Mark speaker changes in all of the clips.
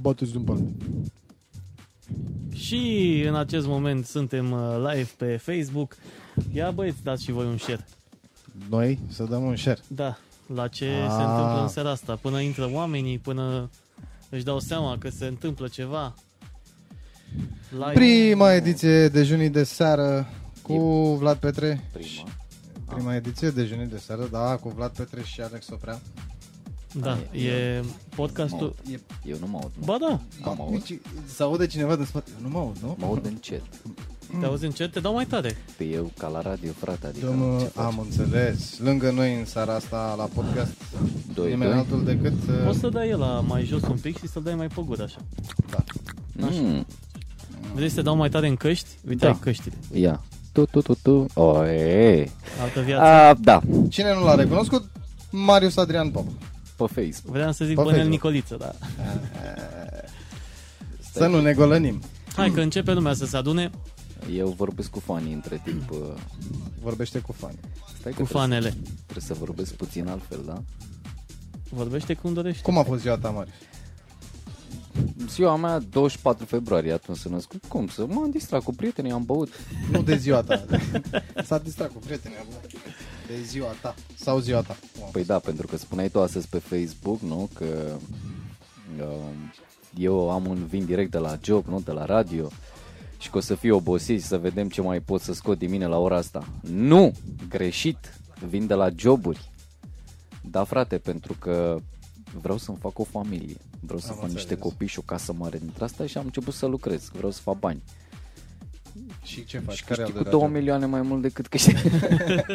Speaker 1: bateți de un palm.
Speaker 2: Și în acest moment suntem uh, live pe Facebook. Ia băieți, dați și voi un share.
Speaker 3: Noi să dăm un share.
Speaker 2: Da, la ce
Speaker 3: Ah.
Speaker 2: se întâmplă în seara asta. Până intră oamenii, până își dau seama că se întâmplă ceva. Live.
Speaker 3: Prima ediție de junii de seară cu Vlad Petre.
Speaker 4: Prima.
Speaker 3: Prima ediție de junii de seară, da, cu Vlad Petre și Alex Oprea.
Speaker 2: Da, e podcastul...
Speaker 3: E,
Speaker 4: Eu nu mă aud. Mă,
Speaker 2: Ba da,
Speaker 4: Ba, mă aud.
Speaker 3: nici, se aude cineva de spate. Eu nu mă aud, nu?
Speaker 4: Mă aud încet.
Speaker 2: te auzi încet, te dau mai tare.
Speaker 4: Pe eu ca la radio, frate, adică ce
Speaker 3: Domnul,
Speaker 4: faci?
Speaker 3: uh, am înțeles. Lângă noi în seara asta la podcast
Speaker 4: Doi,
Speaker 3: nimeni
Speaker 4: doi.
Speaker 3: altul decât... uh,
Speaker 2: Poți să dai el la mai jos un pic și să-l dai mai pe gură, așa.
Speaker 3: da.
Speaker 4: Mm,
Speaker 2: Vedeți, te dau mai tare în căști? Uite,
Speaker 4: Da.
Speaker 2: ai căștile.
Speaker 4: ia. Tu, tu, tu, tu. O, e.
Speaker 2: Altă viață.
Speaker 4: A, da.
Speaker 3: Cine nu l-a recunoscut? Marius Adrian Pop.
Speaker 4: Pe Facebook.
Speaker 2: Vreau să zic
Speaker 3: Pe
Speaker 2: Bănel
Speaker 3: Facebook.
Speaker 2: Nicoliță, da.
Speaker 3: Să nu ne golănim.
Speaker 2: Hai că începe lumea să se adune
Speaker 4: Eu vorbesc cu fanii între timp. uh,
Speaker 3: Vorbește cu fani.
Speaker 4: Stai că
Speaker 2: cu
Speaker 4: trebuie
Speaker 2: fanele.
Speaker 4: Să, trebuie să vorbesc puțin altfel, da?
Speaker 2: Vorbește cum dorești.
Speaker 3: Cum a fost ziua ta, Marius?
Speaker 4: Ziua mea, 24 februarie, atunci sunt născut. Cum să m-am distrat cu prietenii, am băut.
Speaker 3: Nu de ziua ta. S-a distrat cu prietenii. acum. De ziua ta. Sau ziua ta. Wow.
Speaker 4: Păi da, pentru că spuneai tu astăzi pe Facebook, nu? Că um, eu am un vin direct de la job, nu? De la radio și că o să fiu obosit și să vedem ce mai pot să scot din mine la ora asta. Nu! Greșit! Vin de la joburi. Da, frate, pentru că vreau să-mi fac o familie. Vreau să
Speaker 3: Am
Speaker 4: fac niște
Speaker 3: înțeles.
Speaker 4: copii și o casă mare dintre asta și am început să lucrez. Vreau să fac bani.
Speaker 3: Și ce faci?
Speaker 4: Și
Speaker 3: Care
Speaker 4: câștig
Speaker 3: al
Speaker 4: cu
Speaker 3: doilea
Speaker 4: 2
Speaker 3: job?
Speaker 4: milioane mai mult decât câștig.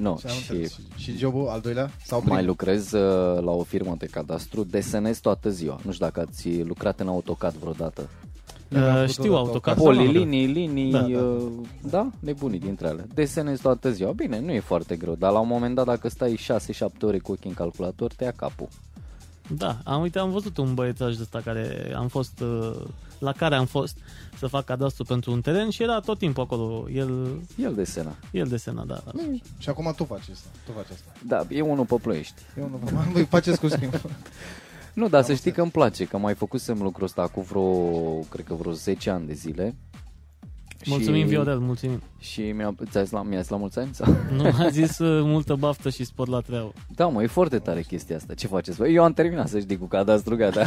Speaker 4: nu,
Speaker 3: Și, am
Speaker 4: și
Speaker 3: înțeles. și, și jobul al doilea? Sau
Speaker 4: mai
Speaker 3: prim?
Speaker 4: lucrez uh, la o firmă de cadastru, desenez toată ziua. Nu știu dacă ați lucrat în AutoCAD vreodată.
Speaker 3: Eu mi-am
Speaker 2: Uh,
Speaker 3: făcut
Speaker 2: știu
Speaker 3: o
Speaker 2: AutoCAD.
Speaker 3: dată o
Speaker 2: sau
Speaker 4: Poli,
Speaker 2: nu?
Speaker 4: linii, linii,
Speaker 2: Da,
Speaker 4: da,
Speaker 2: da.
Speaker 4: uh, da, nebunii dintre alea. Desenez toată ziua. Bine, nu e foarte greu, dar la un moment dat dacă stai 6-7 ore cu ochii în calculator, te ia capul.
Speaker 2: Da, am uite, am văzut un băiețaș de ăsta care am fost uh, la care am fost să fac cadastru pentru un teren și era tot timpul acolo. El
Speaker 4: El desena.
Speaker 2: el desena, da.
Speaker 3: Și acum tu faci asta. Tu faci asta.
Speaker 4: Da, e unul pe ploiești.
Speaker 3: Eu nu fac. Voi faceți cu schimb.
Speaker 4: Nu, dar să știi că îmi place, că mai făcusem lucrul ăsta acum vreo, cred că vreo 10 ani de zile.
Speaker 2: Mulțumim
Speaker 4: și,
Speaker 2: Viorel, mulțumim.
Speaker 4: Și mi-a, ți-a zis la, mi-a zis la mulți ani? sau?
Speaker 2: Nu a zis uh, multă baftă și spor la treabă.
Speaker 4: Da, mă, e foarte tare chestia asta. Ce faceți voi? Eu am terminat să știi cu cadastru, gata.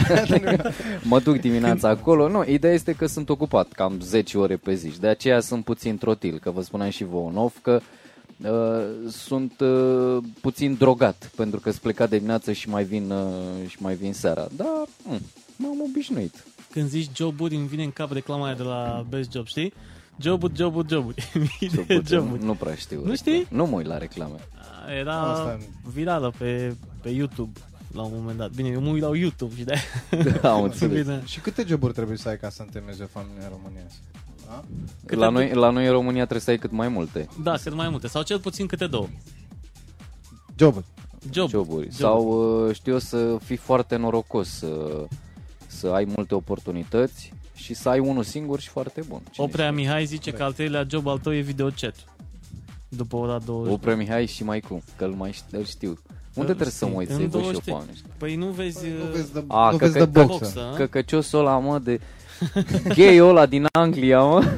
Speaker 4: da. mă duc dimineața acolo. Nu, ideea este că sunt ocupat cam 10 ore pe zi și de aceea sunt puțin trotil, că vă spuneam și vouă în off că uh, sunt uh, puțin drogat pentru că sunt plecat de dimineață și mai vin, uh, și mai vin seara. Dar mm, m-am obișnuit.
Speaker 2: Când zici joburi, îmi vine în cap reclama aia de la Best Job, știi? Joburi, joburi, joburi. Mii de
Speaker 4: Joburi,
Speaker 2: joburi.
Speaker 4: Nu, nu prea știu.
Speaker 2: Nu
Speaker 4: reclame.
Speaker 2: știi?
Speaker 4: Nu mă uit la reclame.
Speaker 2: Era
Speaker 3: Asta-
Speaker 2: virală pe, pe YouTube la un moment dat. Bine, eu mă uit la YouTube și de
Speaker 4: Da, am înțeles.
Speaker 2: bine.
Speaker 3: și câte joburi trebuie să ai ca să întemezi o familie în România? Da?
Speaker 2: Câte
Speaker 4: La noi, la noi în România trebuie să ai cât mai multe.
Speaker 2: Da, cât mai multe. Sau cel puțin câte două.
Speaker 3: Joburi.
Speaker 2: Job.
Speaker 4: joburi. Sau uh, știu eu, să fii foarte norocos, să, să ai multe oportunități și să ai unul singur și foarte bun. Cine
Speaker 2: Oprea Mihai zice că al treilea job al tău e videochat. După ora 20.
Speaker 4: știe? Oprea Mihai și mai cum, că îl mai știu, îl știu. Unde trebuie să mă uit
Speaker 2: În
Speaker 4: să-i văd și eu
Speaker 2: 20.
Speaker 4: pe oameni?
Speaker 2: Păi nu vezi...
Speaker 3: Nu vezi da. de,
Speaker 4: A,
Speaker 3: nu
Speaker 4: că-
Speaker 3: vezi
Speaker 4: că-
Speaker 3: de
Speaker 2: că
Speaker 3: boxă.
Speaker 2: boxă, a?
Speaker 4: Căcăciosul ăla, mă, de gay ăla din Anglia, mă.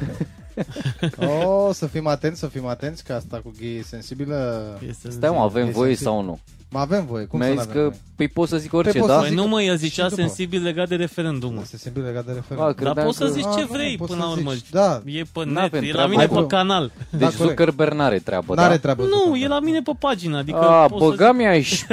Speaker 3: Oh, să fim atenți, să fim atenți, că asta cu gay e sensibilă.
Speaker 2: Este
Speaker 4: Stai, mă, avem
Speaker 3: E
Speaker 4: voie
Speaker 3: sensibil.
Speaker 4: sau nu?
Speaker 3: Mă, avem voie, cum
Speaker 4: Mi-ai
Speaker 3: să nu
Speaker 4: zis
Speaker 3: avem
Speaker 4: că,
Speaker 3: voie?
Speaker 4: păi poți să zic orice,
Speaker 3: poți
Speaker 4: da?
Speaker 3: să
Speaker 2: Păi
Speaker 3: zic-
Speaker 2: nu mă, el zicea
Speaker 3: și după.
Speaker 2: sensibil legat de referendumul.
Speaker 3: Este sensibil legat de referendum.
Speaker 4: Bă,
Speaker 2: Dar
Speaker 4: credeam
Speaker 2: poți să
Speaker 4: că-
Speaker 2: zici
Speaker 3: Ah,
Speaker 2: ce
Speaker 3: nu,
Speaker 2: vrei
Speaker 3: poți
Speaker 2: până
Speaker 3: să
Speaker 2: la urmă.
Speaker 3: zici. Da.
Speaker 2: E pe
Speaker 4: N-avem
Speaker 2: net, e la
Speaker 4: treabă.
Speaker 2: mine pe
Speaker 3: Acolo.
Speaker 2: canal.
Speaker 4: Deci
Speaker 3: Da, corect.
Speaker 4: Zuckerberg n-are treabă,
Speaker 3: N-are
Speaker 4: da?
Speaker 3: treabă.
Speaker 2: Nu,
Speaker 3: Zuckerberg.
Speaker 2: e la mine pe pagină, adică
Speaker 4: A,
Speaker 2: poți să
Speaker 4: Ah, băga mi și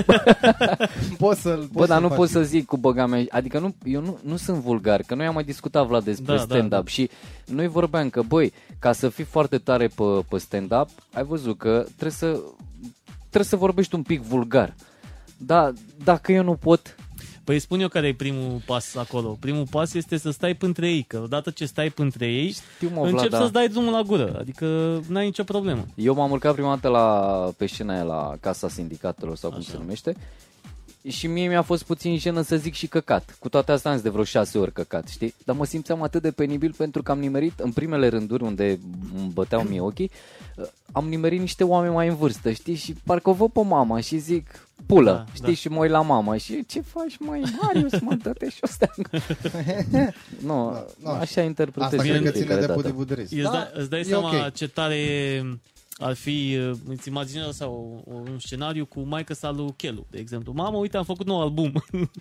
Speaker 3: Poți să-l
Speaker 4: Bă,
Speaker 3: poți
Speaker 4: dar
Speaker 3: să-l
Speaker 4: nu
Speaker 3: faci.
Speaker 4: pot să zic cu băga mea, adică nu, eu nu, nu sunt vulgar, că noi am mai discutat, Vlad, despre
Speaker 2: Da,
Speaker 4: da,
Speaker 2: da,
Speaker 4: stand-up
Speaker 2: da.
Speaker 4: și noi vorbeam că, băi, ca să fii foarte tare pe, pe stand-up, ai văzut că trebuie să, trebuie să vorbești un pic vulgar. Da, dacă eu nu pot,
Speaker 2: Păi spun eu care e primul pas acolo. Primul pas este să stai între ei, că odată ce stai între ei,
Speaker 4: Știu, mă,
Speaker 2: încep
Speaker 4: Vlad, da.
Speaker 2: să-ți dai drumul la gură. Adică n-ai nicio problemă.
Speaker 4: eu m-am urcat prima dată la, pe scena aia, la Casa Sindicatelor sau cum
Speaker 2: Așa.
Speaker 4: se numește Și mie mi-a fost puțin jenă să zic și căcat. Cu toate astea am zis de vreo șase ori căcat, știi? Dar mă simțeam atât de penibil pentru că am nimerit în primele rânduri unde îmi băteau mie ochii, am nimerit niște oameni mai în vârstă, știi? Și parcă o văd pe mama și zic, pulă, da,
Speaker 2: Da,
Speaker 4: știi?
Speaker 2: da.
Speaker 4: Și mă uit la mama și ce faci, mai Marius, mă, dă-te și ăsta. nu,
Speaker 3: Da,
Speaker 4: da,
Speaker 3: da.
Speaker 4: așa interpretez
Speaker 3: Asta
Speaker 4: eu
Speaker 3: cred
Speaker 4: de
Speaker 3: că ține
Speaker 4: fiecare
Speaker 3: de
Speaker 4: dată.
Speaker 3: putibuderist.
Speaker 2: Îți, da, îți dai
Speaker 3: e
Speaker 2: seama
Speaker 3: ok.
Speaker 2: ce tare e, ar fi, uh, îți imaginează sau un scenariu cu maica sa lui Chelu, de exemplu. Mamă, uite, am făcut nou album.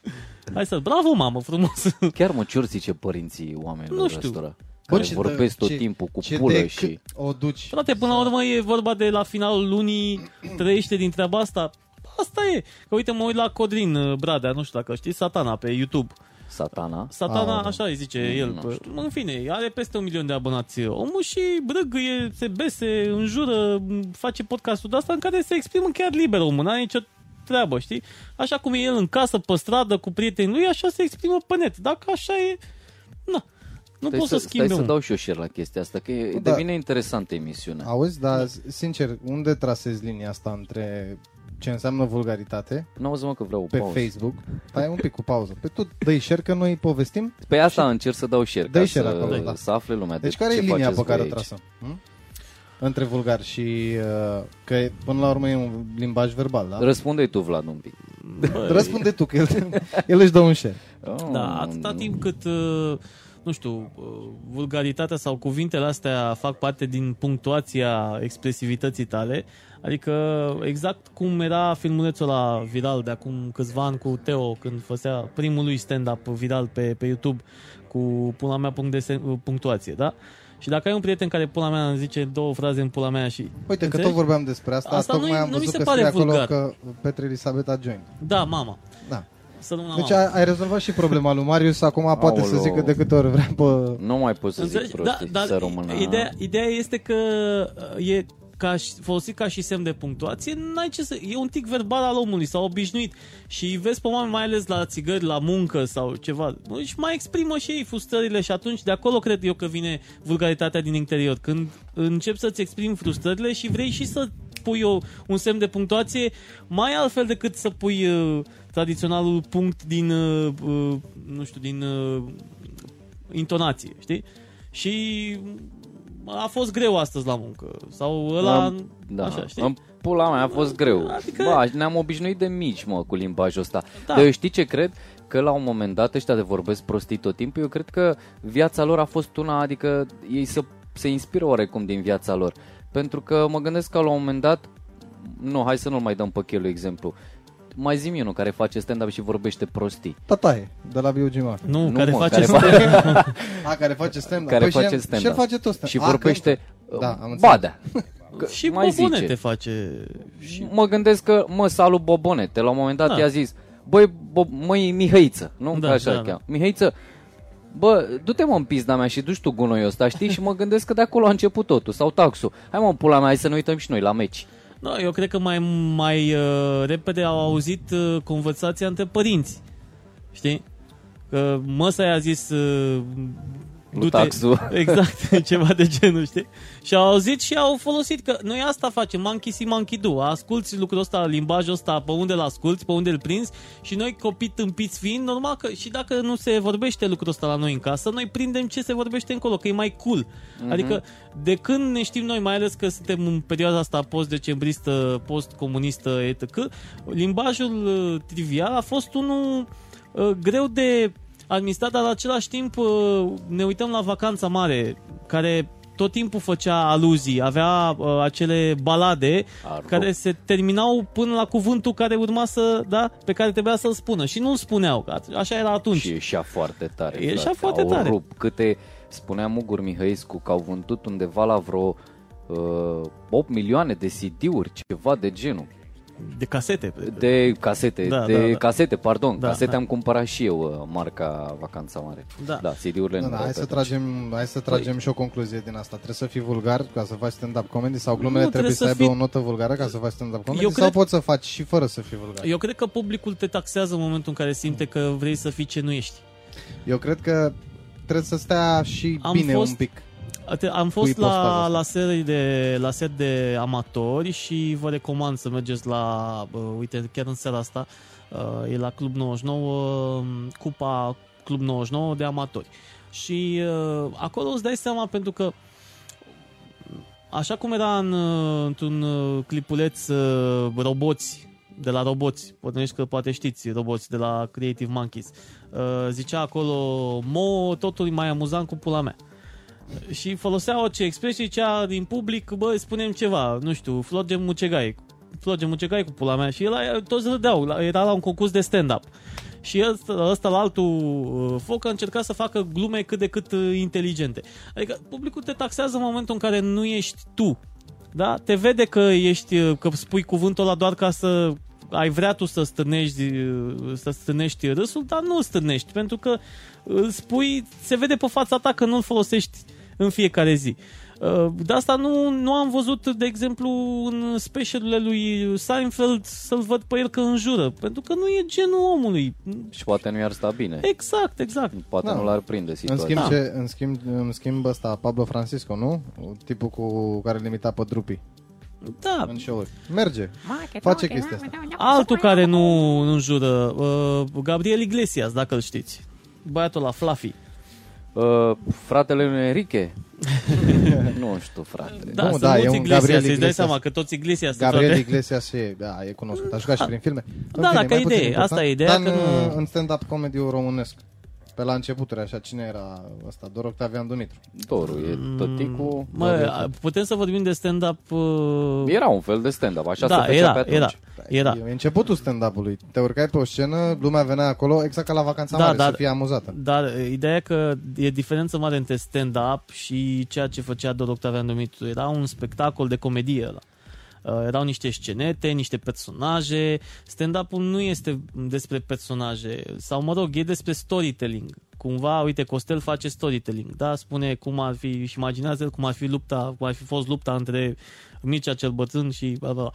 Speaker 2: Hai să, bravo, mamă, frumos.
Speaker 4: Chiar mă ciurzice părinții oamenilor
Speaker 2: Nu știu.
Speaker 4: ăstora,
Speaker 3: Bă,
Speaker 4: care
Speaker 3: ce
Speaker 4: vorbesc
Speaker 3: de-
Speaker 4: tot
Speaker 3: ce-
Speaker 4: timpul cu
Speaker 3: ce
Speaker 4: pulă
Speaker 3: de
Speaker 4: și...
Speaker 3: cât O duci.
Speaker 2: Frate, până la urmă e vorba de la finalul lunii, trăiește din treaba asta. Asta e. Că uite, mă uit la Codrin uh, Bradea, nu știu dacă știi, Satana pe YouTube.
Speaker 4: Satana.
Speaker 2: Satana,
Speaker 3: Ah, da.
Speaker 2: așa îi zice
Speaker 4: Mm,
Speaker 2: el.
Speaker 4: nu știu.
Speaker 2: În fine, are peste un milion de abonați omul și brâgâie, se bese, înjură, m, face podcastul de asta în care se exprimă chiar liber omul, n-are nicio treabă, știi? Așa cum e el în casă, pe stradă, cu prietenii lui, așa se exprimă pe net. Dacă așa e, na, nu
Speaker 4: Stai
Speaker 2: poți să,
Speaker 4: să,
Speaker 2: să schimbi
Speaker 4: stai să
Speaker 2: omul.
Speaker 4: dau și eu share la chestia asta, că e,
Speaker 3: Da.
Speaker 4: devine interesantă emisiunea.
Speaker 3: Auzi, dar sincer, unde trasezi linia asta între ce înseamnă vulgaritate
Speaker 4: Nu auzi mă că vreau o
Speaker 3: pe
Speaker 4: pauză.
Speaker 3: Facebook? Stai un pic cu pauză. Pe tu dă share că noi povestim?
Speaker 4: Pe asta încerc să dau share,
Speaker 3: Dă-i
Speaker 4: ca
Speaker 3: share
Speaker 4: să,
Speaker 3: acolo, da.
Speaker 4: să afle lumea
Speaker 3: Deci
Speaker 4: de
Speaker 3: care
Speaker 4: ce
Speaker 3: e linia
Speaker 4: faceți
Speaker 3: pe care o
Speaker 4: voi aici.
Speaker 3: trasăm? Hm? Între vulgar și uh, că e- până la urmă e un limbaj verbal, da?
Speaker 4: Răspunde tu, Vlad, un pic.
Speaker 2: Băi,
Speaker 3: Răspunde tu, că el, el își dă un share.
Speaker 4: Oh,
Speaker 2: Da, atâta timp cât, uh, nu știu, uh, vulgaritatea sau cuvintele astea fac parte din punctuația expresivității tale, adică exact cum era filmulețul la viral de acum câțiva ani cu Teo, când făcea primul lui stand-up viral pe, pe YouTube cu pula mea punct de sen- punctuație, da? Și dacă ai un prieten care pula mea îmi zice două fraze în pula mea și...
Speaker 3: Uite, că
Speaker 2: Înțelegi?
Speaker 3: tot vorbeam despre asta,
Speaker 2: Asta
Speaker 3: tocmai
Speaker 2: nu-i-
Speaker 3: am
Speaker 2: nu mi
Speaker 3: văzut
Speaker 2: se
Speaker 3: că
Speaker 2: pare
Speaker 3: scrie acolo
Speaker 2: vulgar.
Speaker 3: că Petre Elisabeta Join.
Speaker 2: Da, mama.
Speaker 3: Da.
Speaker 2: Să rămână
Speaker 3: Deci
Speaker 2: mama.
Speaker 3: ai, ai rezolvat și problema lui Marius, acum poate să
Speaker 4: Aoleu.
Speaker 3: zică de câte ori vrea pe...
Speaker 4: Nu mai pot să zic
Speaker 2: Înțelegi?
Speaker 4: prostii, da, să rămână...
Speaker 2: Ideea, ideea este că uh, e ca și, folosit ca și semn de punctuație, n-ai ce să, e un tic verbal al omului, s-a obișnuit și îi vezi pe oameni mai ales la țigări, la muncă sau ceva, își mai exprimă și ei frustrările și atunci de acolo cred eu că vine vulgaritatea din interior, când începi să-ți exprimi frustrările și vrei și să pui o, un semn de punctuație mai altfel decât să pui uh, tradiționalul punct din, uh, uh, nu știu, din uh, intonație, știi? Și a fost greu astăzi la muncă. Sau ăla...
Speaker 4: Da,
Speaker 2: Așa, știi?
Speaker 4: în pula mea a fost greu.
Speaker 2: Adică-
Speaker 4: Adică... Ba, ne-am obișnuit de mici, mă, cu limbajul ăsta. Da.
Speaker 2: Da.
Speaker 4: Dar eu știi ce cred? Că la un moment dat ăștia de vorbesc prostii tot timpul, eu cred că viața lor a fost una, adică ei se, se inspiră oarecum din viața lor. Pentru că mă gândesc că la un moment dat, nu, hai să nu-l mai dăm pe chelu exemplu, mai zi unul care face stand-up și vorbește prostii.
Speaker 3: Tataie, de la Biogimar.
Speaker 2: Nu,
Speaker 4: Nu,
Speaker 2: care
Speaker 4: mă,
Speaker 2: face...
Speaker 4: care
Speaker 2: Care
Speaker 3: A, care face stand-up.
Speaker 4: Care
Speaker 3: păi
Speaker 4: face
Speaker 3: și el-
Speaker 4: stand-up.
Speaker 3: Și el face tot stand-up.
Speaker 4: Și
Speaker 3: A,
Speaker 4: vorbește
Speaker 3: că- Da, am înțeles.
Speaker 4: badea. Că
Speaker 2: și
Speaker 4: mai zice.
Speaker 2: bobonete face...
Speaker 4: Și mă gândesc că, mă, salut Bobonete, la un moment dat
Speaker 2: Da.
Speaker 4: i-a zis, băi, bo- măi, Mihăiță, nu?
Speaker 2: Da,
Speaker 4: Da, Așa
Speaker 2: da,
Speaker 4: da,
Speaker 2: da.
Speaker 4: cheamă. Mihăiță, bă, du-te mă în pizda mea și duci tu gunoiul ăsta, știi? Și mă gândesc că de acolo a început totul, sau taxul. Hai mă, în pula mea, hai să ne uităm și noi la meci.
Speaker 2: No, Da, eu cred că mai, mai uh, repede au auzit uh, conversația între părinți. Știi? Că măsa i-a zis... Uh,
Speaker 4: Nu taxul.
Speaker 2: Exact, ceva de genul, știi? Și au auzit și au folosit, că noi asta facem, monkey see, monkey do. Asculți lucrul ăsta, limbajul ăsta, pe unde îl asculți, pe unde îl prinzi și noi copii tâmpiți fiind, normal că și dacă nu se vorbește lucrul ăsta la noi în casă, noi prindem ce se vorbește încolo, că e mai cool. Mm-hmm. Adică de când ne știm noi, mai ales că suntem în perioada asta post-decembristă, post-comunistă, etc., limbajul uh, trivial a fost unul uh, greu de administrat, dar la același timp uh, ne uităm la Vacanța Mare, care tot timpul făcea aluzii, avea uh, acele balade
Speaker 4: Arru.
Speaker 2: care se terminau până la cuvântul care urma să, da, pe care trebuia să-l spună și nu-l spuneau, a- așa era atunci.
Speaker 4: Și ieșea foarte tare.
Speaker 2: Ieșea
Speaker 4: frate,
Speaker 2: foarte
Speaker 4: au
Speaker 2: tare.
Speaker 4: Rup, câte, spunea Mugur Mihăiscu, că au vândut undeva la vreo uh, 8 milioane de CD-uri, ceva de genul.
Speaker 2: De casete.
Speaker 4: De casete, da,
Speaker 2: Da,
Speaker 4: de da,
Speaker 2: da,
Speaker 4: da.
Speaker 2: da.
Speaker 4: casete, pardon, da,
Speaker 2: Da,
Speaker 4: casete
Speaker 2: da.
Speaker 4: am cumpărat și eu uh, marca Vacanța Mare.
Speaker 2: Da.
Speaker 4: da CD-urile
Speaker 3: Da,
Speaker 4: nu.
Speaker 3: da,
Speaker 4: erau
Speaker 3: hai
Speaker 4: pe Păi-
Speaker 3: să
Speaker 4: atunci.
Speaker 3: tragem, hai să tragem și o concluzie din asta. Trebuie să fii vulgar ca să faci stand-up comedy sau glumele
Speaker 2: Nu, trebuie
Speaker 3: trebuie să
Speaker 2: să
Speaker 3: aibă
Speaker 2: fii-
Speaker 3: o notă vulgară ca să faci stand-up comedy
Speaker 2: Eu
Speaker 3: sau
Speaker 2: cred-
Speaker 3: poți să faci și fără să fii vulgar? Eu,
Speaker 2: Eu cred că publicul te taxează în momentul în care simte că vrei să fii ce nu ești.
Speaker 3: cred că trebuie să stea și
Speaker 2: Am
Speaker 3: bine
Speaker 2: fost-
Speaker 3: un pic.
Speaker 2: Ate- Am
Speaker 3: Pui
Speaker 2: fost
Speaker 3: postaza
Speaker 2: la,
Speaker 3: asta.
Speaker 2: la, serii de, la set de amatori și vă recomand să mergeți la, uh, uite, chiar în seara asta, Uh, e la Club 99, uh, Cupa Club 99 de amatori. Și uh, acolo îți dai seama pentru că așa cum era în, uh, într-un uh, clipuleț uh, roboți, de la roboți, potrivnești că poate știți roboți de la Creative Monkeys, uh, zicea acolo Mo, totul e mai amuzant cu pula mea. Și folosea orice expresie, cea din public, bă, spunem ceva, nu știu, Florge Mucegai, Florge Mucegai cu pula mea și el, toți râdeau, la- era la un concurs de stand-up. Și ăsta, ăsta la altul uh, foc a încercat să facă glume cât de cât uh, inteligente. Adică publicul te taxează în momentul în care nu ești tu. Da? Te vede că ești, uh, că spui cuvântul ăla doar ca să ai vrea tu să stârnești, uh, să stârnești râsul, dar nu stârnești, pentru că îl spui, se vede pe fața ta că nu-l folosești în fiecare zi. Uh, De asta nu, nu am văzut, de exemplu, în specialurile lui Seinfeld să-l văd pe el că înjură, pentru că nu e genul omului.
Speaker 4: Și poate nu i-ar sta bine.
Speaker 2: Exact, exact.
Speaker 4: Poate
Speaker 3: Da.
Speaker 4: nu l-ar prinde
Speaker 3: În
Speaker 4: situația.
Speaker 3: schimb,
Speaker 2: Da.
Speaker 3: ce, în, schimb, în schimb ăsta, Pablo Francisco, nu? Tipul cu care limita pe drupii
Speaker 2: Da,
Speaker 3: în show Merge. Face
Speaker 1: Face
Speaker 3: chestia
Speaker 1: chestia
Speaker 3: asta.
Speaker 2: altul care nu înjură, uh, Gabriel Iglesias, dacă îl știți. Băiatul la Fluffy.
Speaker 4: Uh, fratele lui Enrique? nu știu, frate.
Speaker 2: Da,
Speaker 3: Nu,
Speaker 2: sunt
Speaker 3: da, e
Speaker 2: mulți
Speaker 3: un
Speaker 2: Iglesias,
Speaker 3: Gabriel
Speaker 2: îți dai
Speaker 3: Iglesias.
Speaker 2: seama că toți Iglesias sunt
Speaker 3: Gabriel
Speaker 2: toate-
Speaker 3: Iglesias e, da, e cunoscut, a jucat și prin filme.
Speaker 2: da,
Speaker 3: fine,
Speaker 2: da, ca
Speaker 3: mai puțin
Speaker 2: idee,
Speaker 3: important.
Speaker 2: asta e ideea
Speaker 3: Dar
Speaker 2: că
Speaker 3: în,
Speaker 2: nu-
Speaker 3: în stand-up comedy românesc, pe la începuturi, așa, cine era ăsta? Dor Octavian Dumitru.
Speaker 4: Doru e tăticul.
Speaker 2: Mm, Mă, putem să vorbim de stand-up... uh,
Speaker 4: Era un fel de stand-up, așa
Speaker 2: da,
Speaker 4: se făcea pe
Speaker 2: era,
Speaker 4: atunci.
Speaker 2: era, era.
Speaker 3: E începutul stand-up-ului. Te urcai pe o scenă, lumea venea acolo, exact ca la vacanța
Speaker 2: Da,
Speaker 3: mare,
Speaker 2: dar-
Speaker 3: să fie amuzată.
Speaker 2: Dar e, ideea e că e diferență mare între stand-up și ceea ce făcea Dor Octavian Dumitru. Era un spectacol de comedie ăla. Uh, Erau niște scenete, niște personaje. Stand-up-ul nu este despre personaje, sau mă rog, e despre storytelling. Cumva, uite, Costel face storytelling, da? Spune cum ar fi, își imaginează cum ar fi lupta, cum ar fi fost lupta între Mircea cel Bătrân și bla, bla, bla.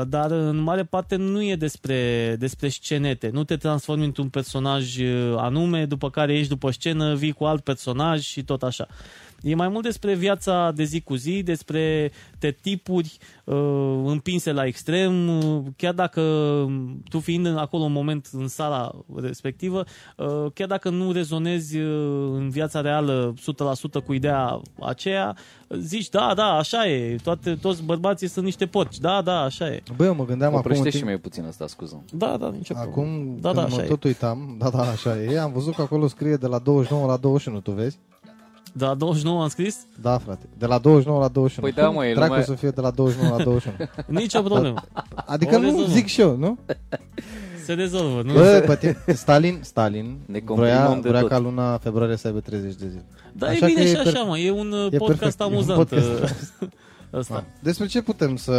Speaker 2: Uh, Dar în mare parte nu e despre, despre scenete. Nu te transformi într-un personaj uh, anume, după care ieși după scenă, vii cu alt personaj și tot așa. E mai mult despre viața de zi cu zi, despre te tipuri uh, împinse la extrem, uh, chiar dacă um, tu fiind în- acolo un moment în sala respectivă, uh, chiar dacă nu rezonezi uh, în viața reală 100% cu ideea aceea, uh, zici da, da, așa e, toate, toți bărbații sunt niște porci, da, da, așa e.
Speaker 3: Băi, eu mă gândeam acum,
Speaker 4: Oprește
Speaker 3: în
Speaker 4: și
Speaker 3: timp,
Speaker 4: mai puțin asta, scuză
Speaker 2: Da, da, nicio problemă.
Speaker 3: acum
Speaker 2: Da,
Speaker 3: da, când
Speaker 2: da,
Speaker 3: mă
Speaker 2: așa
Speaker 3: tot uitam, da, da, așa e, am văzut că acolo scrie de la 29 la 21, tu vezi?
Speaker 2: Da, 29 am scris?
Speaker 3: Da, frate, de la 29 la 21.
Speaker 4: Păi da, mă, e
Speaker 3: Dracu
Speaker 4: lumea-
Speaker 3: să fie de la 29 la 21.
Speaker 2: Nicio problemă.
Speaker 3: Adică
Speaker 2: O
Speaker 3: nu
Speaker 2: rezolvăm.
Speaker 3: zic și eu, nu?
Speaker 2: Se rezolvă. Nu?
Speaker 3: Bă, pe tine- Stalin, Stalin,
Speaker 4: Ne
Speaker 3: vrea,
Speaker 4: comprimăm de
Speaker 3: vrea
Speaker 4: tot.
Speaker 3: ca luna februarie să aibă 30 de zile.
Speaker 2: Da,
Speaker 3: Așa
Speaker 2: e bine
Speaker 3: că
Speaker 2: și
Speaker 3: e
Speaker 2: așa,
Speaker 3: perfect.
Speaker 2: mă. E un uh,
Speaker 3: E
Speaker 2: podcast
Speaker 3: perfect, e un
Speaker 2: amuzant.
Speaker 3: podcast.
Speaker 2: uh, Ăsta.
Speaker 3: Ah. Despre ce putem să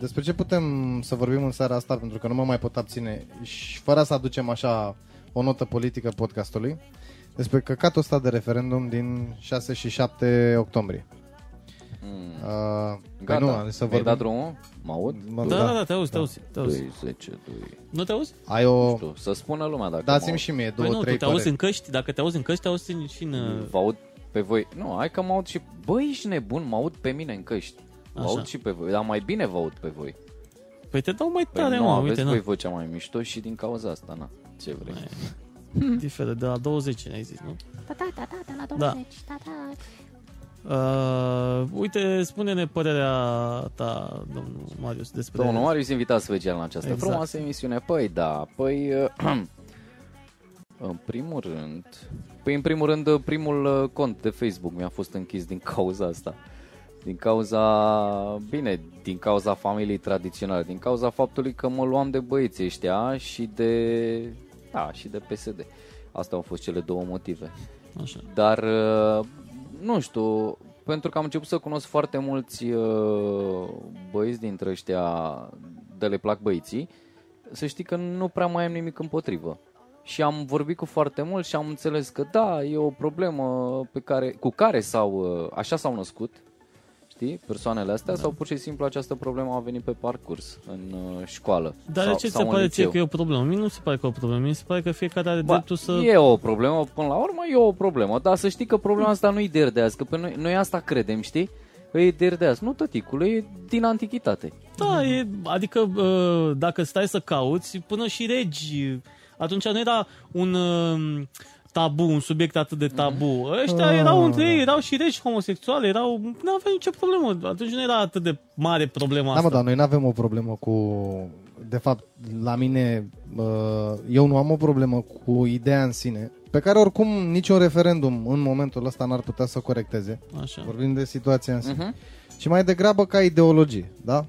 Speaker 3: despre ce putem să vorbim în seara asta pentru că nu mă mai pot abține și fără să aducem așa o notă politică podcastului despre căcatul ăsta de referendum din 6 și 7 octombrie.
Speaker 4: Mm.
Speaker 3: Uh, păi
Speaker 4: Gata,
Speaker 3: nu, am zis să
Speaker 4: mi-ai dat
Speaker 3: vorbim.
Speaker 4: drumul? Mă aud?
Speaker 3: Mă-
Speaker 2: Da, da, da, te auzi, te auzi, te auzi.
Speaker 3: Păi-
Speaker 4: 2, 10, 2,
Speaker 2: Nu te auzi?
Speaker 3: Ai o
Speaker 4: știu, să spună lumea dacă
Speaker 3: dați-mi
Speaker 4: mă
Speaker 3: Da, și mie
Speaker 2: Păi
Speaker 3: două
Speaker 2: nu, tu
Speaker 3: trei
Speaker 2: te auzi
Speaker 3: păreri.
Speaker 2: în căști, dacă te auzi în căști, te auzi și în...
Speaker 4: aud. Vă aud pe voi. Nu, hai că mă aud și... Bă, ești nebun, mă aud pe mine în căști. Vă
Speaker 2: Așa.
Speaker 4: aud și pe voi, dar mai bine vă aud pe voi.
Speaker 2: Păi te dau mai
Speaker 4: Păi
Speaker 2: tare,
Speaker 4: nu,
Speaker 2: mă,
Speaker 4: aveți
Speaker 2: uite, da.
Speaker 4: voi
Speaker 2: na,
Speaker 4: vocea mai mișto și din cauza asta, na. Ce vrei?
Speaker 2: diferă, de la 20 ne-ai zis, nu?
Speaker 1: Da, da, da, da, la
Speaker 2: Da.
Speaker 1: 20. Da, da.
Speaker 2: Uh, uite, spune-ne părerea ta, domnul Marius, despre...
Speaker 4: Domnul Marius invitat special în această
Speaker 2: Exact.
Speaker 4: exact. frumoasă emisiune. Păi da, păi... eh, În primul rând... Păi în primul rând, primul eh, cont de Facebook mi-a fost închis din cauza asta. Din cauza... Bine, din cauza familiei tradiționale. Din cauza faptului că mă luam de băieții ăștia și de... Da, și de PSD. Astea au fost cele două motive.
Speaker 2: Așa.
Speaker 4: Dar uh, nu știu, pentru că am început să cunosc foarte mulți uh, băieți dintre ăștia de le plac băieții, să știi că nu prea mai am nimic împotrivă. Și am vorbit cu foarte mult și am înțeles că da, e o problemă pe care, cu care s-au, uh, așa s-au născut, știi, persoanele astea, da. sau pur și simplu această problemă a venit pe parcurs în uh, școală.
Speaker 2: Dar de
Speaker 4: sau,
Speaker 2: ce ți
Speaker 4: sau
Speaker 2: se
Speaker 4: în
Speaker 2: pare ție
Speaker 4: liceu.
Speaker 2: că e o problemă? Mie nu se pare că e o problemă, mie se pare că fiecare are
Speaker 4: Ba,
Speaker 2: dreptul să...
Speaker 4: E o problemă, până la urmă e o problemă, dar să știi că problema asta nu-i de erdeaz, că pe noi, noi asta credem, știi? Că e de erdeaz. Nu, tăticule, e din antichitate.
Speaker 2: Da, e, adică uh, dacă stai să cauți, până și regi, atunci nu era un uh, tabu, un subiect atât de tabu. Ăștia
Speaker 3: Ah.
Speaker 2: erau între ei, erau și regi homosexuali, erau, nu avea nicio problemă. Atunci nu era atât de mare problema
Speaker 3: Da,
Speaker 2: asta.
Speaker 3: mă, dar noi nu avem o problemă cu... De fapt, la mine, uh, eu nu am o problemă cu ideea în sine, pe care oricum niciun referendum în momentul ăsta n-ar putea să o corecteze.
Speaker 2: Așa.
Speaker 3: Vorbim de situația în sine.
Speaker 2: Mhm.
Speaker 3: Uh-huh. Și mai degrabă ca ideologie, da?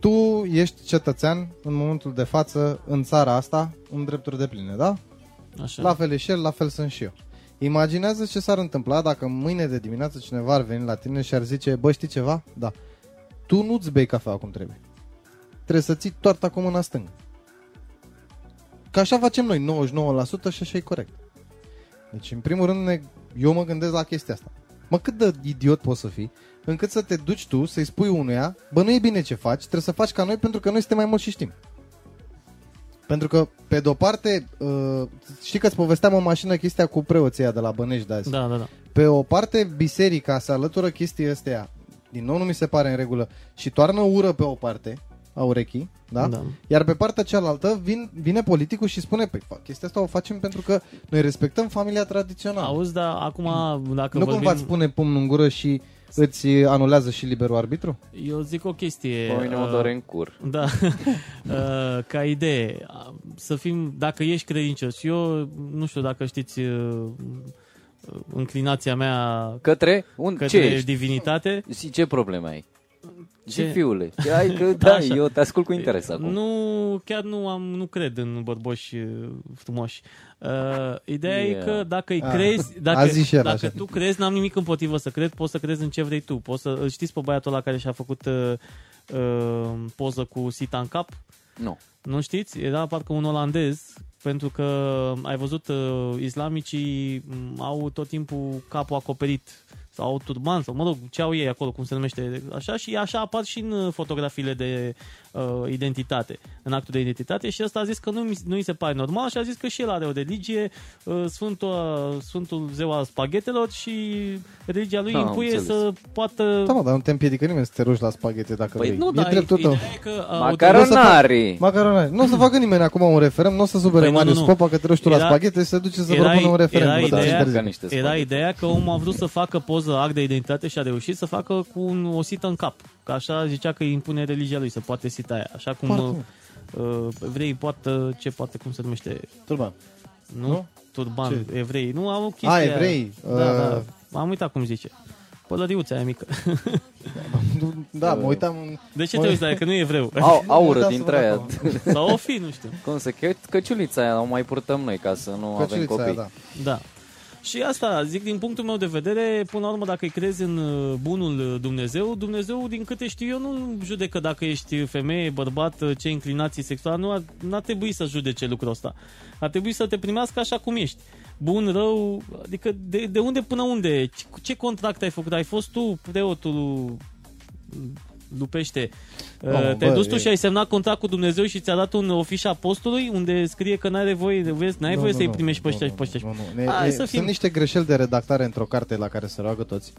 Speaker 3: Tu ești cetățean în momentul de față în țara asta, în drepturi de pline, da?
Speaker 2: Așa.
Speaker 3: La fel e și el, la fel sunt și eu. Imaginează ce s-ar întâmpla dacă mâine de dimineață cineva ar veni la tine și ar zice, bă, știi ceva? Da. Tu nu-ți bei cafea cum trebuie. Trebuie să ții toarta cu mâna stângă. Că așa facem noi, 99% și așa e corect. Deci, în primul rând, ne, eu mă gândesc la chestia asta. Mă, cât de idiot poți să fii, încât să te duci tu, să-i spui unuia, bă, nu e bine ce faci, trebuie să faci ca noi, pentru că noi suntem mai mulți și știm. Pentru că, pe de-o parte, ă, știi că îți povesteam o mașină chestia cu preoția de la Bănești de azi.
Speaker 2: Da, da, da.
Speaker 3: Pe o parte, biserica se alătură chestii astea, din nou nu mi se pare în regulă, și toarnă ură pe o parte a urechii, da?
Speaker 2: Da.
Speaker 3: Iar pe partea cealaltă vin, vine politicul și spune, păi, fa- chestia asta o facem pentru că noi respectăm familia tradițională.
Speaker 2: Auzi, dar acum, dacă
Speaker 3: nu
Speaker 2: vorbim...
Speaker 3: cumva îți pune pumnul în gură și îți anulează și liberul arbitru?
Speaker 2: Eu zic o chestie.
Speaker 4: Pe mine mă
Speaker 2: uh,
Speaker 4: doare în cur.
Speaker 2: Da. Uh, Ca idee, uh, să fim, dacă ești credincios, eu nu știu dacă știți uh, înclinația mea
Speaker 4: Către? Un...
Speaker 2: către
Speaker 4: ce ești?
Speaker 2: divinitate.
Speaker 4: Și ce probleme ai?
Speaker 2: Ce?
Speaker 4: Ce fiule? Ce ai că, da,
Speaker 2: Așa.
Speaker 4: eu te ascult cu interes acum.
Speaker 2: Nu, chiar nu am, nu cred în bărboși uh, frumoși. Uh, ideea yeah. e
Speaker 4: Yeah.
Speaker 2: că dacă îi
Speaker 3: Ah,
Speaker 2: crezi,
Speaker 3: a
Speaker 2: dacă,
Speaker 3: zis și el
Speaker 2: dacă
Speaker 3: așa.
Speaker 2: tu crezi, n-am nimic împotrivă să cred, poți să crezi în ce vrei tu. Poți să îl știți pe băiatul ăla care și-a făcut uh, uh, poză cu sita în cap?
Speaker 4: nu.
Speaker 2: Nu știți? Era parcă un olandez, pentru că ai văzut, uh, islamicii m, au tot timpul capul acoperit sau au turban sau mă rog, ce au ei acolo, cum se numește, așa și așa apar și în uh, fotografiile de uh, identitate, în actul de identitate și ăsta a zis că nu, mi- nu îi se pare normal și a zis că și el are o religie, uh, Sfântul, Sfântul Zeu al Spaghetelor și religia lui
Speaker 4: Da, Am
Speaker 2: impuie
Speaker 4: înțeles.
Speaker 2: să poată...
Speaker 3: Da, mă, dar nu te împiedică nimeni să te rogi la spaghete dacă
Speaker 4: Păi
Speaker 3: vrei.
Speaker 2: Nu,
Speaker 3: e
Speaker 2: dar
Speaker 3: dreptul tău.
Speaker 2: ideea e că, uh,
Speaker 4: Macaronari!
Speaker 3: Macaronare. Nu o să facă nimeni acum un referendum, nu o să supere
Speaker 2: Păi nu,
Speaker 3: Marius
Speaker 2: nu, nu.
Speaker 3: Popa că te rogi tu la
Speaker 2: Era-
Speaker 3: spaghete și se duce să
Speaker 2: era-
Speaker 3: propună un referendum.
Speaker 2: era
Speaker 3: Bă, da,
Speaker 2: ideea-
Speaker 3: și
Speaker 4: Ca
Speaker 3: târziu.
Speaker 4: niște
Speaker 2: Era
Speaker 4: spaghetti.
Speaker 2: ideea că omul a vrut să facă poză act de identitate și a reușit să facă cu un, o sită în cap. Că așa zicea că îi impune religia lui să poate sita aia. Așa cum
Speaker 3: Foarte.
Speaker 2: uh, evrei poate, ce poate, cum se numește,
Speaker 3: Turban.
Speaker 2: nu?
Speaker 3: Nu?
Speaker 2: Turban,
Speaker 3: Ce?
Speaker 2: evrei. Nu, am o chestie.
Speaker 3: A, evrei.
Speaker 2: Da, da,
Speaker 3: Uh,
Speaker 2: am uitat cum zice. Pălăriuța aia mică.
Speaker 3: Da, mă uitam...
Speaker 2: De ce
Speaker 3: Mă-
Speaker 2: te uiți la ea? Că nu e evreu.
Speaker 4: Au, aură
Speaker 3: Da,
Speaker 4: dintre
Speaker 3: să
Speaker 4: aia.
Speaker 3: văd
Speaker 2: Sau o fi, nu știu.
Speaker 4: Cum se cheie? Căciulița aia o mai purtăm noi ca să nu avem
Speaker 3: Căciulița aia,
Speaker 4: copii.
Speaker 3: da.
Speaker 2: Da. Și asta, zic, din punctul meu de vedere, până la urmă, dacă îi crezi în uh, bunul uh, Dumnezeu, Dumnezeu, din câte știu eu, nu judecă dacă ești femeie, bărbat, uh, ce inclinații sexuale, nu ar, n-ar trebui să judece lucrul ăsta. Ar trebui să te primească așa cum ești. Bun, rău, adică de, de unde până unde? Ce, ce contract ai făcut? Ai fost tu preotul lupește. Uh,
Speaker 3: Mamă,
Speaker 2: Te-ai
Speaker 3: bă,
Speaker 2: dus tu
Speaker 3: e-
Speaker 2: și ai semnat contract cu Dumnezeu și ți-a dat un ofiș apostolului unde scrie că n-ai voie, vezi, n-ai
Speaker 3: Nu,
Speaker 2: voie
Speaker 3: nu,
Speaker 2: să-i
Speaker 3: nu,
Speaker 2: primești pe
Speaker 3: nu,
Speaker 2: ăștia și
Speaker 3: nu,
Speaker 2: pe ăștia.
Speaker 3: nu, nu. Ne-
Speaker 2: Hai
Speaker 3: e-
Speaker 2: să fim-
Speaker 3: Sunt niște greșeli de redactare într-o carte la care se roagă toți.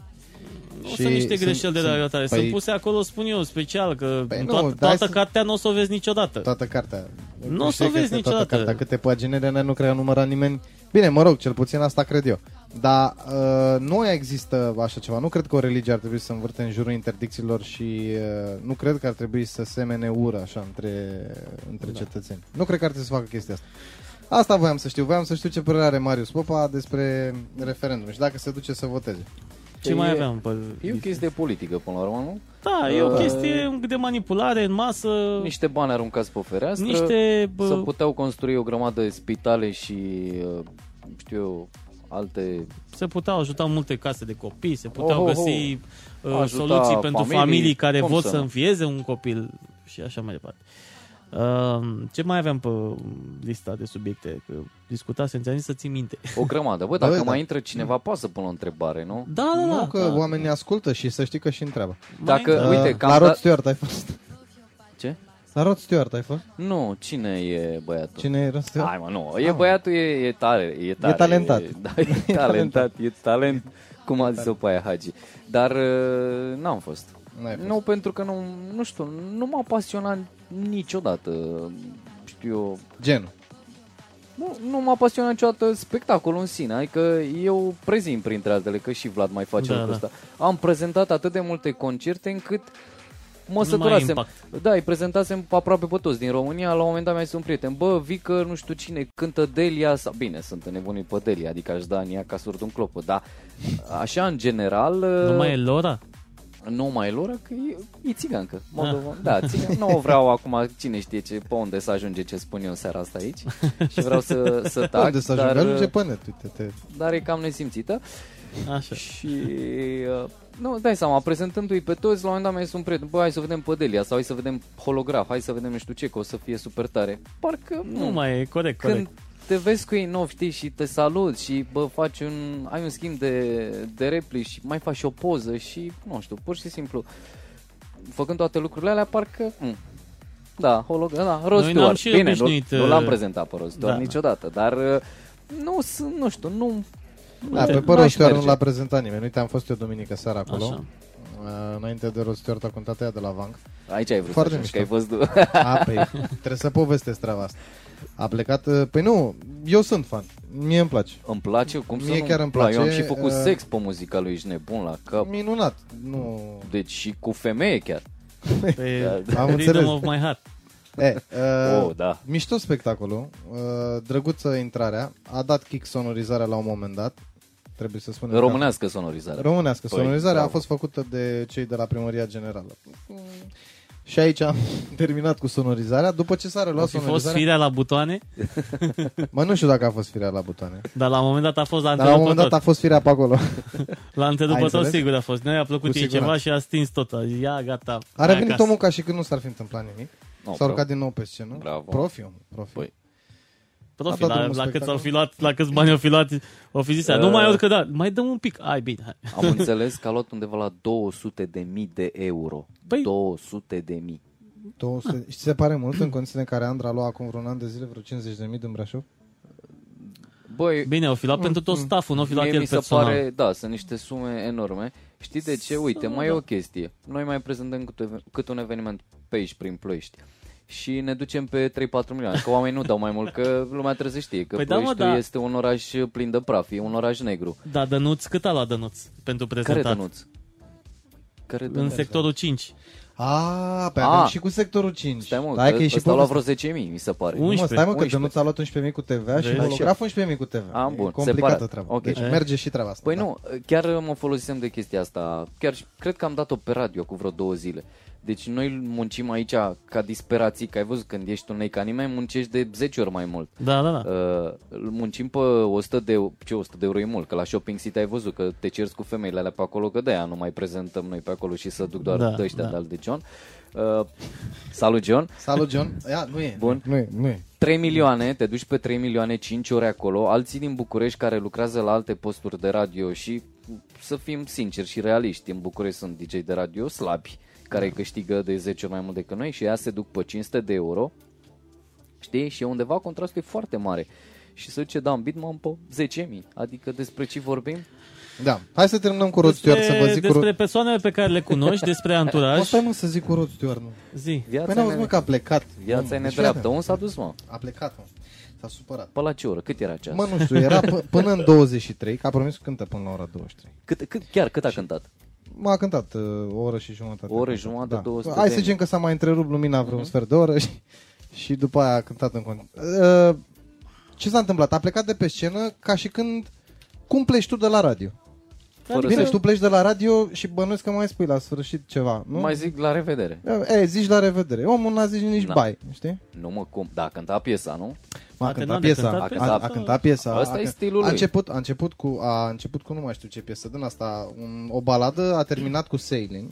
Speaker 2: Nu
Speaker 3: Și
Speaker 2: sunt niște
Speaker 3: sunt-
Speaker 2: greșeli de
Speaker 3: sunt-
Speaker 2: redactare. Sunt,
Speaker 3: păi-
Speaker 2: sunt puse acolo, spun eu, special, că
Speaker 3: Păi
Speaker 2: păi
Speaker 3: nu,
Speaker 2: toată,
Speaker 3: dar hai
Speaker 2: toată
Speaker 3: să-
Speaker 2: cartea nu o să o vezi niciodată.
Speaker 3: Toată cartea.
Speaker 2: Nu o să
Speaker 3: Știi
Speaker 2: o
Speaker 3: că
Speaker 2: vezi
Speaker 3: este
Speaker 2: niciodată.
Speaker 3: Toată cartea, câte paginere ne nu crea număra nimeni. Bine, mă rog, cel puțin asta cred eu. Dar uh, nu există așa ceva. Nu cred că o religie ar trebui să învârte în jurul interdicțiilor și uh, nu cred că ar trebui să semene ură așa între, între da. cetățeni. Nu cred că ar trebui să facă chestia asta. Asta voiam să știu. Voiam să știu ce părere are Marius Popa despre referendum și dacă se duce să voteze.
Speaker 2: Ce
Speaker 4: E-
Speaker 2: mai aveam? Pe...
Speaker 3: da.
Speaker 4: E o chestie politică, până la urmă, nu?
Speaker 2: Da, e o
Speaker 4: Uh,
Speaker 2: chestie de manipulare în masă, niște,
Speaker 4: Niște bani aruncați pe fereastră.
Speaker 2: niște
Speaker 4: Să
Speaker 2: bă,
Speaker 4: puteau construi o grămadă de spitale și, uh, știu eu, alte...
Speaker 2: se puteau ajuta multe case de copii, se puteau
Speaker 4: Oh, oh, oh.
Speaker 2: găsi uh,
Speaker 4: Ajuta
Speaker 2: soluții pentru
Speaker 4: familii,
Speaker 2: familii care
Speaker 4: cum
Speaker 2: vor
Speaker 4: să
Speaker 2: să
Speaker 4: nu?
Speaker 2: înfieze un copil și așa mai departe. Uh, ce mai aveam pe lista de subiecte? Că discutasem, ți-am zis să ții minte.
Speaker 4: O grămadă. Bă,
Speaker 3: Bă,
Speaker 4: dacă
Speaker 3: da.
Speaker 4: mai intră cineva, poate să pună o întrebare, nu?
Speaker 2: Da, da, da.
Speaker 3: nu că
Speaker 2: da.
Speaker 3: oamenii ascultă și să știi că și întreabă.
Speaker 2: Mai
Speaker 4: dacă-
Speaker 2: intră-
Speaker 4: uite, da- că am
Speaker 3: Da. la Rod
Speaker 4: dat-
Speaker 3: Stewart ai fost.
Speaker 4: Ce?
Speaker 3: La Rod Stewart ai fost?
Speaker 4: Nu, cine e băiatul?
Speaker 3: Cine e Rod Stewart?
Speaker 4: Hai mă, nu. E băiatul, e, e tare. E, tare,
Speaker 3: talentat.
Speaker 4: E, da, e talentat, e talent. Cum a zis-o pe aia, Hagi. Dar uh, n-am fost.
Speaker 3: N-ai fost.
Speaker 4: Nu, pentru că nu, nu știu, nu m-a pasionat niciodată, știu eu,
Speaker 3: Genul.
Speaker 4: nu, nu m-a pasionat niciodată spectacolul în sine, adică eu prezint printre altele, că și Vlad mai face
Speaker 2: Da,
Speaker 4: da, lucrul
Speaker 2: da.
Speaker 4: ăsta. Am prezentat atât de multe concerte încât mă
Speaker 2: mai ai
Speaker 4: săturasem.
Speaker 2: impact.
Speaker 4: Da, îi prezentasem aproape pe toți din România, la un moment dat mi-a zis un prieten, bă, vii că nu știu cine cântă Delia, sau... bine, sunt înnebunit pe Delia, adică aș da în ea ca surd un clopot, dar așa în general...
Speaker 2: Nu mai e Lora?
Speaker 4: Nu mai lor, că e, e țigancă. Moldova,
Speaker 3: Ah.
Speaker 4: da, țigan, nu o vreau acum, cine știe ce, pe unde să ajunge ce spun eu în seara asta aici. Și vreau să, să tac,
Speaker 3: Unde să ajungi?
Speaker 4: Da, dar, uh,
Speaker 3: Ajunge pe net, uite, te...
Speaker 4: dar e cam nesimțită.
Speaker 2: Așa.
Speaker 4: Și... uh, Nu, dai seama, prezentându-i pe toți, la un moment dat mi-a zis un prieten, bă, hai să vedem Pădelia sau hai să vedem holograf, hai să vedem nu știu ce, că o să fie super tare. Parcă
Speaker 2: Nu mai e, corect, corect.
Speaker 4: Hmm. când te vezi cu ei nou, știi, și te salut și bă, faci un, ai un schimb de, de replici și mai faci o poză și, nu știu, pur și simplu, făcând toate lucrurile alea, parcă, m- da, holog, da,
Speaker 2: Noi n-am
Speaker 4: Rostuar,
Speaker 2: și
Speaker 4: bine, nu,
Speaker 2: obișnuit,
Speaker 4: nu l-am
Speaker 2: uh,
Speaker 4: prezentat pe Rostuar
Speaker 2: da.
Speaker 4: da. niciodată, dar uh, nu, sunt, nu știu, nu...
Speaker 3: Da, pe
Speaker 4: nu aș
Speaker 3: Părășteoară nu
Speaker 4: merge.
Speaker 3: l-a prezentat nimeni. Uite, am fost eu duminică seara acolo.
Speaker 2: Așa.
Speaker 3: Uh, Înainte de Rostuior, a contat ea de la Vanc.
Speaker 4: Aici ai vrut
Speaker 3: Foarte
Speaker 4: să ajungi, că ai
Speaker 3: mișto.
Speaker 4: fost...
Speaker 3: A, păi, trebuie să povestesc treaba asta. A plecat... uh, Păi nu, eu sunt fan. Mie îmi place.
Speaker 4: Îmi place, cum să
Speaker 3: Mie
Speaker 4: nu?
Speaker 3: chiar îmi
Speaker 4: Da, Eu am
Speaker 3: place,
Speaker 4: și făcut
Speaker 3: uh,
Speaker 4: sex pe muzica lui, ești nebun la cap.
Speaker 3: Minunat. Nu...
Speaker 4: Deci și cu femeie chiar. Păi,
Speaker 2: Pe
Speaker 4: da,
Speaker 3: Am
Speaker 2: Rhythm
Speaker 3: înțeles.
Speaker 2: of my heart.
Speaker 3: E, uh,
Speaker 4: Oh, da.
Speaker 3: Mișto spectacolul, uh, drăguță intrarea, a dat kick sonorizarea la un moment dat, trebuie să spunem. că-
Speaker 4: Românească sonorizare.
Speaker 3: Românească.
Speaker 4: Păi,
Speaker 3: Sonorizarea a
Speaker 4: bravo.
Speaker 3: fost făcută de cei de la Primăria Generală. Și aici am terminat cu sonorizarea. După ce s-a
Speaker 2: A
Speaker 3: reluat
Speaker 2: fi fost
Speaker 3: sonorizarea...
Speaker 2: firea la butoane,
Speaker 3: Mă, nu știu dacă a fost firea la butoane.
Speaker 2: dar la un moment dat a fost la
Speaker 3: Dar la un moment dat
Speaker 2: întrerupător.
Speaker 3: a fost firea pe acolo.
Speaker 2: La întrerupător
Speaker 3: înțeles?
Speaker 2: sigur a fost. Noi a plăcut
Speaker 3: Cu
Speaker 2: ei ceva
Speaker 3: siguranță.
Speaker 2: și a stins tot. A zis, Ia, gata.
Speaker 3: A
Speaker 2: hai
Speaker 3: revenit
Speaker 2: acasă.
Speaker 3: omul ca și când nu s-ar fi întâmplat nimic.
Speaker 4: No,
Speaker 3: S-a
Speaker 4: bravo.
Speaker 3: urcat din nou pe scenă.
Speaker 4: Bravo.
Speaker 3: Profi, omul, profi.
Speaker 4: Păi.
Speaker 2: Profi,
Speaker 3: A dat
Speaker 2: la,
Speaker 3: drumul
Speaker 2: la cât
Speaker 3: spectacol.
Speaker 2: au fi luat, la câți bani au fi luat, o fi zis, uh... nu
Speaker 4: Uh.
Speaker 2: mai aud că da, mai dăm un pic. Ai, bine, hai.
Speaker 4: Am înțeles că a luat undeva la 200 de mii de euro.
Speaker 2: Băi- 2
Speaker 4: 200 de mii.
Speaker 3: 200. Și ți se pare mult în condițiile în care Andra a luat acum vreun an de zile vreo 50.000 din Brașov?
Speaker 4: Băi,
Speaker 2: Bine, au fi luat pentru
Speaker 3: Mm-hmm.
Speaker 2: tot stafful, nu au fi luat
Speaker 4: mie
Speaker 2: el
Speaker 4: mi se
Speaker 2: personal.
Speaker 4: pare, da, sunt niște sume enorme. Știi de ce? Uite, mai
Speaker 2: da.
Speaker 4: e o chestie. Noi mai prezentăm cât, cât un eveniment pe aici, prin Ploiești. Și ne ducem pe 3-4 milioane, că oamenii nu dau mai mult, că lumea trebuie să știe că
Speaker 2: Păi
Speaker 4: păi
Speaker 2: da, mă,
Speaker 4: Ploieștiul da,
Speaker 2: da.
Speaker 4: este un oraș plin de praf, e un oraș negru.
Speaker 2: Da, Dănuț, cât a luat Dănuț pentru
Speaker 4: Care
Speaker 2: prezentat?
Speaker 4: Dănuț? Care
Speaker 2: În
Speaker 4: Dănuț?
Speaker 2: sectorul 5.
Speaker 3: A, pe
Speaker 4: A.
Speaker 3: avem și cu sectorul 5.
Speaker 4: Stai mă,
Speaker 3: Hai
Speaker 4: că
Speaker 3: că e și
Speaker 4: ăsta a luat
Speaker 3: povestea.
Speaker 4: vreo 10.000, mi se pare.
Speaker 2: Un-
Speaker 3: Nu, mă, stai mă, că
Speaker 4: 11.
Speaker 3: Dănuț a luat 11.000 cu TVA și
Speaker 2: Vezi?
Speaker 3: holograf 11.000 cu TVA.
Speaker 4: Deci- Am, bun,
Speaker 3: E complicată
Speaker 4: separat.
Speaker 3: treaba.
Speaker 4: Ok.
Speaker 3: Deci merge și treaba asta.
Speaker 4: Păi
Speaker 3: da.
Speaker 4: nu, chiar mă folosisem de chestia asta. Chiar și- cred că am dat-o pe radio cu vreo două zile. Deci noi muncim aici ca disperații, că ai văzut când ești un lei ca nimeni, muncești de 10 ori mai mult.
Speaker 2: Da, da, da.
Speaker 4: Uh, muncim pe 100 de, eu- ce 100 de euro e mult, că la Shopping City ai văzut că te cerți cu femeile alea pe acolo, că de-aia nu mai prezentăm noi pe acolo și să duc doar
Speaker 2: Da,
Speaker 4: da,
Speaker 2: da.
Speaker 4: ăștia da. de al de John. Uh, salut John!
Speaker 3: Salut, John. Ia, nu e.
Speaker 4: Bun.
Speaker 3: Nu e, nu e.
Speaker 4: 3 milioane, te duci pe 3 milioane 5 ore acolo, alții din București care lucrează la alte posturi de radio și să fim sinceri și realiști, în București sunt DJ de radio slabi
Speaker 3: Da.
Speaker 4: care câștigă de 10 ori mai mult decât noi și ea se duc pe 500 de euro, știi, și undeva contrastul e foarte mare. Și da, se duce Dan Bitman pe 10.000, adică despre ce vorbim?
Speaker 3: Da. Hai să terminăm cu Rod Stewart, să vă zic cu
Speaker 2: despre
Speaker 3: Rod...
Speaker 2: persoanele pe care le cunoști, despre
Speaker 3: Mă,
Speaker 2: anturaj.
Speaker 3: stai mă să zic cu Rod Stewart, mă.
Speaker 2: Zi.
Speaker 4: Viața
Speaker 3: Păi n-auzi, mă,
Speaker 4: ne-
Speaker 3: că a plecat.
Speaker 4: viața e
Speaker 3: Omul, deci
Speaker 4: nedreaptă.
Speaker 3: iată,
Speaker 4: Unde s-a dus, mă?
Speaker 3: A plecat, mă. S-a supărat.
Speaker 4: Pe la ce oră? Cât era ceas?
Speaker 3: Mă, nu știu, era p- până în 23, că a promis că cântă până la ora 23.
Speaker 4: Cât, cât, chiar cât a cântat?
Speaker 3: M-a cântat uh, o oră și jumătate. Da.
Speaker 4: O oră jumătate, 200
Speaker 3: Hai să
Speaker 4: de mii. Mhm.
Speaker 3: zicem că s-a mai întrerupt lumina vreun sfert de oră și, și după aia a cântat în continuare. Uh, ce s-a întâmplat? A plecat de pe scenă ca și când... Cum pleci tu de la radio?
Speaker 4: Fără
Speaker 3: Bine,
Speaker 4: să-
Speaker 3: și tu pleci de la radio și bănuiesc că mai spui la sfârșit ceva, nu?
Speaker 4: Mai zic la revedere.
Speaker 3: E, zici la revedere. Omul n-a zis nici
Speaker 4: Da.
Speaker 3: bai, știi?
Speaker 4: Nu mă, cum? Da, cânta piesa, nu?
Speaker 3: M-a
Speaker 2: A
Speaker 3: cântat
Speaker 2: terminat de
Speaker 3: piesa,
Speaker 2: cântat
Speaker 3: a,
Speaker 2: piesa.
Speaker 3: a, a cântat piesa.
Speaker 4: Asta
Speaker 3: a,
Speaker 4: e stilul
Speaker 3: a
Speaker 4: lui.
Speaker 3: început, a început cu a început cu nu mai știu ce piesă din asta, un, o baladă, a terminat cu Sailing.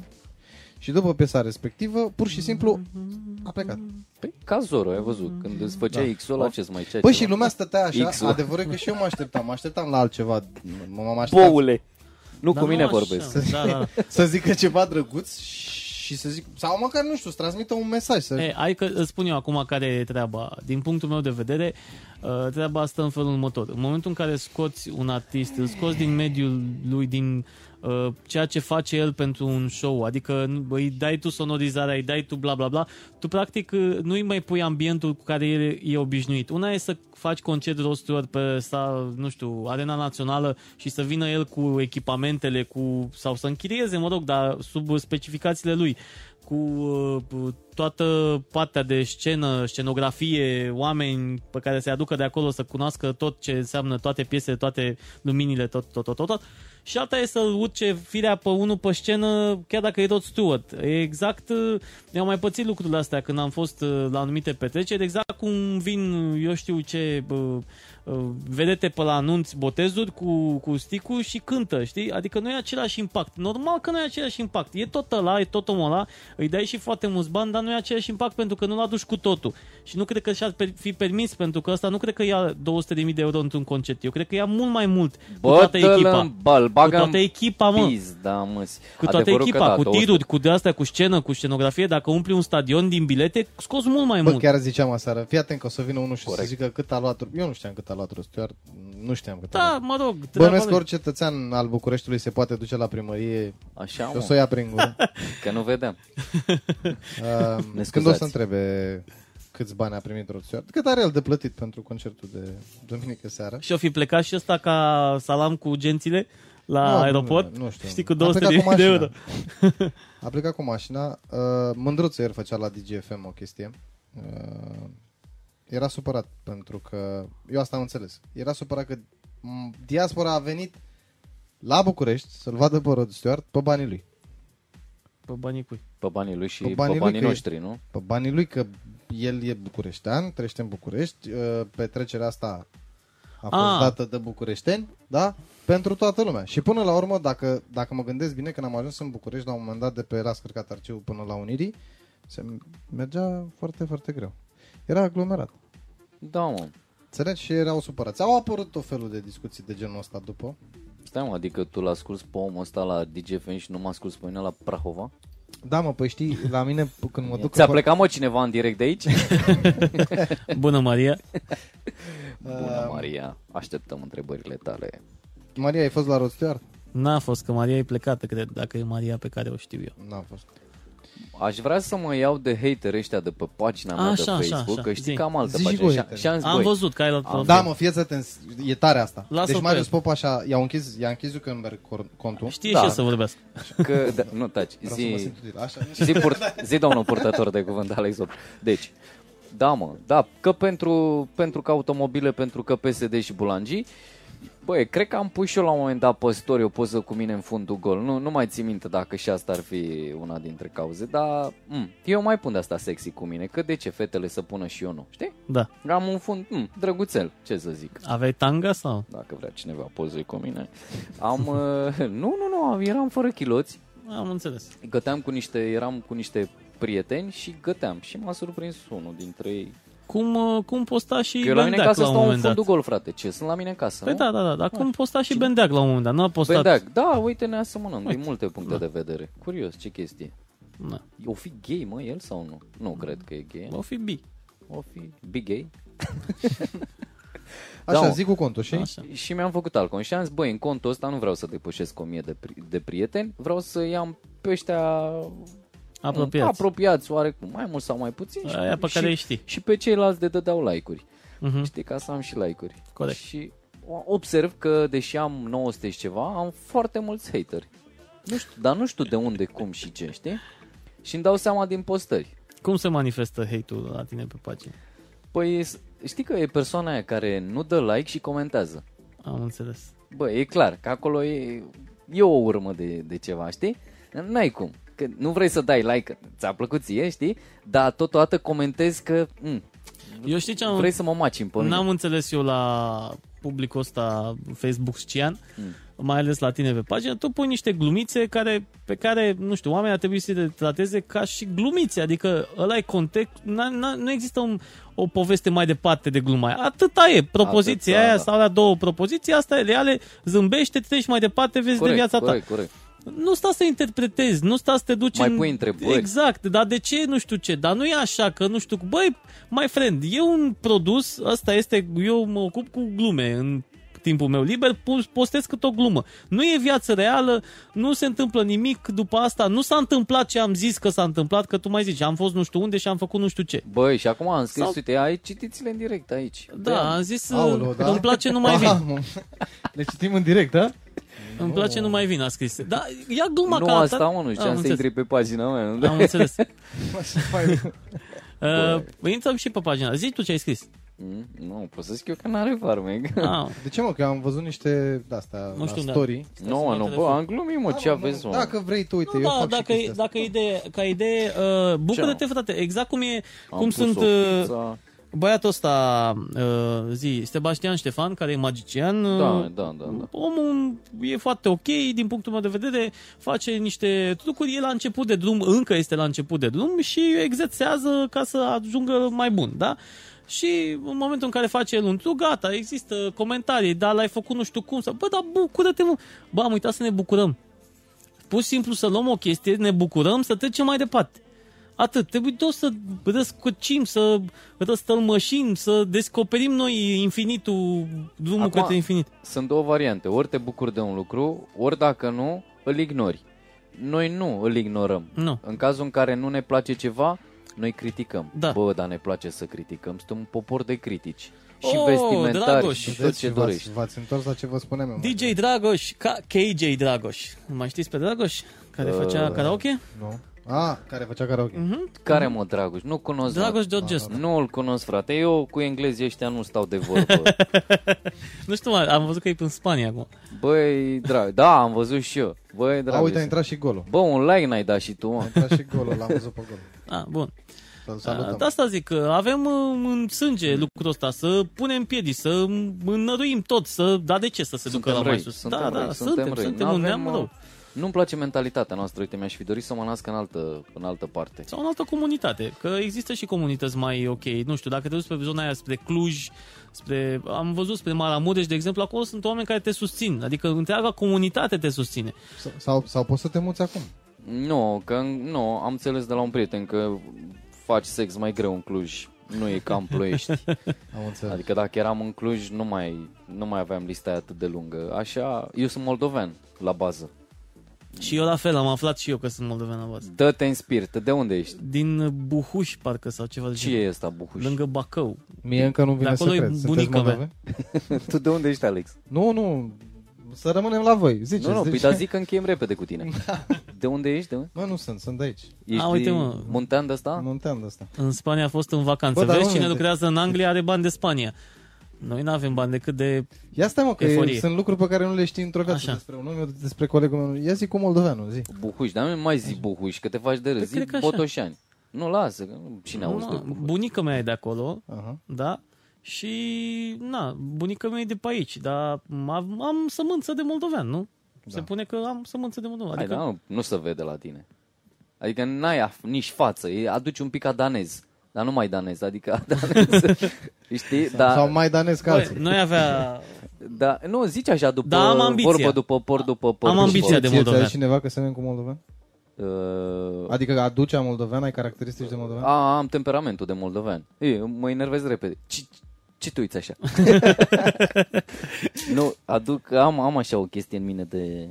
Speaker 3: Și după piesa respectivă, pur și simplu a plecat.
Speaker 4: Păei, Păi, ca Zoro, ai văzut, când îți făceai da. X-ul ăla, ce mai cea
Speaker 3: Băi, Păi și lumea stătea așa,
Speaker 4: X-ul.
Speaker 3: adevărul e că și eu mă așteptam, mă așteptam la altceva. Mă m-am așteptat
Speaker 4: Boule! Nu,
Speaker 2: Dar
Speaker 4: cu
Speaker 2: nu
Speaker 4: mine
Speaker 2: așa.
Speaker 4: vorbesc.
Speaker 2: Da, da, da.
Speaker 3: să zică ceva drăguț și să zic, sau măcar, nu știu, să transmită un mesaj. Să...
Speaker 2: E, hai că îți spun eu acum care e treaba. Din punctul meu de vedere, uh, treaba stă în felul următor. În momentul în care scoți un artist, îl scoți din mediul lui, din uh, uh, ceea ce face el pentru un show, adică nu- îi dai tu sonorizarea, îi dai tu bla bla bla, tu practic uh, nu-i mai pui ambientul cu care el e obișnuit. Una e să faci concert rosturilor pe, sta, nu știu, arena națională și să vină el cu echipamentele, cu, sau să închirieze, mă rog, dar sub specificațiile lui cu uh, p- toată partea de scenă, scenografie, oameni pe care se aducă de acolo să cunoască tot ce înseamnă toate piesele, toate luminile, tot, tot, tot, tot, tot. Și alta e să-l urce firea pe unul pe scenă, chiar dacă e tot Stewart. E exact, uh, eu am mai pățit lucrurile astea când am fost uh, la anumite petreceri, exact cum vin, uh, eu știu ce, uh, uh, vedete pe la anunți botezuri cu, cu sticul și cântă, știi? Adică nu e același impact. Normal că nu e același impact. E tot ăla, e tot omul ăla, îi dai și foarte mulți bani, dar nu e același impact pentru că nu-l aduci cu totul. Și nu cred că și-ar per- fi permis pentru că asta nu cred că ia 200.000 de euro într-un concert. Eu cred că ia mult mai mult cu toată
Speaker 4: Bă-l
Speaker 2: echipa.
Speaker 4: în bal,
Speaker 2: Cu
Speaker 4: bagă
Speaker 2: toată echipa, mă.
Speaker 4: pizda, mă.
Speaker 2: Cu toată
Speaker 4: Adevărul că
Speaker 2: echipa,
Speaker 4: da,
Speaker 2: cu
Speaker 4: 200
Speaker 2: tiruri, cu de astea, cu scenă, cu scenografie, dacă umpli un stadion din bilete, scoți mult mai
Speaker 3: Bă,
Speaker 2: mult.
Speaker 3: chiar ziceam aseară, fii atent că o să vină unul și Corect. să
Speaker 4: Corect.
Speaker 3: zică cât a luat, eu nu știam cât a luat Rostuiar, nu știam cât a
Speaker 2: Da,
Speaker 3: luat.
Speaker 2: mă rog. treaba
Speaker 3: Bănuiesc
Speaker 2: lui.
Speaker 3: că orice cetățean al Bucureștiului se poate duce la primărie
Speaker 2: Da,
Speaker 4: Așa,
Speaker 3: și o
Speaker 4: mă,
Speaker 3: să o ia prin gură.
Speaker 4: că nu vedem.
Speaker 3: Uh,
Speaker 4: Ne
Speaker 3: Când o
Speaker 4: scuzați.
Speaker 3: să întrebe câți bani a primit Rostuiar, cât are el de plătit pentru concertul de duminică seara?
Speaker 2: Și-o fi plecat și ăsta ca salam cu gențile la
Speaker 3: Nu,
Speaker 2: nu,
Speaker 3: nu,
Speaker 2: aeroport?
Speaker 3: nu, nu știu.
Speaker 2: Știi, cu
Speaker 3: A plecat
Speaker 2: 200 de,
Speaker 3: cu
Speaker 2: de
Speaker 3: mașina.
Speaker 2: euro.
Speaker 3: A plecat cu mașina. Uh, Mândruță ieri făcea la DGFM o chestie. Uh, era supărat pentru că... Eu asta am înțeles. Era supărat că m, diaspora a venit la București să-l vadă pe Rod Stewart pe banii lui.
Speaker 2: Pe banii cui?
Speaker 4: Pe banii lui și
Speaker 3: Pe
Speaker 4: pe
Speaker 3: banii
Speaker 4: banii,
Speaker 3: lui că e-
Speaker 4: noștri, nu?
Speaker 3: Pe banii lui că el e bucureștean, trăiește în București, uh, petrecerea asta a fost
Speaker 2: Ah.
Speaker 3: dată de bucureșteni, da? Pentru toată lumea. Și până la urmă, dacă, dacă mă gândesc bine, când am ajuns în București, la un moment dat de pe Rascărca Tarciu până la Unirii, se mergea foarte, foarte greu. Era aglomerat.
Speaker 4: Da, mă.
Speaker 3: Înțelegi? Și erau supărați. Au apărut tot felul de discuții de genul ăsta după.
Speaker 4: Stai, mă, adică tu l-a scurs pe omul ăsta la DGFN și nu m-a scurs pe mine la Prahova?
Speaker 3: Da, mă, păi știi, la mine p- când mă duc...
Speaker 4: Ți-a
Speaker 3: în par-
Speaker 4: plecat, mă, cineva în direct de aici?
Speaker 2: Bună, Maria.
Speaker 4: Bună, Maria. Așteptăm întrebările tale.
Speaker 3: Maria, ai fost la Rod Stewart?
Speaker 2: N-a fost, că Maria e plecată, cred, dacă e Maria pe care o știu eu.
Speaker 3: N-am fost.
Speaker 4: Aș vrea să mă iau de hater ăștia de pe pagina mea
Speaker 2: Așa,
Speaker 4: de
Speaker 2: așa,
Speaker 4: Facebook,
Speaker 2: așa.
Speaker 4: că știi
Speaker 2: Zi.
Speaker 4: că am altă
Speaker 3: Zi și
Speaker 4: pagină.
Speaker 3: voi,
Speaker 4: Și,
Speaker 3: hater.
Speaker 4: și am zis,
Speaker 2: Am
Speaker 4: voi,
Speaker 2: văzut că ai luat profil.
Speaker 3: Da, mă, fii atent, e tare asta.
Speaker 2: Lasă-o
Speaker 3: deci
Speaker 2: pe
Speaker 3: Marius
Speaker 2: el.
Speaker 3: Popa așa, i-a închis, i-a închis Zuckerberg cor- contul.
Speaker 2: Știe
Speaker 4: Da.
Speaker 2: și el să vorbească.
Speaker 4: că... Da, nu, taci.
Speaker 3: Vreau să mă
Speaker 4: Zi,
Speaker 3: simt util. Așa.
Speaker 4: zi, pur, zi domnul purtător de cuvânt, Alex Op. Deci, da, mă, da, că pentru, pentru că automobile, pentru că PSD și bulangii, Băi, cred că am pus și eu la un moment dat pe story o poză cu mine în fundul gol. Nu, nu mai țin minte dacă și asta ar fi una dintre cauze, dar m, eu mai pun de asta sexy cu mine, că de ce fetele să pună și eu nu, știi?
Speaker 2: Da.
Speaker 4: Am un fund m, drăguțel, ce să zic.
Speaker 2: Aveai tanga sau?
Speaker 4: dacă vrea cineva poze cu mine. Am, uh, nu, nu, nu, am- eram fără chiloți,
Speaker 2: Am înțeles.
Speaker 4: găteam cu niște, eram cu niște prieteni și găteam și m-a surprins unul dintre ei.
Speaker 2: Cum, uh, cum posta și
Speaker 4: Că eu la mine în
Speaker 2: Bendeac
Speaker 4: casă
Speaker 2: la un
Speaker 4: stau în
Speaker 2: moment dat?
Speaker 4: fundul gol, frate, ce, sunt la mine în casă,
Speaker 2: Păi
Speaker 4: nu?
Speaker 2: da, da, da, dar cum posta și Bendeac la un moment dat? N-a postat.
Speaker 4: Bendeac, da, uite, ne asemănăm din multe puncte de vedere. Curios, ce chestie.
Speaker 2: Da.
Speaker 4: O fi gay, mă, el sau nu? Nu cred că e gay.
Speaker 2: O fi bi.
Speaker 4: O fi big gay.
Speaker 3: Așa,
Speaker 4: Da, mă.
Speaker 3: zic cu contul și...
Speaker 2: Așa.
Speaker 4: Și mi-am făcut alcool și am zis, băi, în contul ăsta nu vreau să depășesc 1000 de, pri- de prieteni, vreau să i-am pe ăștia
Speaker 2: Apropiați.
Speaker 4: apropiați oarecum, mai mult sau mai puțin. Da, și-
Speaker 2: Aia pe care îi știi.
Speaker 4: Și pe ceilalți de dădeau like-uri.
Speaker 2: Mhm.
Speaker 4: Știi, ca să am și like-uri.
Speaker 2: Corect.
Speaker 4: Și o- observ că, deși am 900 și ceva, am foarte mulți hateri. Nu știu, dar nu știu de unde, cum și ce, știi? Și îmi dau seama din postări.
Speaker 2: Cum se manifestă hate-ul la tine pe pagină?
Speaker 4: Păi, s- știi că e persoana aia care nu dă like și comentează.
Speaker 2: Am înțeles.
Speaker 4: Bă, e clar că acolo e, e o urmă de, de ceva, știi? N-ai cum. Că nu vrei să dai like, că ți-a plăcut ție, știi? Dar totodată comentezi că m,
Speaker 2: Eu știi ce am
Speaker 4: vrei să mă maci în pământ.
Speaker 2: N-am înțeles eu la publicul ăsta facebook scian
Speaker 4: Hmm.
Speaker 2: mm. mai ales la tine pe pagină, tu pui niște glumițe care, pe care, nu știu, oamenii ar trebui să le trateze ca și glumițe, adică ăla e context, n-a- n-a- nu există un, o poveste mai departe de gluma aia. Atâta e, propoziția
Speaker 4: Atâta,
Speaker 2: aia
Speaker 4: da.
Speaker 2: sau la două propoziții, asta e reale, zâmbește, treci mai departe, vezi
Speaker 4: corect,
Speaker 2: de viața ta.
Speaker 4: corect, corect.
Speaker 2: Nu sta să interpretezi, nu sta să te duci
Speaker 4: Mai
Speaker 2: în...
Speaker 4: pui întrebări.
Speaker 2: Exact, dar de ce, nu știu ce, dar nu e așa, că nu știu, băi, my friend, e un produs, ăsta este, eu mă ocup cu glume în timpul meu liber, pu- postez cât o glumă. Nu e viață reală, nu se întâmplă nimic după asta, nu s-a întâmplat ce am zis că s-a întâmplat, că tu mai zici, am fost nu știu unde și am făcut nu știu ce.
Speaker 4: Băi, și acum am scris,
Speaker 2: Sau-
Speaker 4: uite, ai citiți-le în direct aici.
Speaker 2: Da, am zis,
Speaker 3: Aolo, da?
Speaker 2: da? îmi place, nu mai vin.
Speaker 3: Mamă. Le citim în direct, da?
Speaker 2: Îmi place, nu mai vin, a scris. Da, ia gluma
Speaker 4: Nu
Speaker 2: ca
Speaker 4: asta,
Speaker 2: atare.
Speaker 4: mă, nu
Speaker 2: Am
Speaker 4: știam să
Speaker 2: înțeles.
Speaker 4: intri pe pagina mea. nu? da.
Speaker 2: Da, Am înțeles.
Speaker 3: Așa fain.
Speaker 2: Uh, intrăm și pe pagina. Zici tu ce ai scris.
Speaker 4: Mm, Nu, pot să zic eu că n-are farmec.
Speaker 2: Ah,
Speaker 3: De ce mă, că am văzut niște de-astea
Speaker 2: Nu știu,
Speaker 3: la
Speaker 2: da.
Speaker 3: story.
Speaker 4: Nu, mă, nu, bă, am glumit, mă, ce
Speaker 3: Da,
Speaker 4: aveți,
Speaker 3: mă,
Speaker 4: mă?
Speaker 3: Dacă vrei tu, uite,
Speaker 2: Nu,
Speaker 3: eu
Speaker 2: da,
Speaker 3: fac
Speaker 2: dacă,
Speaker 3: și chestia
Speaker 2: e,
Speaker 3: asta.
Speaker 2: dacă e idee, ca idee, uh, bucură-te,
Speaker 4: Ce?
Speaker 2: frate, exact cum e,
Speaker 4: Am
Speaker 2: cum
Speaker 4: pus
Speaker 2: sunt
Speaker 4: o
Speaker 2: uh,
Speaker 4: pizza.
Speaker 2: băiatul ăsta, uh, zi, Sebastian Ștefan, care e magician. uh,
Speaker 4: Da, da, da, da.
Speaker 2: Omul e foarte ok, din punctul meu de vedere, face niște trucuri, e la început de drum, încă este la început de drum și exersează ca să ajungă mai bun, da? Și în momentul în care face el un truc, gata, există comentarii, da, l-ai făcut nu știu cum, sau, bă, dar bucură-te, mă. Bă, am uitat să ne bucurăm. Pur și simplu să luăm o chestie, ne bucurăm, să trecem mai departe. Atât. Trebuie tot să răscocim, să răstălmășim, să descoperim noi infinitul, drumul
Speaker 4: Acum-
Speaker 2: către infinit.
Speaker 4: Sunt două variante. Ori te bucuri de un lucru, ori dacă nu, îl ignori. Noi nu îl ignorăm.
Speaker 2: Nu.
Speaker 4: În cazul în care nu ne place ceva, noi criticăm.
Speaker 2: Da.
Speaker 4: Bă, dar ne place să criticăm. Suntem un popor de critici. Și
Speaker 2: Oh,
Speaker 4: vestimentari
Speaker 2: Dragoș.
Speaker 4: și tot
Speaker 3: Vedeți,
Speaker 4: ce
Speaker 3: Deci v-ați-
Speaker 4: dorești.
Speaker 3: V-ați întors la ce vă spuneam eu. mă.
Speaker 2: DJ Dragoș, ca KJ Dragoș. Nu Mai știți pe Dragoș? Care
Speaker 4: Uh.
Speaker 2: făcea karaoke?
Speaker 3: Nu. A, care făcea karaoke.
Speaker 2: Mhm.
Speaker 4: Care mă, Dragoș? Nu cunosc. mă.
Speaker 2: Dragoș Georgescu.
Speaker 4: Nu îl cunosc, frate. Eu cu englezii ăștia nu stau de vorbă.
Speaker 2: Nu știu, mai, am văzut că e în Spania acum.
Speaker 4: Băi, drag, da, am văzut și eu. Băi, drag.
Speaker 3: A, uite, a intrat și golul.
Speaker 4: Bă, un like n-ai dat și tu,
Speaker 3: A
Speaker 4: mă.
Speaker 3: intrat și golul, l-am văzut pe gol.
Speaker 2: Ah, bun.
Speaker 3: Să-l
Speaker 2: Ah,
Speaker 3: salutăm.
Speaker 2: De asta zic că avem um, în sânge
Speaker 4: Mm.
Speaker 2: lucrul ăsta, să punem piedici, să înnăruim tot, să... Da, de ce să se ducă
Speaker 4: Suntem
Speaker 2: la
Speaker 4: răi,
Speaker 2: mai sus?
Speaker 4: suntem
Speaker 2: da, da,
Speaker 4: răi,
Speaker 2: suntem,
Speaker 4: suntem răi.
Speaker 2: suntem un
Speaker 4: N-avem, uh,
Speaker 2: neam da.
Speaker 4: mă,
Speaker 2: rău.
Speaker 4: Nu-mi place mentalitatea noastră, uite, mi-aș fi dorit să mă nasc în altă, în altă parte.
Speaker 2: Sau în altă comunitate, că există și comunități mai ok. Nu știu, dacă te duci pe zona aia spre Cluj, spre, am văzut spre Maramureș, de exemplu, acolo sunt oameni care te susțin, adică întreaga comunitate te susține.
Speaker 3: Sau, sau poți să te muți acum.
Speaker 4: Nu, că nu, am înțeles de la un prieten că faci sex mai greu în Cluj. Nu e ca în ploiești.
Speaker 3: Am înțeles.
Speaker 4: Adică dacă eram în Cluj, nu mai, nu mai aveam lista aia atât de lungă. Așa, eu sunt moldoven, la bază.
Speaker 2: Și eu la fel, am aflat și eu că sunt moldoven la bază.
Speaker 4: Dă-te în spirit, de unde ești?
Speaker 2: Din Buhuș, parcă, sau ceva de
Speaker 4: Ce
Speaker 2: genul.
Speaker 4: e ăsta, Buhuș?
Speaker 2: Lângă Bacău.
Speaker 3: Mie încă nu
Speaker 2: De
Speaker 3: vine să
Speaker 2: acolo e
Speaker 3: cred. Sunteți
Speaker 2: bunica mea.
Speaker 3: moldoveni?
Speaker 4: Tu de unde ești, Alex?
Speaker 3: Nu, nu. Să rămânem la voi. Ziceți.
Speaker 4: Nu, nu, păi
Speaker 3: ziceți.
Speaker 4: dar zic că încheiem repede cu tine. De unde ești? De unde?
Speaker 3: Mă, nu sunt, sunt de aici.
Speaker 4: Ești
Speaker 2: Da. A, uite,
Speaker 4: din
Speaker 2: mă.
Speaker 4: muntean de asta?
Speaker 3: Nu înteam de asta.
Speaker 2: În Spania a fost în vacanță.
Speaker 3: Bă, dar
Speaker 2: Vezi,
Speaker 3: nu
Speaker 2: cine
Speaker 3: uite.
Speaker 2: lucrează în Anglia are bani de Spania. Noi nu avem bani decât de...
Speaker 3: Ia stai mă, că
Speaker 2: Eforie.
Speaker 3: sunt lucruri pe care nu le știi într-o viață
Speaker 2: Așa.
Speaker 3: despre un om, eu despre colegul meu. Ia zi cu moldoveanul, zi.
Speaker 4: Buhuș, dar nu mai zi Buhuș, că te faci de râs, zi
Speaker 2: Păi, cred că așa.
Speaker 4: Botoșani. Nu, lasă, că nu- cine auzi
Speaker 2: Ma,
Speaker 4: de
Speaker 2: bunica mea e de acolo,
Speaker 3: Aha.
Speaker 2: da? Și, na, bunica mea e de pe aici, dar am, am sămânță de moldovean, nu?
Speaker 3: Da.
Speaker 2: Se pune că am sămânță de moldovean.
Speaker 4: Adică...
Speaker 2: Adică,
Speaker 4: nu, nu se vede la tine. Adică n-ai af- nici față, e- aduci un pic a danez. Dar nu mai danez, adică a danez. Știi?
Speaker 3: Da. Sau
Speaker 4: Dar,
Speaker 3: mai danesc ca
Speaker 2: Bă,
Speaker 3: alții.
Speaker 2: noi avea...
Speaker 4: da, nu, zici așa, după
Speaker 2: Da, am ambiția.
Speaker 4: vorbă, după por, după por.
Speaker 2: Am
Speaker 4: după-
Speaker 2: ambiția de
Speaker 3: Ție ți-a
Speaker 2: moldovean.
Speaker 3: zis cineva că semeni cu moldovean?
Speaker 4: Uh,
Speaker 3: Adică aducea moldovean, ai caracteristici de moldovean?
Speaker 4: a, am temperamentul de moldovean. E, mă enervez repede. Ce, ce tu uiți așa? nu, aduc, am, am așa o chestie în mine de...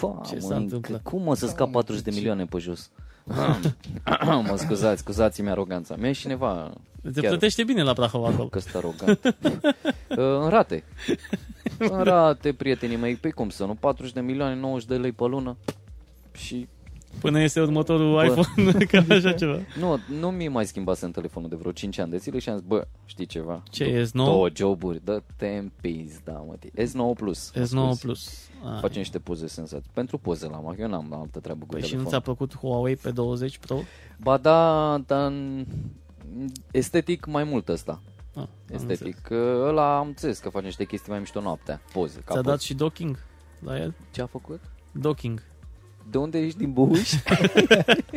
Speaker 4: Pa,
Speaker 2: Ce s-a
Speaker 4: măi,
Speaker 2: întâmplat?
Speaker 4: că- Cum o să scap 40 de milioane pe jos? mă scuzați, scuzați-mi aroganța. Mi-e cineva
Speaker 2: Te
Speaker 4: chiar
Speaker 2: plătește bine la Prahova acolo.
Speaker 4: că sunt arogant. Uh, în rate. În rate, prietenii mei. Păi cum să nu? 40 de milioane, 90 de lei pe lună. Și
Speaker 2: Până este următorul
Speaker 4: Bă.
Speaker 2: iPhone, că așa ceva.
Speaker 4: Nu, nu mi mai schimbase în telefonul de vreo 5 ani de zile și am zis, bă, știi ceva?
Speaker 2: Ce,
Speaker 4: Dou-
Speaker 2: S9?
Speaker 4: Două joburi, dă te în pis, da, mă, tii. S9 Plus. mă
Speaker 2: S9
Speaker 4: scuzi.
Speaker 2: Plus. Ah.
Speaker 4: Facem niște poze senzații. Pentru poze la mac, eu n-am altă treabă cu
Speaker 2: Păi și
Speaker 4: telefon.
Speaker 2: nu ți-a plăcut Huawei pe 20 Pro?
Speaker 4: Ba da, dar în- estetic mai mult ăsta.
Speaker 2: Ah, am înțeles.
Speaker 4: Estetic, că ăla am înțeles că face niște chestii mai mișto noaptea, poze. Ca
Speaker 2: Ți-a
Speaker 4: poze.
Speaker 2: dat și docking la el?
Speaker 4: Ce a făcut?
Speaker 2: Docking.
Speaker 4: De unde ești din Buhuș?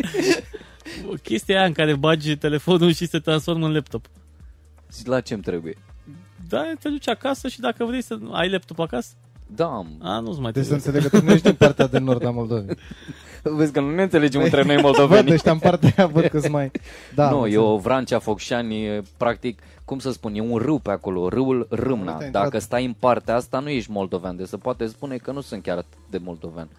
Speaker 2: O chestie aia în care bagi telefonul și se transformă în laptop.
Speaker 4: și la ce-mi trebuie?
Speaker 2: Da, te duci acasă și dacă vrei să... Ai laptop acasă?
Speaker 4: Dam.
Speaker 2: A, nu-ți mai
Speaker 3: Deci să
Speaker 2: trebuie.
Speaker 3: înțeleg că tu nu ești din partea de nord a Moldovei.
Speaker 2: Ah.
Speaker 4: Vezi că nu ne înțelegem între noi
Speaker 3: Văd
Speaker 4: moldovenii.
Speaker 3: ăștia în partea aia, văd că mai... Da,
Speaker 4: nu,
Speaker 3: am
Speaker 4: e o Vrancea Focșani, e, practic, cum să spun, e un râu pe acolo, râul
Speaker 3: Uite, ai
Speaker 4: Râmna.
Speaker 3: intrat.
Speaker 4: Dacă stai în partea asta, nu ești moldovean, deci se poate spune că nu sunt chiar atât de moldovean.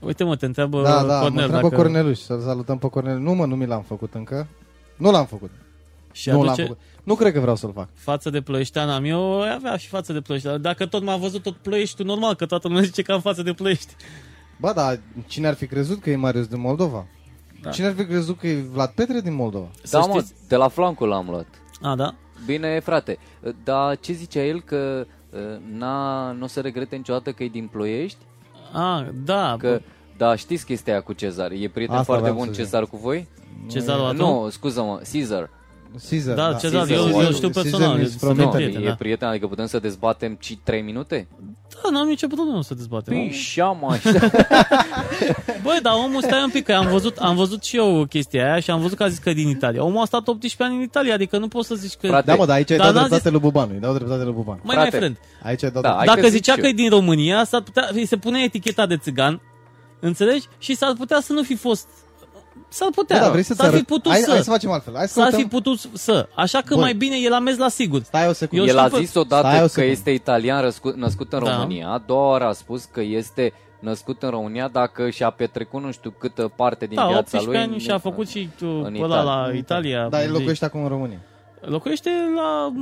Speaker 2: Uite mă, te întreabă
Speaker 3: Da, da, mă
Speaker 2: Cornel
Speaker 3: întreabă
Speaker 2: dacă...
Speaker 3: dacă... Corneluș, să-l salutăm pe Cornel. Nu mă, nu mi l-am făcut încă. Nu l-am făcut.
Speaker 2: Și
Speaker 3: nu
Speaker 2: aduce
Speaker 3: l-am făcut. Nu cred că vreau să-l fac.
Speaker 2: față de ploieșteana mea, o avea și față de ploieșteana. Dacă tot m-a văzut tot ploiești, normal că toată lumea zice că am față de ploiești.
Speaker 3: Ba, da, cine ar fi crezut că e Marius din Moldova? Da. Cine ar fi crezut că e Vlad Petre din Moldova?
Speaker 2: Să
Speaker 4: Da, mă,
Speaker 2: știți...
Speaker 4: de la flancul l-am luat.
Speaker 2: A, da?
Speaker 4: Bine, frate, dar ce zicea el că uh, n-a, nu o să regrete niciodată că e din Ploiești?
Speaker 2: A, da.
Speaker 4: Că, da, știți chestia aia cu Cezar, e prieten
Speaker 3: Asta
Speaker 4: foarte
Speaker 3: vreau
Speaker 4: bun
Speaker 3: să zic.
Speaker 4: Cezar cu voi?
Speaker 2: Cezarul atunci?
Speaker 4: Nu, scuză-mă, Caesar.
Speaker 3: Caesar.
Speaker 2: Da, Cezar,
Speaker 4: eu- eu
Speaker 2: știu
Speaker 3: Caesar
Speaker 2: personal,
Speaker 3: is
Speaker 2: eu- sunt
Speaker 3: from
Speaker 4: Nu,
Speaker 3: Italy.
Speaker 2: prieten,
Speaker 4: e
Speaker 2: da.
Speaker 4: prieten, adică putem să dezbatem 3 minute?
Speaker 2: Da, n-am nicio problemă să dezbatem.
Speaker 4: Păi, Pișam așa.
Speaker 2: Băi, dar omul stai un pic, că am văzut, am văzut și eu chestia aia și am văzut că a zis că e din Italia. Omul a stat 18 ani în Italia, adică nu poți să zici că...
Speaker 4: Frate,
Speaker 3: Da, mă, dar aici ai
Speaker 2: Dar
Speaker 3: dat
Speaker 2: n-a zis-
Speaker 3: dreptate lui Bubanu, îi dau dreptate lui Bubanu.
Speaker 2: mai mai
Speaker 4: frate,
Speaker 2: friend.
Speaker 3: Aici ai dat
Speaker 4: Da,
Speaker 3: dreptate.
Speaker 4: hai
Speaker 2: Dacă
Speaker 4: zic
Speaker 2: zicea
Speaker 4: eu.
Speaker 2: că e din România, s-ar putea, îi se punea eticheta de țigan, înțelegi? Și s-ar putea să nu fi fost... S-ar putea,
Speaker 3: Bă, da, vrei să-ți
Speaker 2: s-ar fi
Speaker 3: arăt?
Speaker 2: putut
Speaker 3: hai,
Speaker 2: să...
Speaker 3: hai să facem altfel. Hai să
Speaker 2: S-ar fi
Speaker 3: uităm.
Speaker 2: putut să. Așa că
Speaker 3: Bun.
Speaker 2: mai bine el a mers la sigur.
Speaker 3: Stai o secundă.
Speaker 2: Eu
Speaker 4: El
Speaker 2: știu
Speaker 4: a
Speaker 2: pe-
Speaker 4: zis
Speaker 3: Stai o
Speaker 4: odată că
Speaker 3: secundă.
Speaker 4: este italian răscu- născut în
Speaker 2: Da.
Speaker 4: România, a doua oară a spus că este născut în România dacă și-a petrecut nu știu câtă parte din
Speaker 2: Da,
Speaker 4: viața
Speaker 2: 18
Speaker 4: lui.
Speaker 2: ani
Speaker 4: în-
Speaker 2: și a făcut și tu,
Speaker 4: în
Speaker 2: ăla
Speaker 4: Italia.
Speaker 2: la Italia.
Speaker 3: Da, el
Speaker 2: zi.
Speaker 3: locuiește acum în România.
Speaker 2: Locuiește la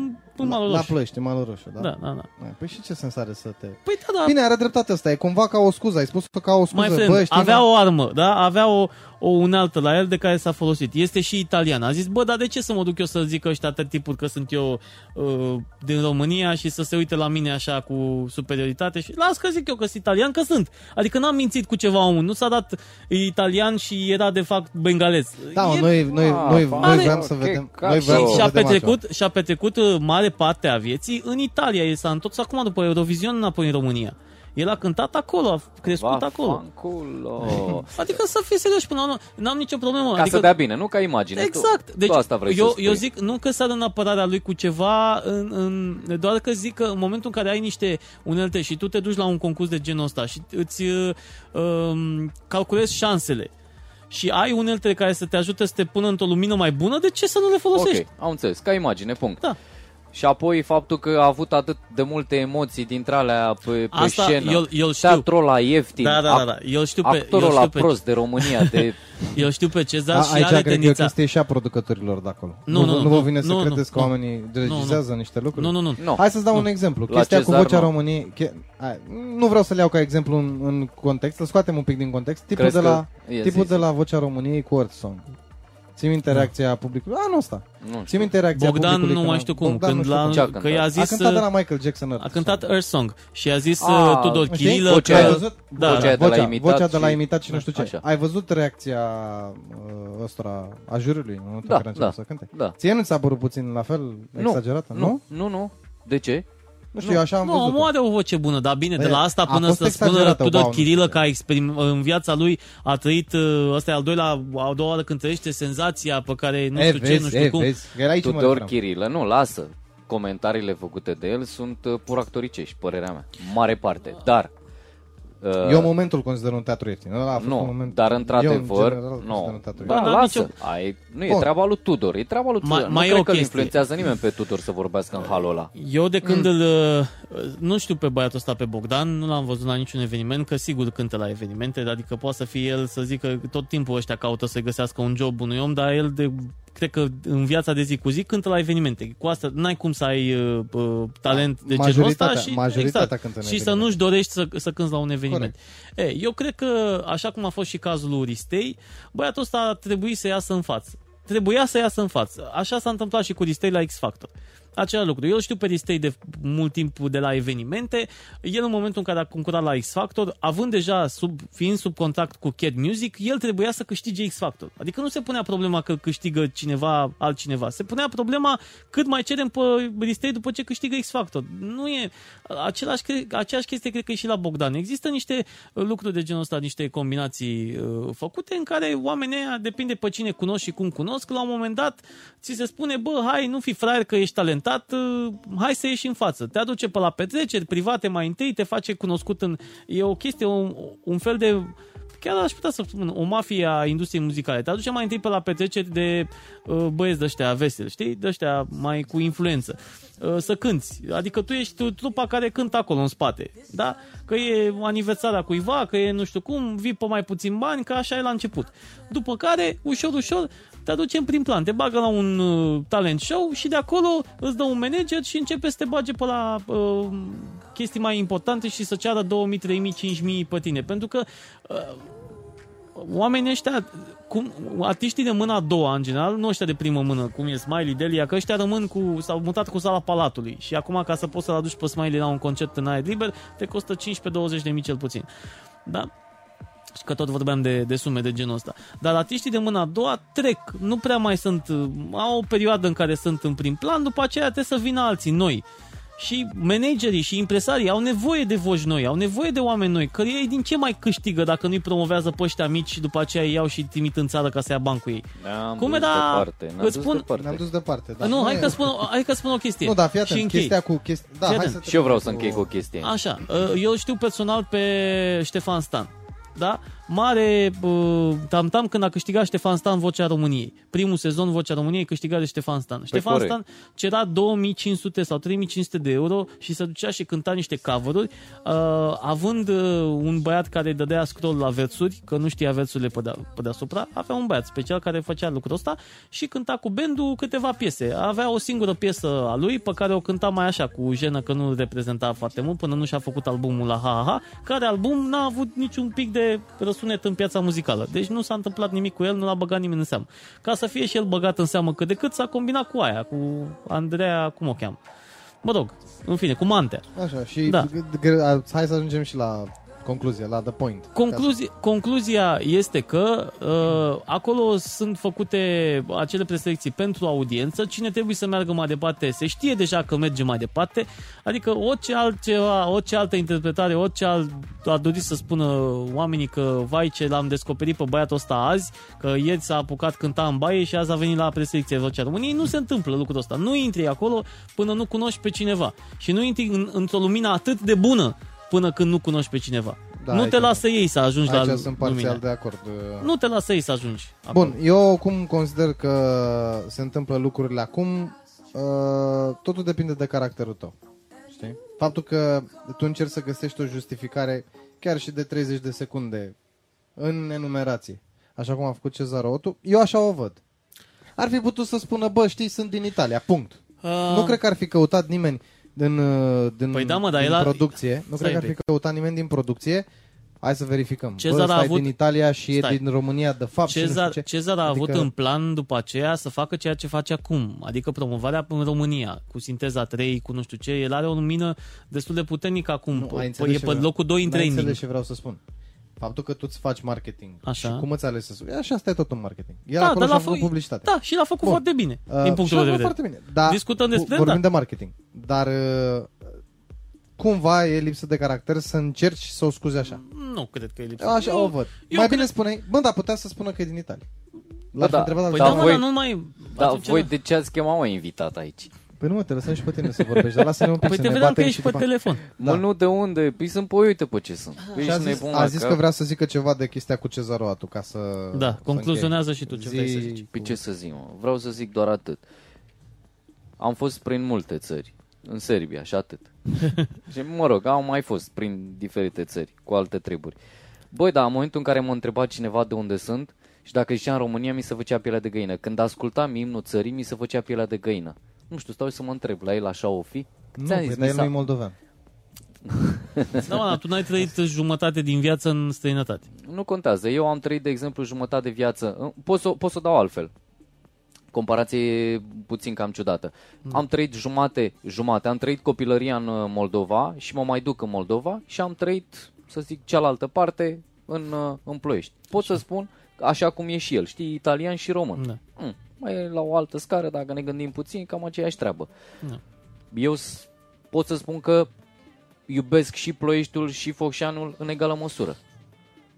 Speaker 2: Malul
Speaker 3: la
Speaker 2: Roșu.
Speaker 3: Ploiești, în Malul Roșu, da?
Speaker 2: Da, da, da.
Speaker 3: Păi și ce sens are să te...
Speaker 2: Păi da, da,
Speaker 3: Bine, are dreptate asta, e cumva ca o scuză, ai spus că ca o
Speaker 2: mai
Speaker 3: scuză.
Speaker 2: friend,
Speaker 3: Bă, știi,
Speaker 2: avea
Speaker 3: mă,
Speaker 2: o armă, da? Avea o, o unaltă la el de care s-a folosit. Este și italian. A zis, bă, dar de ce să mă duc eu să zic ăștia atât tipuri că sunt eu uh, din România și să se uite la mine așa cu superioritate și las că zic eu că sunt italian, că sunt. Adică n-am mințit cu ceva omul. Nu s-a dat italian și era de fapt bengalez.
Speaker 3: Da, mă,
Speaker 2: E-
Speaker 3: noi, noi,
Speaker 4: Ah,
Speaker 3: noi,
Speaker 4: pare-
Speaker 3: noi vrem să
Speaker 4: ok,
Speaker 3: vedem.
Speaker 4: ca
Speaker 3: Noi
Speaker 4: și-
Speaker 3: vrem
Speaker 4: Și-
Speaker 3: să
Speaker 2: și-a
Speaker 3: vedem altceva.
Speaker 2: petrecut, și-a petrecut uh, mare parte a vieții în Italia. El s-a întors acum după Eurovision înapoi în România. El a cântat acolo, a crescut
Speaker 4: Va,
Speaker 2: acolo.
Speaker 4: fanculo.
Speaker 2: Adică să fii serios până la urmă, n-am nicio problemă.
Speaker 4: Ca
Speaker 2: adică,
Speaker 4: să dea bine, nu ca imagine.
Speaker 2: Exact.
Speaker 4: Tu,
Speaker 2: Deci,
Speaker 4: tu asta vrei
Speaker 2: eu,
Speaker 4: să spui.
Speaker 2: eu zic, nu că s-a dat în apărarea lui cu ceva, în, în, doar că zic că în momentul în care ai niște unelte și tu te duci la un concurs de genul ăsta și îți uh, um, calculezi șansele și ai uneltele care să te ajute să te pună într-o lumină mai bună, de ce să nu le folosești?
Speaker 4: Ok, am înțeles, ca imagine, punct.
Speaker 2: Da.
Speaker 4: Și apoi faptul că a avut atât de multe emoții dintre alea pe, pe
Speaker 2: Asta
Speaker 4: scenă.
Speaker 2: eu- eu știu.
Speaker 4: Teatrul la ieftin.
Speaker 2: Da, da, da,
Speaker 4: ac-
Speaker 2: da. Eu știu pe, eu
Speaker 4: Actorul
Speaker 2: știu
Speaker 4: la
Speaker 2: pe,
Speaker 4: prost de România, de
Speaker 2: eu știu pe Cezar
Speaker 3: Da,
Speaker 2: și
Speaker 3: aici
Speaker 2: are
Speaker 3: cred că e o
Speaker 2: tendința.
Speaker 3: chestie și a producătorilor de acolo.
Speaker 2: Nu, nu,
Speaker 3: vă-
Speaker 2: nu,
Speaker 3: nu vă vine
Speaker 2: nu,
Speaker 3: să credeți
Speaker 2: nu,
Speaker 3: că oamenii regizează niște lucruri?
Speaker 2: Nu, nu, nu.
Speaker 4: Nu.
Speaker 3: Hai să-ți dau un exemplu.
Speaker 4: La
Speaker 3: Chestia cu
Speaker 4: Cezar,
Speaker 3: vocea
Speaker 4: nu.
Speaker 3: României... Che... Hai, nu vreau să le iau ca exemplu în, în context, să scoatem un pic din context. Tipul,
Speaker 4: Crezi
Speaker 3: de
Speaker 4: că-
Speaker 3: la,
Speaker 4: Ia,
Speaker 3: tipul
Speaker 4: zi,
Speaker 3: de
Speaker 4: zi.
Speaker 3: la vocea României cu Earth Song. Țin minte reacția publicului. Anul ăsta.
Speaker 4: Nu
Speaker 3: Țin
Speaker 4: știu.
Speaker 3: minte reacția
Speaker 2: Da. Bogdan
Speaker 3: publicului.
Speaker 2: nu
Speaker 3: când
Speaker 2: mai
Speaker 3: a-
Speaker 2: știu cum,
Speaker 3: Bogdan nu
Speaker 2: când
Speaker 3: știu
Speaker 2: la,
Speaker 3: cum.
Speaker 4: Ce a cântat?
Speaker 2: că i-a
Speaker 3: A
Speaker 2: zis
Speaker 3: cântat de la
Speaker 2: uh,
Speaker 3: Michael Jackson Earth
Speaker 2: a cântat
Speaker 3: Song.
Speaker 2: Earth Song și a zis
Speaker 4: Ah,
Speaker 2: uh, Tudor
Speaker 3: Știi?
Speaker 2: Chirilă
Speaker 4: Vocea-
Speaker 3: Ai
Speaker 2: că
Speaker 3: văzut?
Speaker 2: da,
Speaker 4: vocea de la
Speaker 3: vocea,
Speaker 4: imitat
Speaker 3: vocea de la
Speaker 4: și-
Speaker 3: imitat și nu știu ce.
Speaker 4: Așa.
Speaker 3: Ai văzut reacția uh, ăstora a jurului în momentul
Speaker 4: Da,
Speaker 3: în care a început
Speaker 4: da.
Speaker 3: să cânte?
Speaker 4: Da.
Speaker 3: Ție nu ți-a părut puțin la fel exagerată, nu?
Speaker 4: Nu, nu, nu. De ce?
Speaker 3: Nu știu, eu așa am
Speaker 2: nu,
Speaker 3: văzut.
Speaker 2: omul are o voce bună, dar bine, de
Speaker 3: Băi,
Speaker 2: la asta
Speaker 3: a
Speaker 2: până
Speaker 3: fost
Speaker 2: să spună
Speaker 3: exagerată,
Speaker 2: Tudor
Speaker 3: wow, nu
Speaker 2: Chirilă
Speaker 3: știu.
Speaker 2: că a experim, în viața lui a trăit, uh, ăsta e al doilea, a doua oară când trăiește senzația pe care nu
Speaker 3: E,
Speaker 2: știu ce,
Speaker 3: vezi,
Speaker 2: nu
Speaker 3: e,
Speaker 2: știu cum.
Speaker 3: vezi, că era aici mă
Speaker 4: Tudor
Speaker 3: referam.
Speaker 4: Chirilă, nu, lasă. Comentariile făcute de el sunt uh, pur actoricești, părerea mea. Mare parte. Dar... uh,
Speaker 3: Eu momentul consider un teatru ieftin. Ăla a fost un
Speaker 4: nu,
Speaker 3: moment...
Speaker 4: dar
Speaker 3: eu, în
Speaker 4: într-adevăr,
Speaker 3: general, consider
Speaker 4: nu.
Speaker 3: un teatru
Speaker 4: Ba,
Speaker 2: Da,
Speaker 4: lasă.
Speaker 2: nicio-
Speaker 4: Ai, nu e
Speaker 3: Bun.
Speaker 4: treaba lui Tudor, e treaba lui Tudor.
Speaker 2: Mai-
Speaker 4: nu
Speaker 2: mai e
Speaker 4: cred
Speaker 2: o
Speaker 4: că îl
Speaker 2: chestie.
Speaker 4: influențează nimeni pe Tudor să vorbească în halul ăla.
Speaker 2: Eu de
Speaker 3: Mm.
Speaker 2: când îl, uh, nu știu pe băiatul ăsta pe Bogdan, nu l-am văzut la niciun eveniment, că sigur cântă la evenimente, adică poate să fie el să zică tot timpul ăștia caută să găsească un job unui om, dar el de cred că în viața de zi cu zi cântă la evenimente. Cu asta n-ai cum să ai uh, uh, talent de genul ăsta
Speaker 3: Majoritatea-
Speaker 2: și,
Speaker 3: majoritatea
Speaker 2: exact,
Speaker 3: cântă în
Speaker 2: și să
Speaker 3: evenimente.
Speaker 2: nu-și dorești să, să cânți la un eveniment. E, eu cred că, așa cum a fost și cazul lui Ristei, băiatul ăsta a trebuit să iasă în față. Trebuia să iasă în față. Așa s-a întâmplat și cu Ristei la X Factor. Același lucru. Eu îl știu pe Ristei de mult timp de la evenimente. El în momentul în care a concurat la X Factor, având deja, sub, fiind sub contract cu Cat Music, el trebuia să câștige X Factor. Adică nu se punea problema că câștigă cineva altcineva. Se punea problema cât mai cerem pe Ristei după ce câștigă X Factor. Nu e același, cre- aceeași chestie cred că e și la Bogdan. Există niște uh, lucruri de genul ăsta, niște combinații uh, făcute în care oamenii aia, depinde pe cine cunoști și cum cunosc, la un moment dat ți se spune, bă, hai, nu fi fraier că ești talentat căutat, uh, hai să ieși în față. Te aduce pe la petreceri private mai întâi, te face cunoscut în... E o chestie, un, un fel de chiar aș putea să spun, o mafie a industriei muzicale. Te aduce mai întâi pe la petreceri de uh, băieți de-ăștia veseli, știi? De-ăștia mai cu influență. Uh, să cânti. Adică tu ești trupa care cântă acolo în spate. Da? Că e aniversarea cuiva, că e nu știu cum, vii pe mai puțin bani, că așa e la început. După care, ușor, ușor, te aducem prin plan. Te bagă la un uh, talent show și de acolo îți dă un manager și începe să te bage pe la uh, chestii mai importante și să ceară 2000, 3000, 5000 pe tine. Pentru că uh, oamenii ăștia, cum, artiștii de mâna a doua, în general, nu ăștia de primă mână, cum e Smiley, Delia, că ăștia rămân cu, s-au mutat cu sala Palatului și acum ca să poți să-l aduci pe Smiley la un concert în aer liber, te costă 15-20 de mii cel puțin. Da? Și că tot vorbeam de, de sume de genul ăsta. Dar artiștii de mâna a doua trec, nu prea mai sunt, uh, au o perioadă în care sunt în prim plan, după aceea trebuie să vină alții noi. Și managerii și impresarii au nevoie de voci noi, au nevoie de oameni noi, că ei din ce mai câștigă dacă nu-i promovează pe ăștia mici și după aceea îi iau și îi trimit în țară ca să ia bani cu ei.
Speaker 4: Ne-am
Speaker 2: Cum
Speaker 4: dus
Speaker 2: era-
Speaker 4: departe, ne-am
Speaker 2: îți
Speaker 4: dus
Speaker 2: spun-
Speaker 4: departe.
Speaker 3: Ne-am dus departe.
Speaker 2: Da,
Speaker 3: Dar
Speaker 2: nu, hai
Speaker 3: e-
Speaker 2: că, spun, hai că spun o chestie.
Speaker 3: Nu, dar fii
Speaker 2: și
Speaker 3: atent,
Speaker 2: închei.
Speaker 3: chestia cu chestia... Da,
Speaker 2: Fii
Speaker 3: hai
Speaker 2: atent.
Speaker 3: să
Speaker 4: Și eu vreau să
Speaker 3: trecem
Speaker 4: închei cu o chestie.
Speaker 2: Așa, ă, eu știu personal pe Ștefan Stan. Da? Mare uh, tamtam când a câștigat Ștefan Stan Vocea României. Primul sezon Vocea României câștigat de Ștefan Stan. Ștefan
Speaker 4: corect.
Speaker 2: Stan cera 2500 sau 3500 de euro și se ducea și cânta niște cover-uri, uh, având uh, un băiat care îi dădea scroll la versuri, că nu știa versurile pe, de- pe deasupra, avea un băiat special care făcea lucrul ăsta și cânta cu bandul câteva piese. Avea o singură piesă a lui pe care o cânta mai așa, cu jenă că nu îl reprezenta foarte mult până nu și-a făcut albumul la HAHA, care album n-a avut niciun pic de răsunet în piața muzicală. Deci nu s-a întâmplat nimic cu el, nu l-a băgat nimeni în seamă. Ca să fie și el băgat în seamă cât de cât, s-a combinat cu aia, cu Andreea, cum o cheamă. Mă rog, în fine, cu Mantea.
Speaker 3: Așa, și
Speaker 2: Da.
Speaker 3: da. hai să ajungem și la concluzie, la the point.
Speaker 2: Concluzi- concluzia este că uh, acolo sunt făcute acele preselecții pentru audiență. Cine trebuie să meargă mai departe se știe deja că merge mai departe. Adică orice altceva, orice altă interpretare, orice alt a dori să spună oamenii că vai ce l-am descoperit pe băiatul ăsta azi, că ieri s-a apucat cânta în baie și azi a venit la preselecție vocea României. Nu se întâmplă lucrul ăsta. Nu intri acolo până nu cunoști pe cineva. Și nu intri în, într-o lumină atât de bună până când nu cunoști pe cineva.
Speaker 3: Da,
Speaker 2: nu
Speaker 3: aici-
Speaker 2: te lasă ei să ajungi
Speaker 3: Aici
Speaker 2: la
Speaker 3: sunt parțial
Speaker 2: lumină.
Speaker 3: de acord. uh,
Speaker 2: Nu te lasă ei să ajungi. acolo.
Speaker 3: Bun, eu acum consider că se întâmplă lucrurile acum, uh, totul depinde de caracterul tău. Știi? Faptul că tu încerci să găsești o justificare chiar și de 30 de secunde în enumerație, așa cum a făcut Cezaro Otu, eu așa o văd. Ar fi putut să spună, bă, știi, sunt din Italia, punct.
Speaker 2: Uh,
Speaker 3: Nu cred că ar fi căutat nimeni din, uh, din,
Speaker 2: Păi da, mă, dar
Speaker 3: din
Speaker 2: el a-
Speaker 3: producție. Nu
Speaker 2: Stai
Speaker 3: cred că ar
Speaker 2: un pic.
Speaker 3: fi căutat nimeni din producție. Hai să verificăm.
Speaker 2: Cezar
Speaker 3: Bă,
Speaker 2: a
Speaker 3: ăsta
Speaker 2: avut-
Speaker 3: e din Italia și
Speaker 2: Stai.
Speaker 3: e din România, de fapt. și nu știu
Speaker 2: Cezar,
Speaker 3: ce.
Speaker 2: Cezar a
Speaker 3: Adică-
Speaker 2: avut în plan după aceea să facă ceea ce face acum, adică promovarea în România, cu sinteza 3, cu nu știu ce, el are o lumină destul de puternică acum,
Speaker 3: Nu,
Speaker 2: P-
Speaker 3: ai
Speaker 2: păi, e
Speaker 3: înțeles ce
Speaker 2: pe
Speaker 3: vreau.
Speaker 2: locul 2 în
Speaker 3: N-ai
Speaker 2: training.
Speaker 3: înțeles ce vreau să spun. Faptul că tu îți faci marketing
Speaker 2: Așa.
Speaker 3: și cum îți alegi să spui, așa asta e tot un marketing. El
Speaker 2: Da,
Speaker 3: acolo
Speaker 2: dar
Speaker 3: și-a
Speaker 2: l-a
Speaker 3: făcut
Speaker 2: făcut-
Speaker 3: publicitate.
Speaker 2: Da, și l-a făcut
Speaker 3: Bun.
Speaker 2: foarte bine, din
Speaker 3: și
Speaker 2: punctul meu de vedere.
Speaker 3: acum Foarte bine. Da,
Speaker 2: Discutăm despre-
Speaker 3: vorbim
Speaker 2: da.
Speaker 3: de marketing. Dar uh, cumva e lipsă de caracter să încerci să o scuzi așa.
Speaker 2: Nu cred că e lipsă.
Speaker 3: Așa
Speaker 2: Eu-
Speaker 3: o văd.
Speaker 2: eu
Speaker 3: Mai
Speaker 2: cred-
Speaker 3: bine spuneai, bă, da, putea să spună că e din Italia.
Speaker 4: Bă,
Speaker 3: L-aș
Speaker 4: da.
Speaker 3: fi întrebat
Speaker 2: Păi
Speaker 4: Dar
Speaker 2: da,
Speaker 3: altceva.
Speaker 2: mă,
Speaker 4: voi-
Speaker 2: dar da? nu mai...
Speaker 4: Dar
Speaker 2: atunci
Speaker 4: Da, voi
Speaker 2: nu-
Speaker 4: de ce ați chemat mă invitat aici?
Speaker 3: Păi nu mă, te lăsăm și pe tine să vorbești, dar lasă-ne un pic
Speaker 2: Păi
Speaker 3: să
Speaker 2: te
Speaker 3: ne
Speaker 2: vedeam că
Speaker 3: batem
Speaker 2: ești
Speaker 3: și
Speaker 2: pe
Speaker 3: după-
Speaker 2: telefon.
Speaker 4: Mă, nu de unde? Păi sunt pe uite pe ce sunt. Păi
Speaker 3: Da. Și a
Speaker 4: ești
Speaker 3: zis,
Speaker 4: nebun
Speaker 3: a
Speaker 4: la
Speaker 3: zis
Speaker 4: cap.
Speaker 3: că vrea să zică ceva de chestia cu Cezaroatu, ca să...
Speaker 2: Da,
Speaker 3: să
Speaker 2: concluzionează
Speaker 3: închei.
Speaker 2: și tu ce
Speaker 3: Zi-
Speaker 2: vrei să
Speaker 3: Deci,
Speaker 2: zici.
Speaker 4: Păi ce să zic, mă? Vreau să zic doar atât. Am fost prin multe țări. În Serbia și atât. și mă rog, am mai fost prin diferite țări, cu alte treburi. Băi, dar în momentul în care m-a întrebat cineva de unde sunt și dacă ieșea în România, mi se făcea pielea de găină. Când ascultam imnul țării, mi se făcea pielea de găină. Nu știu, stau și să mă întreb, la el așa o fi?
Speaker 3: Nu,
Speaker 4: Ți-am
Speaker 3: păi,
Speaker 4: zis,
Speaker 3: dar
Speaker 4: mi
Speaker 3: el
Speaker 4: s-a-
Speaker 3: nu-i moldovean.
Speaker 2: Da, mă, dar tu n-ai trăit jumătate din viață în străinătate.
Speaker 4: Nu contează. Eu am trăit, de exemplu, jumătate de viață. Pot să, pot să o dau altfel. Comparație puțin cam ciudată. Am trăit jumate, jumate. Am trăit copilăria în uh, Moldova și mă mai duc în Moldova și am trăit, să zic, cealaltă parte în, uh, în Ploiești. Pot să spun așa cum e și el, știi, italian și român.
Speaker 2: Da.
Speaker 4: Mm, mai e la o altă scară, dacă ne gândim puțin, cam aceeași treabă.
Speaker 2: Da.
Speaker 4: Eu s- pot să spun că iubesc și Ploieștiul și Focșanul în egală măsură.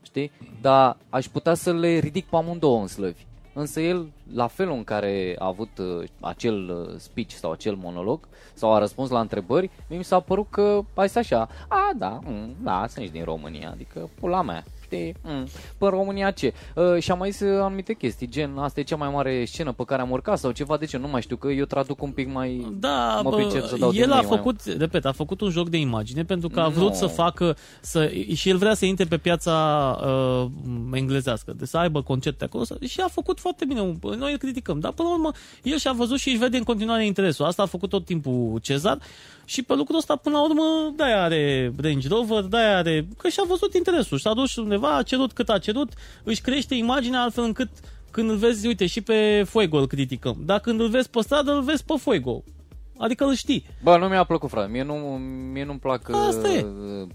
Speaker 4: Știi? Dar aș putea să le ridic pe amândouă în slăvi. Însă el, la felul în care a avut uh, acel uh, speech sau acel monolog sau a răspuns la întrebări, mie mi s-a părut că ai stat așa, a, da, mm, da, sunt și din România, adică pula mea, știi, mm. Pă, în România ce? Uh, și am mai zis uh, anumite chestii, gen, asta e cea mai mare scenă pe care am urcat sau ceva de ce, nu mai știu, că eu traduc un pic mai...
Speaker 2: Da,
Speaker 4: Mă pricep să dau din
Speaker 2: el a
Speaker 4: mâini mai
Speaker 2: făcut, repet, a făcut un joc de imagine pentru că a
Speaker 4: Nu.
Speaker 2: vrut să facă, să, și el vrea să intre pe piața uh, englezească, de să aibă concerte acolo să- și a făcut foarte bine. Noi îl criticăm, dar până la urmă el și-a văzut și își vede în continuare interesul. Asta a făcut tot timpul Cezar și pe lucrul ăsta până la urmă de are Range Rover, de are, că și-a văzut interesul, și-a dus undeva, a cerut cât a cerut, își crește imaginea altfel încât când îl vezi, uite, și pe Fuego îl criticăm. Dar când îl vezi pe stradă, îl vezi pe Fuego. Adică îl știi.
Speaker 4: Bă, nu mi-a plăcut, frate, mie nu, mie nu-mi plac
Speaker 2: Asta
Speaker 4: uh,
Speaker 2: e.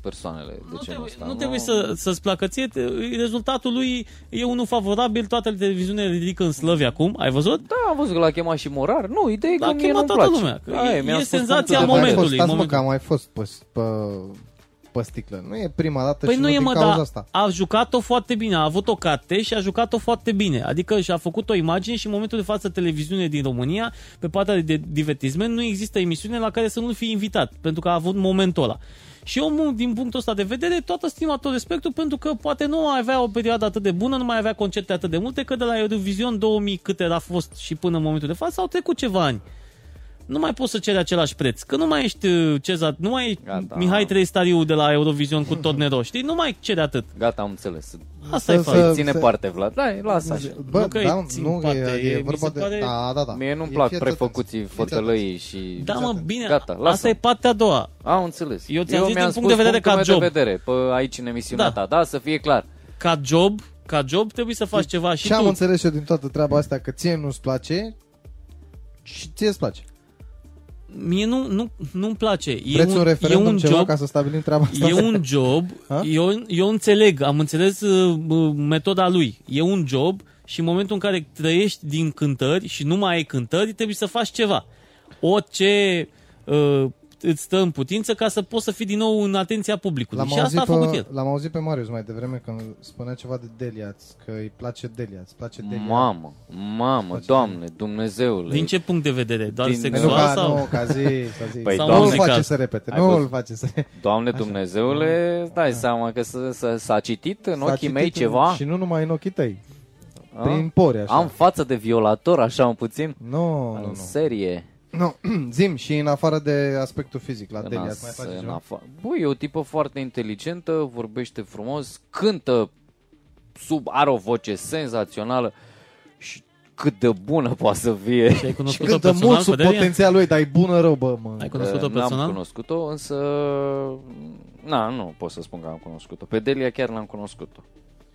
Speaker 4: persoanele de
Speaker 2: nu
Speaker 4: genul
Speaker 2: trebuie,
Speaker 4: ăsta.
Speaker 2: nu trebuie să, să-ți placă ție. te- Rezultatul lui e unul favorabil. Toate televiziunile ridică în slăvi acum. Ai văzut?
Speaker 4: Da, am văzut că l-a chemat și Morar. Nu, ideea e
Speaker 2: L-a
Speaker 4: că mie
Speaker 2: chemat
Speaker 4: nu-mi
Speaker 2: toată
Speaker 4: place.
Speaker 2: lumea, că
Speaker 4: Aia
Speaker 2: e-
Speaker 4: mi-am
Speaker 2: e
Speaker 4: spus
Speaker 2: senzația
Speaker 4: punctul de
Speaker 3: Mai
Speaker 2: momentului,
Speaker 3: fost, stați mă,
Speaker 2: momentul.
Speaker 3: că am mai fost pe, pe, pe sticlă. Nu e prima dată
Speaker 2: Păi
Speaker 3: și
Speaker 2: nu e,
Speaker 3: din
Speaker 2: mă,
Speaker 3: cauza
Speaker 2: dar
Speaker 3: asta.
Speaker 2: a jucat-o foarte bine, a avut o carte și a jucat-o foarte bine. Adică și-a făcut o imagine și în momentul de față televiziune din România, pe partea de divertisment, nu există emisiune la care să nu fi invitat, pentru că a avut momentul ăla. Și omul, din punctul ăsta de vedere, toată stima, tot respectul, pentru că poate nu avea o perioadă atât de bună, nu mai avea concerte atât de multe, că de la Eurovision 2000 cât era fost și până în momentul de față, au trecut ceva ani. Nu mai poți să ceri același preț, că nu mai ești uh, Cezar, nu mai ești
Speaker 4: Gata.
Speaker 2: Mihai Tristariu de la Eurovision cu tot nero, știi? Nu mai cere atât.
Speaker 4: Gata, am înțeles.
Speaker 2: Asta e
Speaker 3: Să-
Speaker 2: fain.
Speaker 3: să-
Speaker 4: Ține parte, Vlad. Da, lasă așa.
Speaker 3: Bă,
Speaker 2: Nu că
Speaker 3: da,
Speaker 2: îi țin
Speaker 3: nu,
Speaker 2: parte,
Speaker 3: e, e
Speaker 2: mi
Speaker 3: vorba
Speaker 2: se
Speaker 3: de...
Speaker 2: pare-
Speaker 3: Da, da, da.
Speaker 4: Mie nu-mi
Speaker 3: E-
Speaker 4: plac
Speaker 3: fiți atenți,
Speaker 4: prefăcuții,
Speaker 3: fiți atenți.
Speaker 4: fătălăii și...
Speaker 2: Da, mă,
Speaker 3: atent.
Speaker 2: bine,
Speaker 4: Gata,
Speaker 2: Gata, asta
Speaker 4: lasă.
Speaker 2: e partea a doua.
Speaker 4: Am înțeles.
Speaker 2: Eu ți-am zis
Speaker 4: mi-am
Speaker 2: din punct de vedere
Speaker 4: spus punctul
Speaker 2: ca job.
Speaker 4: meu de vedere, pe aici în emisiunea
Speaker 2: Da.
Speaker 4: ta, da, să fie clar.
Speaker 2: Ca job, ca job trebuie să faci ceva și
Speaker 3: Ce am
Speaker 2: tu.
Speaker 3: înțeles eu din toată treaba asta, că ție nu-ți place și ție îți place.
Speaker 2: Mie nu, nu, nu-mi place. E
Speaker 3: Vreți
Speaker 2: un, e
Speaker 3: un
Speaker 2: un
Speaker 3: referendum ceva
Speaker 2: job,
Speaker 3: ca să stabilim treaba asta?
Speaker 2: e un job,
Speaker 3: Ha?
Speaker 2: eu, eu înțeleg, am înțeles uh, uh, metoda lui. E un job și în momentul în care trăiești din cântări și nu mai ai cântări, trebuie să faci ceva. Orice uh, îți stă în putință ca să poți să fii din nou în atenția publicului.
Speaker 3: L-am
Speaker 2: Păi Și asta
Speaker 3: auzit, uh,
Speaker 2: a făcut
Speaker 3: pe,
Speaker 2: el.
Speaker 3: l-am auzit pe Marius mai devreme când spunea ceva de Delia, că îi place Delia, îți place Delia.
Speaker 4: Mamă, mamă, doamne, Dumnezeule.
Speaker 2: Din ce punct de vedere? Doar
Speaker 4: Din-
Speaker 3: Păi Nu
Speaker 2: sexual
Speaker 3: ca,
Speaker 2: sau?
Speaker 3: nu, ca zi, să zic.
Speaker 4: Păi,
Speaker 3: Sau nu
Speaker 4: doamne,
Speaker 3: îl face
Speaker 2: zic
Speaker 3: să repete,
Speaker 4: Ai
Speaker 3: nu
Speaker 4: văzut?
Speaker 3: îl face să repete.
Speaker 4: Doamne Dumnezeule, îți dai seama că s- s- s-a citit în
Speaker 3: Mm. S-a
Speaker 4: ochii
Speaker 3: citit
Speaker 4: mei
Speaker 3: în-
Speaker 4: ceva?
Speaker 3: Și nu numai în ochii tăi,
Speaker 4: A?
Speaker 3: prin pori, așa.
Speaker 4: Am față de violator, așa un puțin?
Speaker 3: Nu, nu,
Speaker 4: În
Speaker 3: nu.
Speaker 4: serie.
Speaker 3: Nu, zim, și în afară de aspectul fizic la
Speaker 4: În
Speaker 3: Delia,
Speaker 4: as-
Speaker 3: îți mai face
Speaker 4: în
Speaker 3: ceva?
Speaker 4: afa- Bă, e o tipă foarte inteligentă, vorbește frumos, cântă sub, are o voce senzațională și cât de bună poate să fie.
Speaker 2: Și ai
Speaker 3: Și
Speaker 2: cunoscut-o
Speaker 3: cât de mult
Speaker 2: personal
Speaker 3: sub
Speaker 2: pe Delia?
Speaker 3: potențialul lui, dar e bună rău, bă, mă.
Speaker 2: Ai cunoscut-o
Speaker 4: N-am
Speaker 2: personal?
Speaker 4: cunoscut-o, însă... Na, nu pot să spun că am cunoscut-o. Pe Delia chiar l-am cunoscut-o.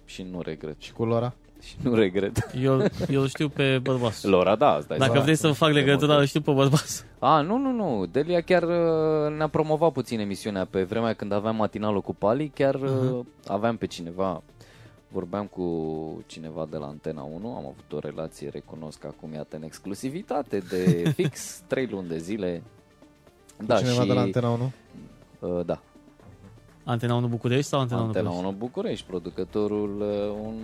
Speaker 4: Și nu regret.
Speaker 3: Și culoarea?
Speaker 4: Și nu regret.
Speaker 2: Eu, eu îl știu pe bărbaț.
Speaker 4: Lora, da, asta e.
Speaker 2: Dacă vrei să fac legătura,
Speaker 4: motiv.
Speaker 2: îl știu pe bărbaț.
Speaker 4: A, nu, nu, nu. Delia chiar uh, ne-a promovat puțin emisiunea pe vremea când aveam matinalul cu Pali, chiar
Speaker 3: Mhm.
Speaker 4: uh aveam pe cineva. Vorbeam cu cineva de la Antena 1, am avut o relație, recunosc acum, iată, în exclusivitate de fix 3 luni de zile. Da,
Speaker 3: Cineva
Speaker 4: și,
Speaker 3: de la Antena 1?
Speaker 4: Uh, da,
Speaker 2: Antena 1 București sau Antena 1
Speaker 4: Antena
Speaker 2: București?
Speaker 4: 1 București, producătorul uh, un...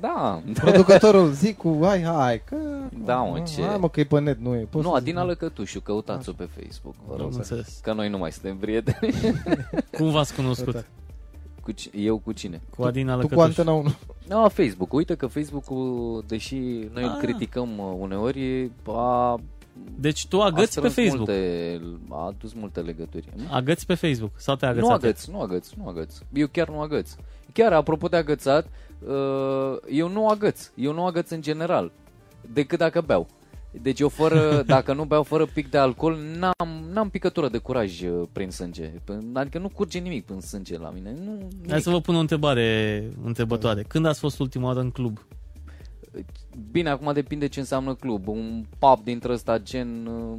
Speaker 4: Da,
Speaker 3: Producătorul zic cu hai, hai, că...
Speaker 4: Da, mă, ce-
Speaker 3: Hai, mă, că e pe net, nu e. Poți să
Speaker 4: nu, adică
Speaker 3: da. zic,
Speaker 4: Adina
Speaker 3: mă.
Speaker 4: Lăcătușu, căutați-o pe Facebook, vă
Speaker 2: Am
Speaker 4: rog.
Speaker 2: înțeles.
Speaker 4: Că noi nu mai suntem prieteni.
Speaker 2: Cum v-ați cunoscut?
Speaker 3: Uite,
Speaker 4: Cu, ci- eu cu cine?
Speaker 2: Cu Adina
Speaker 3: Tu cu
Speaker 2: Lăcătuș.
Speaker 3: Antena 1.
Speaker 4: No, Facebook. Da, Uite că Facebook-ul, deși noi îl
Speaker 2: Ah.
Speaker 4: criticăm uh, uneori, a, a
Speaker 2: Deci tu agăți pe
Speaker 4: strâns
Speaker 2: Facebook.
Speaker 4: Multe, a adus multe legături.
Speaker 2: Agăți pe Facebook sau te-ai
Speaker 4: Nu
Speaker 2: agățat?
Speaker 4: agăț, nu agăț, nu agăț. Eu chiar nu agăț. Chiar, apropo de agățat, uh, eu nu agăț. Eu nu agăț în general, decât dacă beau. Deci eu fără, dacă nu beau fără pic de alcool, n-am, n-am picătură de curaj uh, prin sânge. P- Adică nu curge nimic prin sânge la mine. Nu,
Speaker 2: Hai
Speaker 4: nimic.
Speaker 2: să vă pun o întrebare întrebătoare. Când ați fost ultima oară în club?
Speaker 4: Bine, acum depinde ce înseamnă club. Un pub dintre ăsta gen... uh,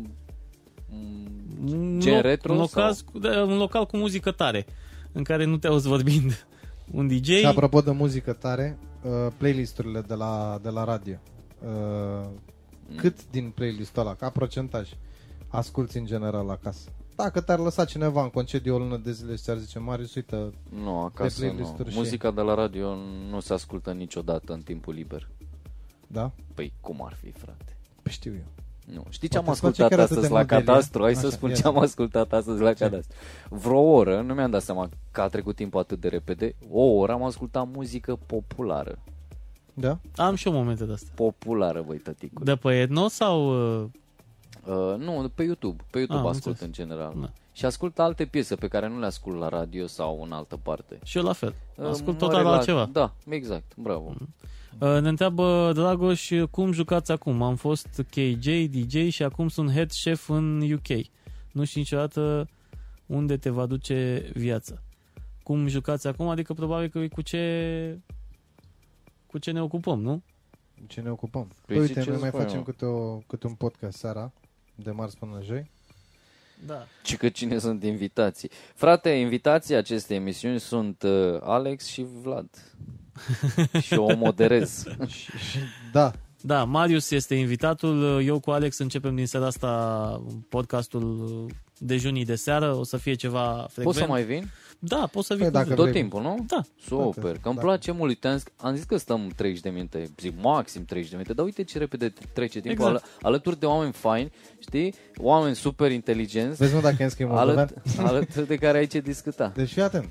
Speaker 4: mm, un-
Speaker 2: Un
Speaker 4: Ce,
Speaker 2: loc-
Speaker 4: retro
Speaker 2: un local,
Speaker 4: sau?
Speaker 2: cu- da, un local cu muzică tare, în care nu te auzi vorbind. Un DJ,
Speaker 3: Și apropo de muzică tare, uh, playlisturile de la, de la radio. Uh,
Speaker 4: Mm.
Speaker 3: cât din playlistul ăla, ca procentaj, asculti în general acasă? Dacă te-ar lăsa cineva în concediu o lună de zile și ți-ar zice, Marius, uite,
Speaker 4: Nu, acasă
Speaker 3: De
Speaker 4: nu.
Speaker 3: playlist-uri și-
Speaker 4: Muzica de la radio nu se ascultă niciodată în timpul liber.
Speaker 3: Da?
Speaker 4: Păi cum ar fi, frate?
Speaker 3: Păi știu eu.
Speaker 4: Nu. Știi ce am
Speaker 3: Poate îți place
Speaker 4: ascultat
Speaker 3: chiar
Speaker 4: astăzi
Speaker 3: atâtea
Speaker 4: la
Speaker 3: modele,
Speaker 4: cadastru? Hai
Speaker 3: ia?
Speaker 4: să
Speaker 3: Așa,
Speaker 4: spun
Speaker 3: ia
Speaker 4: ce am ascultat astăzi la cadastru. Vreo oră, nu mi-am dat seama că a trecut timpul atât de repede, o oră am ascultat muzică populară.
Speaker 3: Da?
Speaker 2: Am și eu momente de astea.
Speaker 4: Populară, voi tăticule.
Speaker 2: De pe etno sau... uh,
Speaker 4: Uh, nu, pe YouTube. Pe YouTube
Speaker 2: Ah, am
Speaker 4: ascult
Speaker 2: înțeles.
Speaker 4: în general.
Speaker 2: Da.
Speaker 4: Și ascult alte piese pe care nu le ascult la radio sau în altă parte.
Speaker 2: Și eu la fel.
Speaker 4: Uh,
Speaker 2: Ascult
Speaker 4: mă
Speaker 2: total
Speaker 4: relax-
Speaker 2: altceva.
Speaker 4: Da, exact. Bravo.
Speaker 2: Uh, Ne întreabă Dragoș cum jucați acum. Am fost KJ, DJ și acum sunt head chef în UK. Nu știu niciodată unde te va duce viața. Cum jucați acum? Adică probabil că e cu ce cu ce ne ocupăm, nu?
Speaker 3: Ce ne ocupăm? Păi,
Speaker 4: Păi și
Speaker 3: uite,
Speaker 4: ce
Speaker 3: noi
Speaker 4: să
Speaker 3: mai
Speaker 4: spun eu?
Speaker 3: facem câte, o, câte un podcast seara, de marți până joi.
Speaker 2: Da.
Speaker 4: Și că cine sunt invitații. Frate, invitații acestei emisiuni sunt uh, Alex și Vlad. și eu o moderez.
Speaker 3: și, și, da,
Speaker 2: Da, Marius este invitatul. Eu cu Alex începem din seara asta podcastul dejunii de seară. O să fie ceva frecvent.
Speaker 4: Poți să mai vin?
Speaker 2: Da, poți să vii
Speaker 3: Păi
Speaker 2: cu-
Speaker 3: dacă-
Speaker 4: Tot
Speaker 3: vrei.
Speaker 4: timpul, nu?
Speaker 2: Da.
Speaker 4: Super, că îmi
Speaker 3: Dacă-
Speaker 4: place mult. Uite, am zis- am zis că stăm 30 de minute, zic maxim 30 de minute, dar uite ce repede trece timpul
Speaker 2: Exact.
Speaker 4: exact. alături de oameni faini, știi? Oameni super inteligenți,
Speaker 3: vezi mă dacă e în schimb
Speaker 4: alăt- alături de care ai ce discuta.
Speaker 3: Deci fii atent.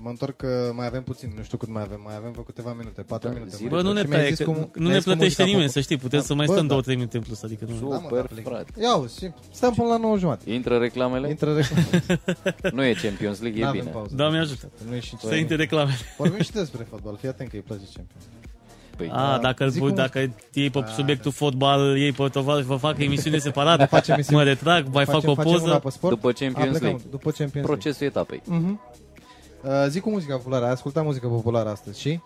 Speaker 3: Mă întorc că mai avem puțin, nu știu cât mai avem, mai avem vreo câteva minute, 4
Speaker 4: Da,
Speaker 3: minute.
Speaker 4: zi.
Speaker 3: mă
Speaker 2: Bă,
Speaker 3: uit.
Speaker 2: nu ne,
Speaker 3: Și mi-ai
Speaker 2: taie, că,
Speaker 3: zis cum-
Speaker 2: nu
Speaker 3: mi-ai
Speaker 2: ne
Speaker 3: zis cum
Speaker 2: plătește
Speaker 3: muzica
Speaker 2: nimeni,
Speaker 3: pop-
Speaker 2: să știi, putem
Speaker 3: Da,
Speaker 2: să mai
Speaker 3: bă,
Speaker 2: stăm
Speaker 3: da.
Speaker 2: 2-3 minute în plus, adică nu.
Speaker 3: Da, mă,
Speaker 4: Super,
Speaker 3: da, plec.
Speaker 4: frate.
Speaker 3: Ia uzi, și stăm până la 9 jumate.
Speaker 4: Intră reclamele?
Speaker 3: Intră reclamă.
Speaker 4: Nu e Champions League, e
Speaker 3: N-avem
Speaker 4: bine.
Speaker 3: pauză.
Speaker 2: Doamne ajută.
Speaker 3: Nu e și
Speaker 2: Da. Să intre reclamele.
Speaker 3: Vorbim și despre fotbal, fii atent că îi place Champions.
Speaker 4: Păi,
Speaker 2: A, dacă, îl
Speaker 3: Zic
Speaker 2: pui,
Speaker 3: da, cum- Da.
Speaker 2: dacă iei pe subiectul fotbal, iei pe toval și vă fac emisiune separată,
Speaker 3: facem
Speaker 2: mă
Speaker 3: emisiune.
Speaker 2: retrag, mai
Speaker 3: Facem-
Speaker 2: fac o
Speaker 3: facem una
Speaker 2: poză.
Speaker 3: pe sport.
Speaker 4: După Champions
Speaker 3: A, plecăm,
Speaker 4: League.
Speaker 3: După Champions League.
Speaker 4: procesul etapei.
Speaker 3: Mhm. Uh, zic cu muzica populară, ai ascultat muzică populară astăzi și?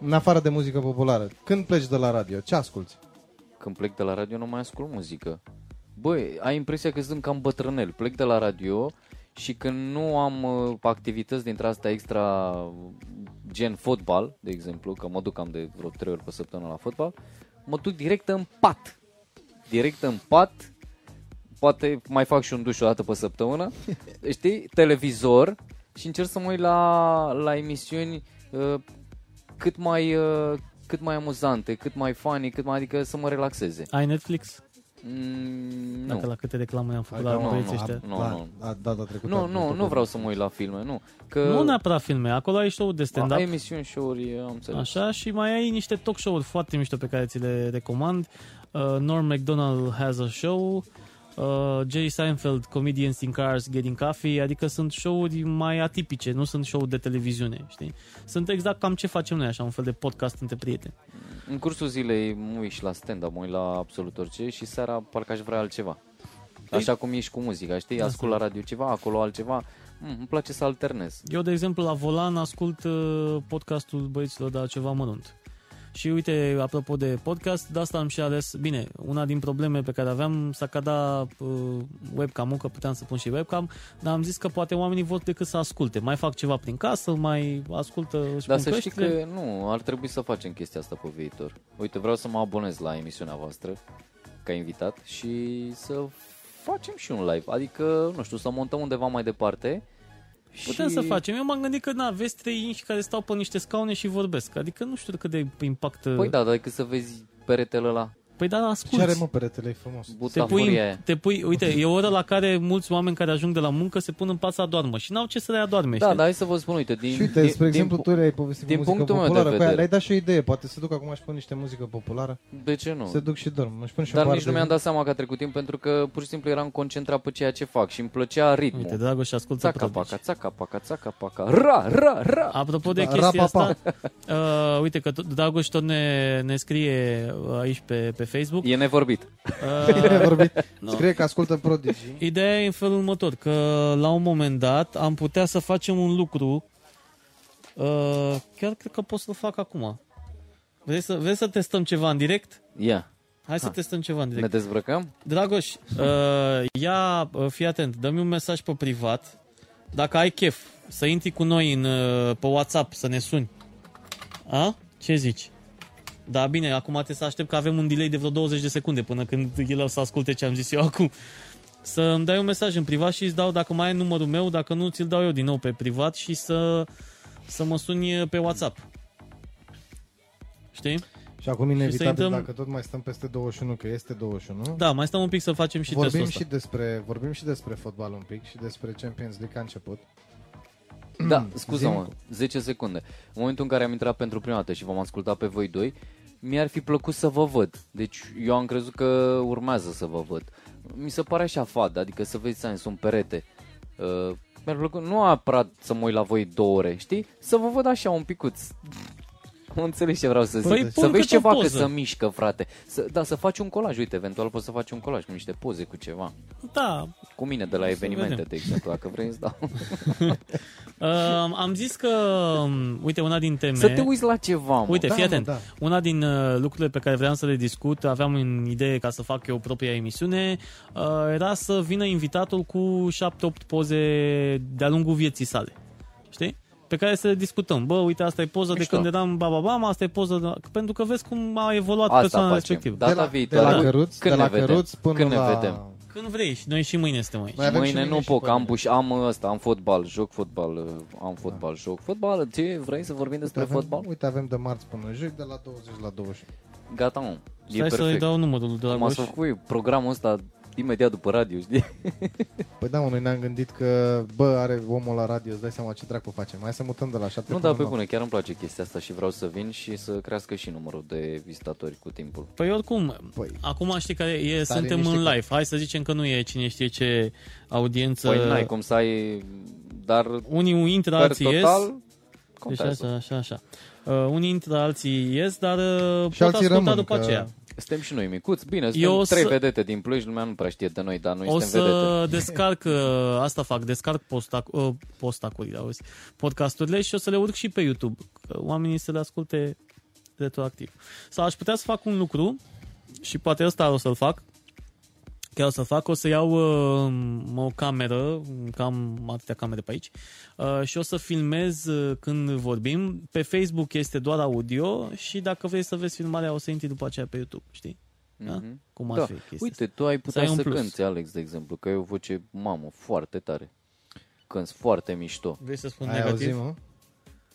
Speaker 3: În afară de muzică populară, când pleci de la radio, ce asculti? Mm.
Speaker 4: Când plec de la radio nu mai ascult muzică. Băi, ai impresia că sunt cam bătrânel. Plec de la radio și când nu am uh, activități dintre astea extra uh, gen fotbal, de exemplu, că mă duc am de vreo 3 ori pe săptămână la fotbal, mă duc direct în pat. Direct în pat, poate mai fac și un duș o dată pe săptămână, știi, televizor și încerc să mă uit la, la emisiuni uh, cât mai, uh, cât mai amuzante, cât mai funny, cât mai, adică să mă relaxeze.
Speaker 2: Ai Netflix?
Speaker 4: Mm,
Speaker 2: Dacă
Speaker 4: nu.
Speaker 2: la câte reclame am făcut
Speaker 3: Hai
Speaker 2: la
Speaker 3: că nu,
Speaker 2: băieții
Speaker 4: nu,
Speaker 2: ăștia.
Speaker 4: Nu,
Speaker 3: da,
Speaker 4: nu.
Speaker 3: A, data trecută.
Speaker 4: Nu,
Speaker 3: am
Speaker 4: nu,
Speaker 3: văzut-o
Speaker 4: nu
Speaker 3: pe-
Speaker 4: vreau să mă uit la filme, nu. Că
Speaker 2: Nu neapărat filme, acolo ai show de
Speaker 4: ai
Speaker 2: stand-up.
Speaker 4: emisiuni și ori am înțeles.
Speaker 2: Așa, și mai ai niște talk show-uri foarte mișto pe care ți le recomand. Uh, Norm MacDonald has a show, uh, Jerry Seinfeld, Comedians in Cars, Getting Coffee, adică sunt show-uri mai atipice, nu sunt show de televiziune, știi? Sunt exact cam ce facem noi, așa, un fel de podcast între prieteni.
Speaker 4: În cursul zilei mă uit și la stand-up, mă uit la absolut orice și seara parcă aș vrea altceva. Așa cum ești cu muzica, știi?
Speaker 2: Da,
Speaker 4: Ascult la radio ceva, acolo altceva. Mm, îmi place să alternez.
Speaker 2: Eu, de exemplu, la volan ascult uh, podcastul băieților de la ceva mănunt. Și uite, apropo de podcast, de asta am și ales, bine, una din probleme pe care aveam s-a cada uh, webcam-ul, că puteam să pun și webcam, dar am zis că poate oamenii vor decât să asculte. Mai fac ceva prin casă, mai ascultă și
Speaker 4: Dar să știi că nu, ar trebui să facem chestia asta pe viitor. Uite, vreau să mă abonez la emisiunea voastră ca invitat și să facem și un live. Adică, nu știu, să montăm undeva mai departe.
Speaker 2: Putem
Speaker 4: și...
Speaker 2: să facem. Eu m-am gândit că, na, vezi trei inși care stau pe niște scaune și vorbesc. Adică nu știu cât de impact... uh,
Speaker 4: Păi da, dar cât să vezi peretele la
Speaker 2: păi da
Speaker 3: Ce
Speaker 2: asculti.
Speaker 3: are mă peretele, e frumos.
Speaker 2: Te
Speaker 4: butafuria
Speaker 2: pui,
Speaker 4: aia.
Speaker 2: în- te pui, uite, e o oră la care mulți oameni care ajung de la muncă se pun în pat să adoarmă și n-au ce să le adoarme.
Speaker 4: Da,
Speaker 2: știi?
Speaker 4: dar hai să vă spun, uite, din,
Speaker 3: Și uite,
Speaker 4: din,
Speaker 3: spre exemplu,
Speaker 4: din,
Speaker 3: tu le-ai povestit
Speaker 4: din
Speaker 3: cu muzică
Speaker 4: punctul meu de
Speaker 3: populară, pe aia
Speaker 4: vedere.
Speaker 3: le-ai dat și o idee, poate se duc acum și pun niște muzică populară,
Speaker 4: de ce nu?
Speaker 3: se duc și dorm, își pun și
Speaker 4: Dar
Speaker 3: o
Speaker 4: nici nu mi-am
Speaker 3: de...
Speaker 4: dat seama că a trecut timp pentru că pur și simplu eram concentrat pe ceea ce fac și îmi plăcea ritmul.
Speaker 2: Uite, da, Dragoș, ascultă
Speaker 4: țaca
Speaker 2: Prodigy.
Speaker 4: paca, țaca paca, țaca paca, ra, ra, ra.
Speaker 2: Apropo de
Speaker 3: Da,
Speaker 2: chestia
Speaker 3: rapapa.
Speaker 2: asta, uh, uite că tot- Dragoș tot ne, ne scrie uh, aici pe, pe Facebook.
Speaker 4: E nevorbit.
Speaker 2: Uh,
Speaker 3: vorbit. Scrie că ascultă Prodigy.
Speaker 2: ideea e în felul următor, că la un moment dat am putea să facem un lucru, uh, chiar cred că pot să-l fac acum. Vrei să, vrei să testăm ceva în direct?
Speaker 4: Ia,
Speaker 2: Hai să testăm ceva în direct.
Speaker 4: ne dezbrăcăm?
Speaker 2: Dragoș, uh, ia, uh, fii atent, dă-mi un mesaj pe privat. Dacă ai chef să intri cu noi în, uh, pe WhatsApp, să ne suni. A? Ce zici? Da, bine, acum trebuie să aștept că avem un delay de vreo 20 de secunde până când el o să asculte ce am zis eu acum. Să îmi dai un mesaj în privat și îți dau dacă mai ai numărul meu, dacă nu, ți-l dau eu din nou pe privat și să, să mă suni uh, pe WhatsApp. Știi?
Speaker 3: Și acum inevitabil,
Speaker 2: intrăm-
Speaker 3: dacă tot mai stăm peste 21, că este 21,
Speaker 2: Da, mai stăm un pic să facem și
Speaker 3: vorbim,
Speaker 2: testul
Speaker 3: și despre, vorbim și despre fotbal un pic și despre Champions League a început.
Speaker 4: Da, scuză-mă,
Speaker 3: Zi-mi.
Speaker 4: 10 secunde. În momentul în care am intrat pentru prima dată și v-am ascultat pe voi doi, mi-ar fi plăcut să vă văd. Deci eu am crezut că urmează să vă văd. Mi se pare așa fadă, adică să vezi să sunt perete. Uh, mi-ar plăcut, nu aparat să mă uit la voi două ore, știi? Să vă văd așa un picuț. Nu înțelegi ce vreau să zic.
Speaker 2: Păi pun
Speaker 4: să vezi
Speaker 2: câte o
Speaker 4: ceva că
Speaker 2: poză.
Speaker 4: să mișcă, frate. Să, da, să faci un colaj, uite, eventual poți să faci un colaj cu niște poze cu ceva.
Speaker 2: ăsta. Da,
Speaker 4: Cu mine de la evenimente,
Speaker 2: vedem.
Speaker 4: de exemplu, dacă vrei să dau.
Speaker 2: Uh, am zis că, um, uite, una din teme...
Speaker 4: Să te uiți la ceva, mă.
Speaker 2: Uite,
Speaker 3: Da,
Speaker 2: fii
Speaker 3: mă,
Speaker 2: atent.
Speaker 3: da.
Speaker 2: Una din uh, lucrurile pe care vreau să le discut, aveam în idee ca să fac eu propria emisiune, uh, era să vină invitatul cu 7-8 poze de-a lungul vieții sale. Știi? Pe care să le discutăm. Bă, uite, asta e poza
Speaker 4: Mișto.
Speaker 2: de când eram bababam, asta e poza de... Pentru că vezi cum a evoluat
Speaker 4: Asta
Speaker 2: persoana
Speaker 4: facem.
Speaker 2: respectivă.
Speaker 4: Da. Data
Speaker 3: de la,
Speaker 4: viitoare.
Speaker 3: De la căruț,
Speaker 4: Când
Speaker 3: de
Speaker 4: ne
Speaker 3: la
Speaker 4: vedem?
Speaker 3: căruț până
Speaker 4: Când ne
Speaker 3: la...
Speaker 4: vedem?
Speaker 2: Când vrei și noi și mâine suntem aici.
Speaker 3: Mai avem și
Speaker 4: Mâine nu
Speaker 3: mâine și
Speaker 4: pot, că am,
Speaker 3: poimâine.
Speaker 4: buș, am ăsta, am fotbal, joc fotbal, uh, am fotbal,
Speaker 3: Da.
Speaker 4: joc fotbal. Ce, vrei să vorbim despre
Speaker 3: Uite, avem,
Speaker 4: fotbal?
Speaker 3: Uite, avem de marți până joi, de la 20 la 21.
Speaker 4: Gata, mă, e
Speaker 2: Stai să-i
Speaker 4: perfect.
Speaker 2: dau numărul de la
Speaker 4: M-a
Speaker 2: Goș.
Speaker 4: făcut programul ăsta imediat după radio, știi?
Speaker 3: Păi da, mă, noi ne-am gândit că, bă, are omul la radio, îți dai seama ce dracu facem. Hai să mutăm de la 7
Speaker 4: Nu,
Speaker 3: până
Speaker 4: dar pe
Speaker 3: la
Speaker 4: bune, chiar îmi place chestia asta și vreau să vin și să crească și numărul de vizitatori cu timpul.
Speaker 2: Păi oricum,
Speaker 3: Păi.
Speaker 2: acum știi care e,
Speaker 3: Stai
Speaker 2: suntem în
Speaker 3: liniștit.
Speaker 2: live. Hai să zicem că nu e cine știe ce audiență...
Speaker 4: Păi n-ai cum să ai, dar
Speaker 2: unii intră,
Speaker 4: per
Speaker 2: alții ies.
Speaker 4: total
Speaker 2: Deci
Speaker 4: contează.
Speaker 2: așa, așa, așa. Uh, unii intră, alții ies, dar uh,
Speaker 3: Și
Speaker 2: pot
Speaker 3: alții
Speaker 2: asculta
Speaker 3: rămân,
Speaker 2: după
Speaker 3: că-
Speaker 2: aceea.
Speaker 4: Suntem și noi micuți, bine,
Speaker 2: Eu
Speaker 4: suntem
Speaker 2: o
Speaker 4: trei
Speaker 2: să-
Speaker 4: vedete din Cluj, lumea nu prea știe de noi, dar noi
Speaker 2: O
Speaker 4: suntem vedete.
Speaker 2: să descarc, uh, asta fac, descarc postac, uh, postacurile, auzi, podcasturile și o să le urc și pe YouTube, că oamenii să le asculte retroactiv. Sau aș putea să fac un lucru și poate ăsta o să-l fac, chiar o să fac, o să iau uh, o cameră, cam atâtea camere pe aici, uh, și o să filmez uh, când vorbim. Pe Facebook este doar audio și dacă vrei să vezi filmarea o să intri după aceea pe YouTube, știi? Da?
Speaker 4: Mhm.
Speaker 2: Cum ar
Speaker 4: Da.
Speaker 2: fi chestia
Speaker 4: Uite, tu ai
Speaker 2: ai
Speaker 4: putea
Speaker 2: un
Speaker 4: să,
Speaker 2: plus.
Speaker 4: cânti, Alex, de exemplu, că e o voce, mamă, foarte tare. Cânti foarte mișto.
Speaker 2: Vrei să spun
Speaker 3: Ai
Speaker 2: negativ? Da.
Speaker 3: auzit, mă?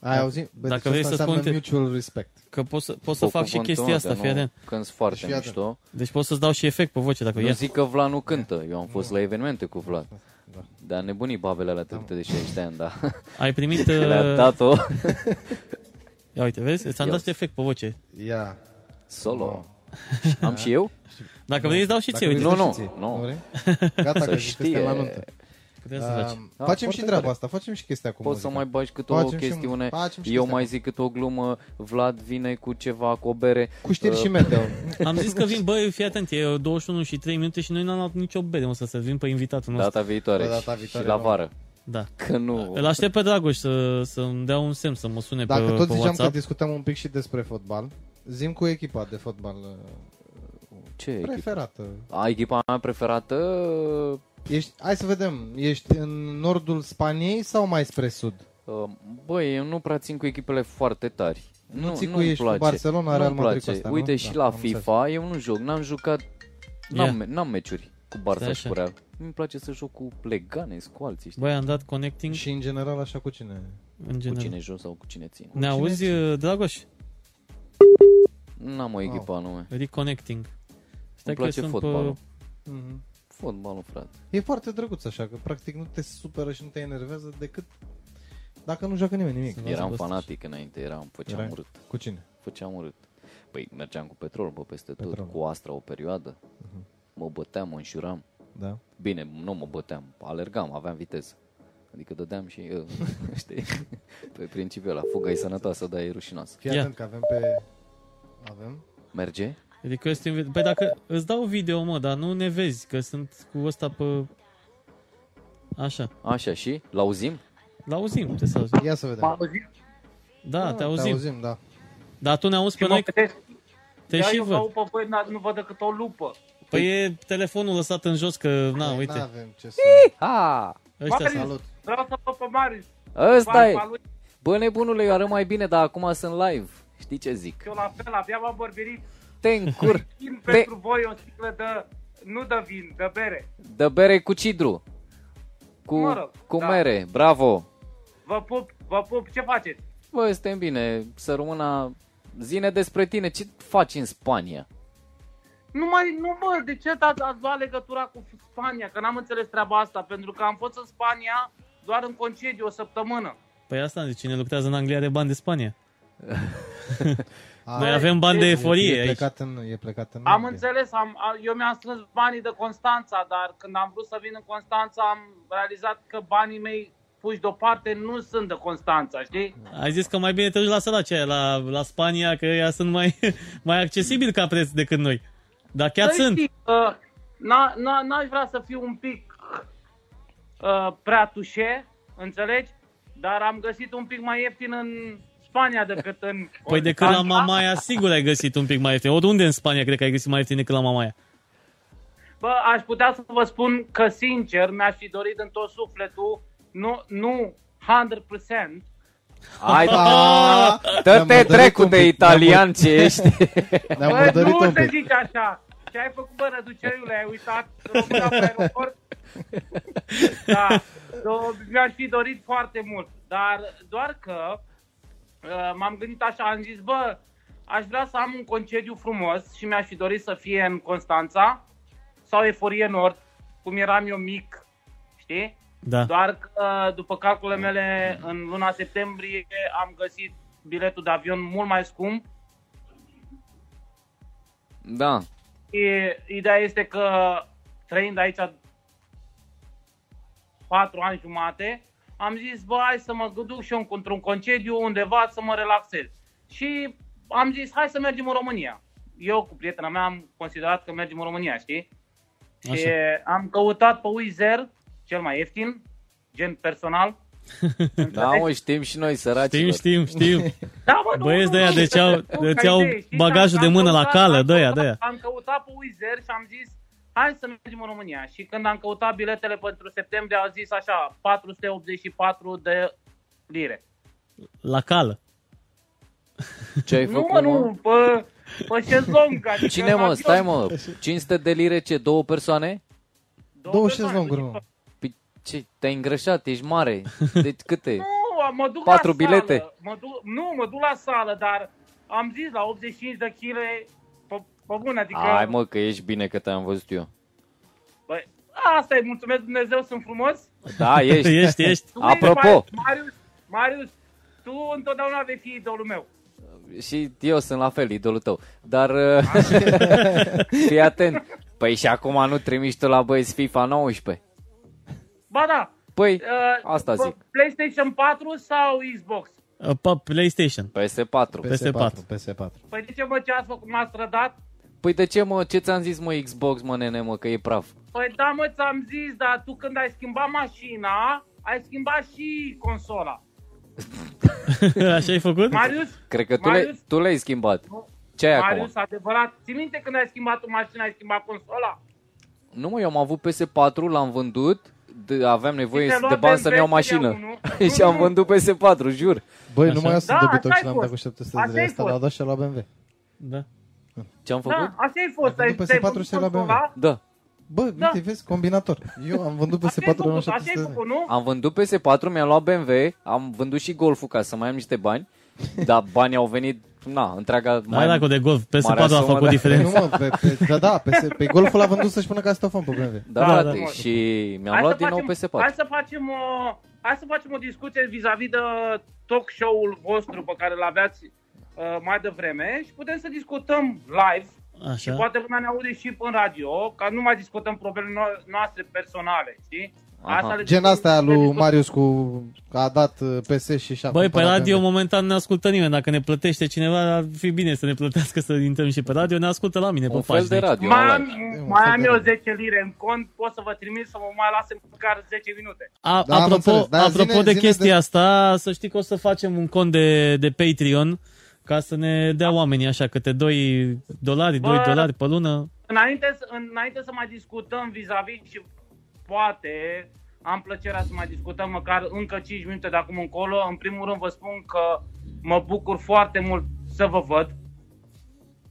Speaker 3: Ai auzit? Bă,
Speaker 2: Dacă
Speaker 3: deci
Speaker 2: vrei
Speaker 3: asta
Speaker 2: să
Speaker 3: înseamnă
Speaker 2: spun
Speaker 3: mutual respect.
Speaker 2: Că pot să, pot să
Speaker 4: Fă
Speaker 2: fac și
Speaker 4: cuvântul
Speaker 2: chestia asta,
Speaker 4: ăla,
Speaker 2: fii
Speaker 4: nu?
Speaker 2: atent.
Speaker 4: Cânti foarte
Speaker 3: Deci, iată.
Speaker 4: mișto.
Speaker 2: Deci pot să-ți dau și efect pe voce dacă
Speaker 4: Nu
Speaker 2: e.
Speaker 4: zic că Vlad nu cântă, eu am fost la evenimente cu Vlad.
Speaker 3: Da.
Speaker 4: Dar nebunii babele alea tâmpite de 60 de ani, da.
Speaker 2: Ai primit...
Speaker 4: Le-a
Speaker 2: Uh...
Speaker 4: dat-o
Speaker 2: Ia uite, vezi? Ți-am
Speaker 4: Ia
Speaker 2: dat
Speaker 4: uite.
Speaker 2: efect pe voce.
Speaker 3: Ia.
Speaker 4: solo.
Speaker 3: Da.
Speaker 4: Am și eu?
Speaker 2: Dacă vrei, îți dau și ție,
Speaker 3: Dacă
Speaker 2: uite.
Speaker 4: nu,
Speaker 3: vrei să
Speaker 4: nu,
Speaker 3: știi,
Speaker 4: nu.
Speaker 3: vrei? Gata,
Speaker 4: Să
Speaker 3: că zici că
Speaker 4: știe.
Speaker 3: suntem la nuntă.
Speaker 2: Putem să facem.
Speaker 3: Um,
Speaker 4: Da,
Speaker 3: Facem și
Speaker 4: foarte
Speaker 3: treaba
Speaker 4: tare.
Speaker 3: asta, facem și chestia cu
Speaker 4: Poți să
Speaker 3: muzica.
Speaker 4: mai bagi câte o
Speaker 3: Facem și-
Speaker 4: chestiune.
Speaker 3: facem și
Speaker 4: Eu
Speaker 3: chestia
Speaker 4: mai zic câte o glumă, Vlad vine cu ceva, cu o bere.
Speaker 3: Cu știri
Speaker 4: Uh,
Speaker 3: și meteo.
Speaker 2: Am zis că vin, băi, fii atent, e 21 și 3 minute și noi n-am luat nicio bere, o să servim pe invitatul nostru.
Speaker 4: Data viitoare,
Speaker 3: Bă, data
Speaker 4: și-
Speaker 3: viitoare,
Speaker 4: și la
Speaker 3: da.
Speaker 4: vară.
Speaker 2: Da.
Speaker 4: Că nu...
Speaker 2: Îl aștept pe Dragoș să, să-mi dea un semn, să mă sune
Speaker 3: Dacă
Speaker 2: pe,
Speaker 3: tot
Speaker 2: pe
Speaker 3: ziceam că
Speaker 2: WhatsApp.
Speaker 3: discutăm un pic și despre fotbal, zim cu echipa de fotbal uh,
Speaker 4: Ce
Speaker 3: Păi,
Speaker 4: echipă?
Speaker 3: preferată.
Speaker 4: A, echipa mea preferată
Speaker 3: Ești, hai să vedem, ești în nordul Spaniei sau mai spre sud?
Speaker 4: uh, Băi, eu nu prea țin cu echipele foarte tari
Speaker 3: Nu
Speaker 4: Nu,
Speaker 3: ții cu
Speaker 4: nu-mi
Speaker 3: ești cu
Speaker 4: place.
Speaker 3: Barcelona, Real
Speaker 4: Nu-mi
Speaker 3: Madrid
Speaker 4: place.
Speaker 3: cu astea, nu?
Speaker 4: Uite, și
Speaker 3: Da,
Speaker 4: la
Speaker 3: am
Speaker 4: FIFA eu nu joc, n-am jucat
Speaker 2: Ia.
Speaker 4: N-am, me- n-am meciuri cu
Speaker 2: Stai
Speaker 4: Barça și
Speaker 2: așa.
Speaker 4: cu Real Mi place să joc cu Leganes, cu alții știi?
Speaker 2: Băi, am dat connecting
Speaker 3: Și în general așa cu cine?
Speaker 2: în
Speaker 4: Cu
Speaker 2: general.
Speaker 4: cine joc sau cu cine țin
Speaker 2: Ne auzi, uh, Dragoș?
Speaker 4: N-am o echipă anume
Speaker 2: Reconnecting. Stai
Speaker 4: Îmi
Speaker 2: că
Speaker 4: place
Speaker 2: sunt
Speaker 4: fotbalul
Speaker 2: pe...
Speaker 3: Mhm.
Speaker 4: Fotbalul, frate
Speaker 3: E foarte drăguț așa, că practic nu te supără și nu te enervează decât dacă nu joacă nimeni nimic.
Speaker 2: Să vă-
Speaker 4: Eram
Speaker 2: Vasile
Speaker 4: fanatic înainte, eram, făceam
Speaker 3: Erai?
Speaker 4: urât
Speaker 3: Cu cine?
Speaker 4: Făceam urât Păi mergeam cu petrol pe peste
Speaker 3: Petrol.
Speaker 4: tot Cu Astra o perioadă
Speaker 3: Mhm.
Speaker 4: Mă băteam, mă înșuram
Speaker 3: Da.
Speaker 4: Bine, nu mă băteam, alergam, aveam viteză. Adică dădeam și, uh, știi, pe principiul ăla, fuga e sănătoasă, dar e rușinoasă.
Speaker 3: Fii
Speaker 2: Ia.
Speaker 3: atent că avem pe... Avem?
Speaker 4: Merge?
Speaker 2: Request in video. Păi dacă îți dau video, mă, dar nu ne vezi, că sunt cu ăsta pe... Așa.
Speaker 4: Așa și? L-auzim?
Speaker 2: L-auzim, te să auzim.
Speaker 3: Ia să vedem.
Speaker 2: Da, te
Speaker 3: Te
Speaker 2: auzim.
Speaker 3: auzim, da.
Speaker 2: Dar tu ne auzi pe
Speaker 1: Și mă
Speaker 2: noi,
Speaker 1: gândesc,
Speaker 2: te
Speaker 1: ia
Speaker 2: și
Speaker 1: eu văd.
Speaker 2: văd.
Speaker 1: pe voi, n- nu văd decât o lupă.
Speaker 2: Păi e telefonul lăsat în jos, că, na,
Speaker 3: Noi
Speaker 2: uite,
Speaker 3: Păi, N-avem ce să...
Speaker 4: Ha!
Speaker 2: ăștia
Speaker 1: Oamenii-
Speaker 2: sunt.
Speaker 3: Salut.
Speaker 1: Vreau să văd pe Marius.
Speaker 4: Ăsta e!
Speaker 1: Barba lui,
Speaker 4: Bă, nebunule, eu arăt mai bine, dar acum sunt live. Știi ce zic?
Speaker 1: Eu la fel, abia m-am bărbirit.
Speaker 4: Te încur!
Speaker 1: Vin
Speaker 4: Be-
Speaker 1: pentru voi o sticlă de... Nu de vin, de bere.
Speaker 4: Dă bere cu cidru! Cu,
Speaker 1: Mă rog,
Speaker 4: cu
Speaker 1: da.
Speaker 4: mere, bravo!
Speaker 1: Vă pup, vă pup, ce faceți?
Speaker 4: Bă, suntem bine, să rămână Zine despre tine, ce faci în Spania?
Speaker 1: Nu mai, nu mă, de ce ați, ați luat legătura cu Spania? Că n-am înțeles treaba asta, pentru că am fost în Spania doar în concediu o săptămână.
Speaker 2: Păi asta de cine lucrează în Anglia are bani de Spania.
Speaker 3: A,
Speaker 2: Noi avem bani de
Speaker 1: e-
Speaker 2: eforie
Speaker 3: e
Speaker 2: aici.
Speaker 3: plecat în, e plecat în
Speaker 1: Am
Speaker 3: Anglia.
Speaker 1: înțeles, am, a- eu mi-am strâns banii de Constanța, dar când am vrut să vin în Constanța, am realizat că banii mei puși deoparte nu sunt de Constanța, știi?
Speaker 2: Ai zis că mai bine te duci la săraci aia, la, la Spania, că ea sunt mai, mai accesibili ca preț decât noi. Dar chiar
Speaker 1: Păi
Speaker 2: sunt.
Speaker 1: știi, uh, na- na- N-aș vrea să fiu un pic uh, prea tușe, înțelegi? Dar am găsit un pic mai ieftin în Spania decât în...
Speaker 2: Păi decât la
Speaker 1: Constanța.
Speaker 2: Mamaia, sigur ai găsit un pic mai ieftin. Oriunde în Spania cred că ai găsit mai ieftin decât la Mamaia.
Speaker 1: Bă, aș putea să vă spun că, sincer, mi-aș fi dorit în tot sufletul, nu, nu 100%,
Speaker 4: Ai,
Speaker 3: A,
Speaker 4: dă
Speaker 3: ne-am
Speaker 4: te
Speaker 3: murdărit
Speaker 4: trecu
Speaker 3: un
Speaker 4: de
Speaker 3: pic, ne-am
Speaker 4: italian ce ești.
Speaker 3: Ne-am
Speaker 1: Bă,
Speaker 3: murdărit
Speaker 1: nu
Speaker 3: un
Speaker 1: se
Speaker 3: pic.
Speaker 1: zice așa. Ce ai făcut, bă, răduceriule? Ai uitat româna pe aeroport? Da. Do- Mi-aș fi dorit foarte mult. Dar doar că uh, m-am gândit așa, am zis, bă, aș vrea să am un concediu frumos și mi-aș fi dorit să fie în Constanța sau Eforie Nord, cum eram eu mic, știi?
Speaker 2: Da.
Speaker 1: Doar că, după calculele mele, în luna septembrie am găsit biletul de avion mult mai scump
Speaker 4: Da,
Speaker 1: E, ideea este că trăind aici patru ani jumate, am zis, bă, hai să mă duc și eu într-un concediu undeva să mă relaxez. Și am zis, hai să mergem în România. Eu cu prietena mea am considerat că mergem în România, știi? Și
Speaker 2: Așa.
Speaker 1: am căutat pe Wizer, cel mai ieftin, gen personal.
Speaker 4: da, mă, știm și noi
Speaker 2: Știm,
Speaker 4: săracilor.
Speaker 2: știm, știm.
Speaker 1: Da, mă, nu,
Speaker 2: Băieți
Speaker 1: nu,
Speaker 2: de aia,
Speaker 1: nu,
Speaker 2: deci
Speaker 1: nu,
Speaker 2: au-
Speaker 1: nu, ca
Speaker 2: îți iau
Speaker 1: idee, știi?
Speaker 2: bagajul
Speaker 1: Am-
Speaker 2: de
Speaker 1: am
Speaker 2: mână la
Speaker 1: căutat-
Speaker 2: cală,
Speaker 1: am
Speaker 2: de aia,
Speaker 1: căutat-
Speaker 2: de aia.
Speaker 1: Am căutat pe Wizer și am zis, hai să mergem în România. Și când am căutat biletele pentru septembrie, au zis așa, 484 de lire.
Speaker 2: La cală.
Speaker 4: Ce ai
Speaker 1: Nu,
Speaker 4: făcut,
Speaker 1: mă,
Speaker 4: mă?
Speaker 1: nu, pe, pe șezlong. Adică
Speaker 4: Cine,
Speaker 1: în
Speaker 4: mă?
Speaker 1: avion.
Speaker 4: Stai, mă. 500 de lire, ce, două persoane?
Speaker 1: Două
Speaker 3: Două
Speaker 1: persoane,
Speaker 3: șezlonguri,
Speaker 1: nu
Speaker 3: mă.
Speaker 4: Păi, ce, te-ai îngrășat, ești mare. Deci câte?
Speaker 1: Nu, mă duc
Speaker 4: Patru
Speaker 1: la
Speaker 4: bilete.
Speaker 1: Sală. Mă duc, nu, mă duc la sală, dar am zis la 85 de chile, pe, pe bun, adică...
Speaker 4: Hai, mă, că ești bine că te-am văzut eu.
Speaker 1: Bă, asta e, mulțumesc Dumnezeu, sunt frumos.
Speaker 4: Da, ești.
Speaker 2: Ești, ești.
Speaker 1: Tu ești
Speaker 4: Apropo.
Speaker 1: Marius, Marius, Marius, tu întotdeauna vei fi idolul meu.
Speaker 4: Și eu sunt la fel, idolul tău. Dar uh, fii atent. Păi și acum nu trimiși tu la băieți FIFA 19.
Speaker 1: Ba da,
Speaker 4: Păi,
Speaker 1: uh,
Speaker 4: asta
Speaker 1: bă,
Speaker 4: zic.
Speaker 1: PlayStation 4 sau Xbox?
Speaker 2: Pe PlayStation.
Speaker 4: PS4.
Speaker 3: PS4,
Speaker 2: PS4.
Speaker 3: PS4.
Speaker 1: Păi de ce mă ce ați făcut, m-ați trădat?
Speaker 4: Păi de ce, mă, ce ți-am zis, mă, Xbox, mă, nene, mă, că e praf?
Speaker 1: Păi da mă, ți-am zis, dar tu când ai schimbat mașina, ai schimbat și consola.
Speaker 2: Așa ai făcut?
Speaker 1: Marius,
Speaker 4: Cred că tu, le,
Speaker 1: Marius?
Speaker 4: tu le-ai schimbat.
Speaker 1: Nu.
Speaker 4: Ce ai acum?
Speaker 1: Marius, adevărat, ții minte când ai schimbat tu mașina, ai schimbat consola?
Speaker 4: Nu, mă, eu am avut PS4, l-am vândut, de, aveam nevoie
Speaker 1: Și te-ai
Speaker 4: de
Speaker 1: luat
Speaker 4: bani să-mi iau
Speaker 1: BMW-ul,
Speaker 4: mașină.
Speaker 1: nu?
Speaker 4: și am vândut PS4, jur.
Speaker 3: Băi,
Speaker 2: Așa.
Speaker 3: nu mai eu sunt
Speaker 1: Da,
Speaker 3: dobitoc
Speaker 1: așa
Speaker 3: și
Speaker 1: ai
Speaker 3: l-am dat cu
Speaker 1: fost.
Speaker 3: 700 de
Speaker 1: Așa
Speaker 3: lei.
Speaker 1: ai
Speaker 3: Asta l-a
Speaker 1: fost.
Speaker 3: dat și la BMW.
Speaker 2: Da.
Speaker 4: Ce-am făcut?
Speaker 1: Da, așa ai fost,
Speaker 3: Ai
Speaker 1: ai
Speaker 3: vândut
Speaker 1: ți-ai
Speaker 3: PS4 și ai luat
Speaker 1: consola,
Speaker 3: BMW.
Speaker 4: da.
Speaker 3: Bă,
Speaker 1: Da.
Speaker 3: uite, vezi, combinator. Eu am vândut
Speaker 1: Așa ai
Speaker 3: PS4 la
Speaker 1: făcut,
Speaker 3: 700
Speaker 1: așa ai
Speaker 3: de lei.
Speaker 1: făcut, nu?
Speaker 4: Am vândut PS4, mi-am luat BMW, am vândut și Golful ca să mai am niște bani, dar banii au venit, na, întreaga...
Speaker 2: Mai Da, dacă de golf, PS4
Speaker 4: marea
Speaker 2: a
Speaker 4: sumă,
Speaker 2: făcut
Speaker 3: Păi Nu
Speaker 4: da.
Speaker 2: diferență.
Speaker 3: mă, pe, pe, da, da, pe, pe golful a vândut să-și pună castofon pe BMW.
Speaker 4: Da,
Speaker 2: Da,
Speaker 4: da,
Speaker 2: da.
Speaker 4: da, și mi-am
Speaker 1: Hai
Speaker 4: luat
Speaker 1: să
Speaker 4: din nou
Speaker 1: facem-
Speaker 4: PS4.
Speaker 1: Hai să facem o, hai să facem o discuție vis-a-vis de talk show-ul vostru pe care îl aveați uh, mai devreme și putem să discutăm live și
Speaker 2: Așa.
Speaker 1: poate lumea ne aude și în radio, ca nu mai discutăm problemele no- noastre personale, știi?
Speaker 4: Aha.
Speaker 1: le
Speaker 3: Gen
Speaker 1: discutăm-
Speaker 3: asta
Speaker 1: le
Speaker 3: lui
Speaker 1: discutăm.
Speaker 3: Marius cu că a dat uh, PS și și-a
Speaker 2: Băi, pe
Speaker 3: cumpărat
Speaker 2: radio
Speaker 3: BMW.
Speaker 2: momentan ne ascultă nimeni. Dacă ne plătește cineva, ar fi bine să ne plătească să intrăm și pe radio. Ne ascultă la mine pe
Speaker 4: Un fel de
Speaker 2: pagină.
Speaker 4: radio
Speaker 1: Mai am,
Speaker 4: online.
Speaker 3: E un
Speaker 1: mai
Speaker 3: fel
Speaker 1: am
Speaker 3: de
Speaker 1: eu
Speaker 3: rău.
Speaker 1: 10 lire în cont, pot să vă trimit să mă mai lase măcar 10 minute.
Speaker 2: A,
Speaker 3: Da,
Speaker 2: da,
Speaker 3: am
Speaker 2: apropo,
Speaker 3: înțeles.
Speaker 2: da,
Speaker 3: Da,
Speaker 2: apropo
Speaker 3: zine-
Speaker 2: de
Speaker 3: zine
Speaker 2: chestia
Speaker 3: de-
Speaker 2: asta, să știi că o să facem un cont de, de Patreon ca să ne dea oamenii așa câte 2 dolari, 2
Speaker 1: Da. Bă.
Speaker 2: dolari pe lună.
Speaker 1: Înainte, să- înainte să mai discutăm vis-a-vis și poate am plăcerea să mai discutăm măcar încă 5 minute de acum încolo. În primul rând vă spun că mă bucur foarte mult să vă văd.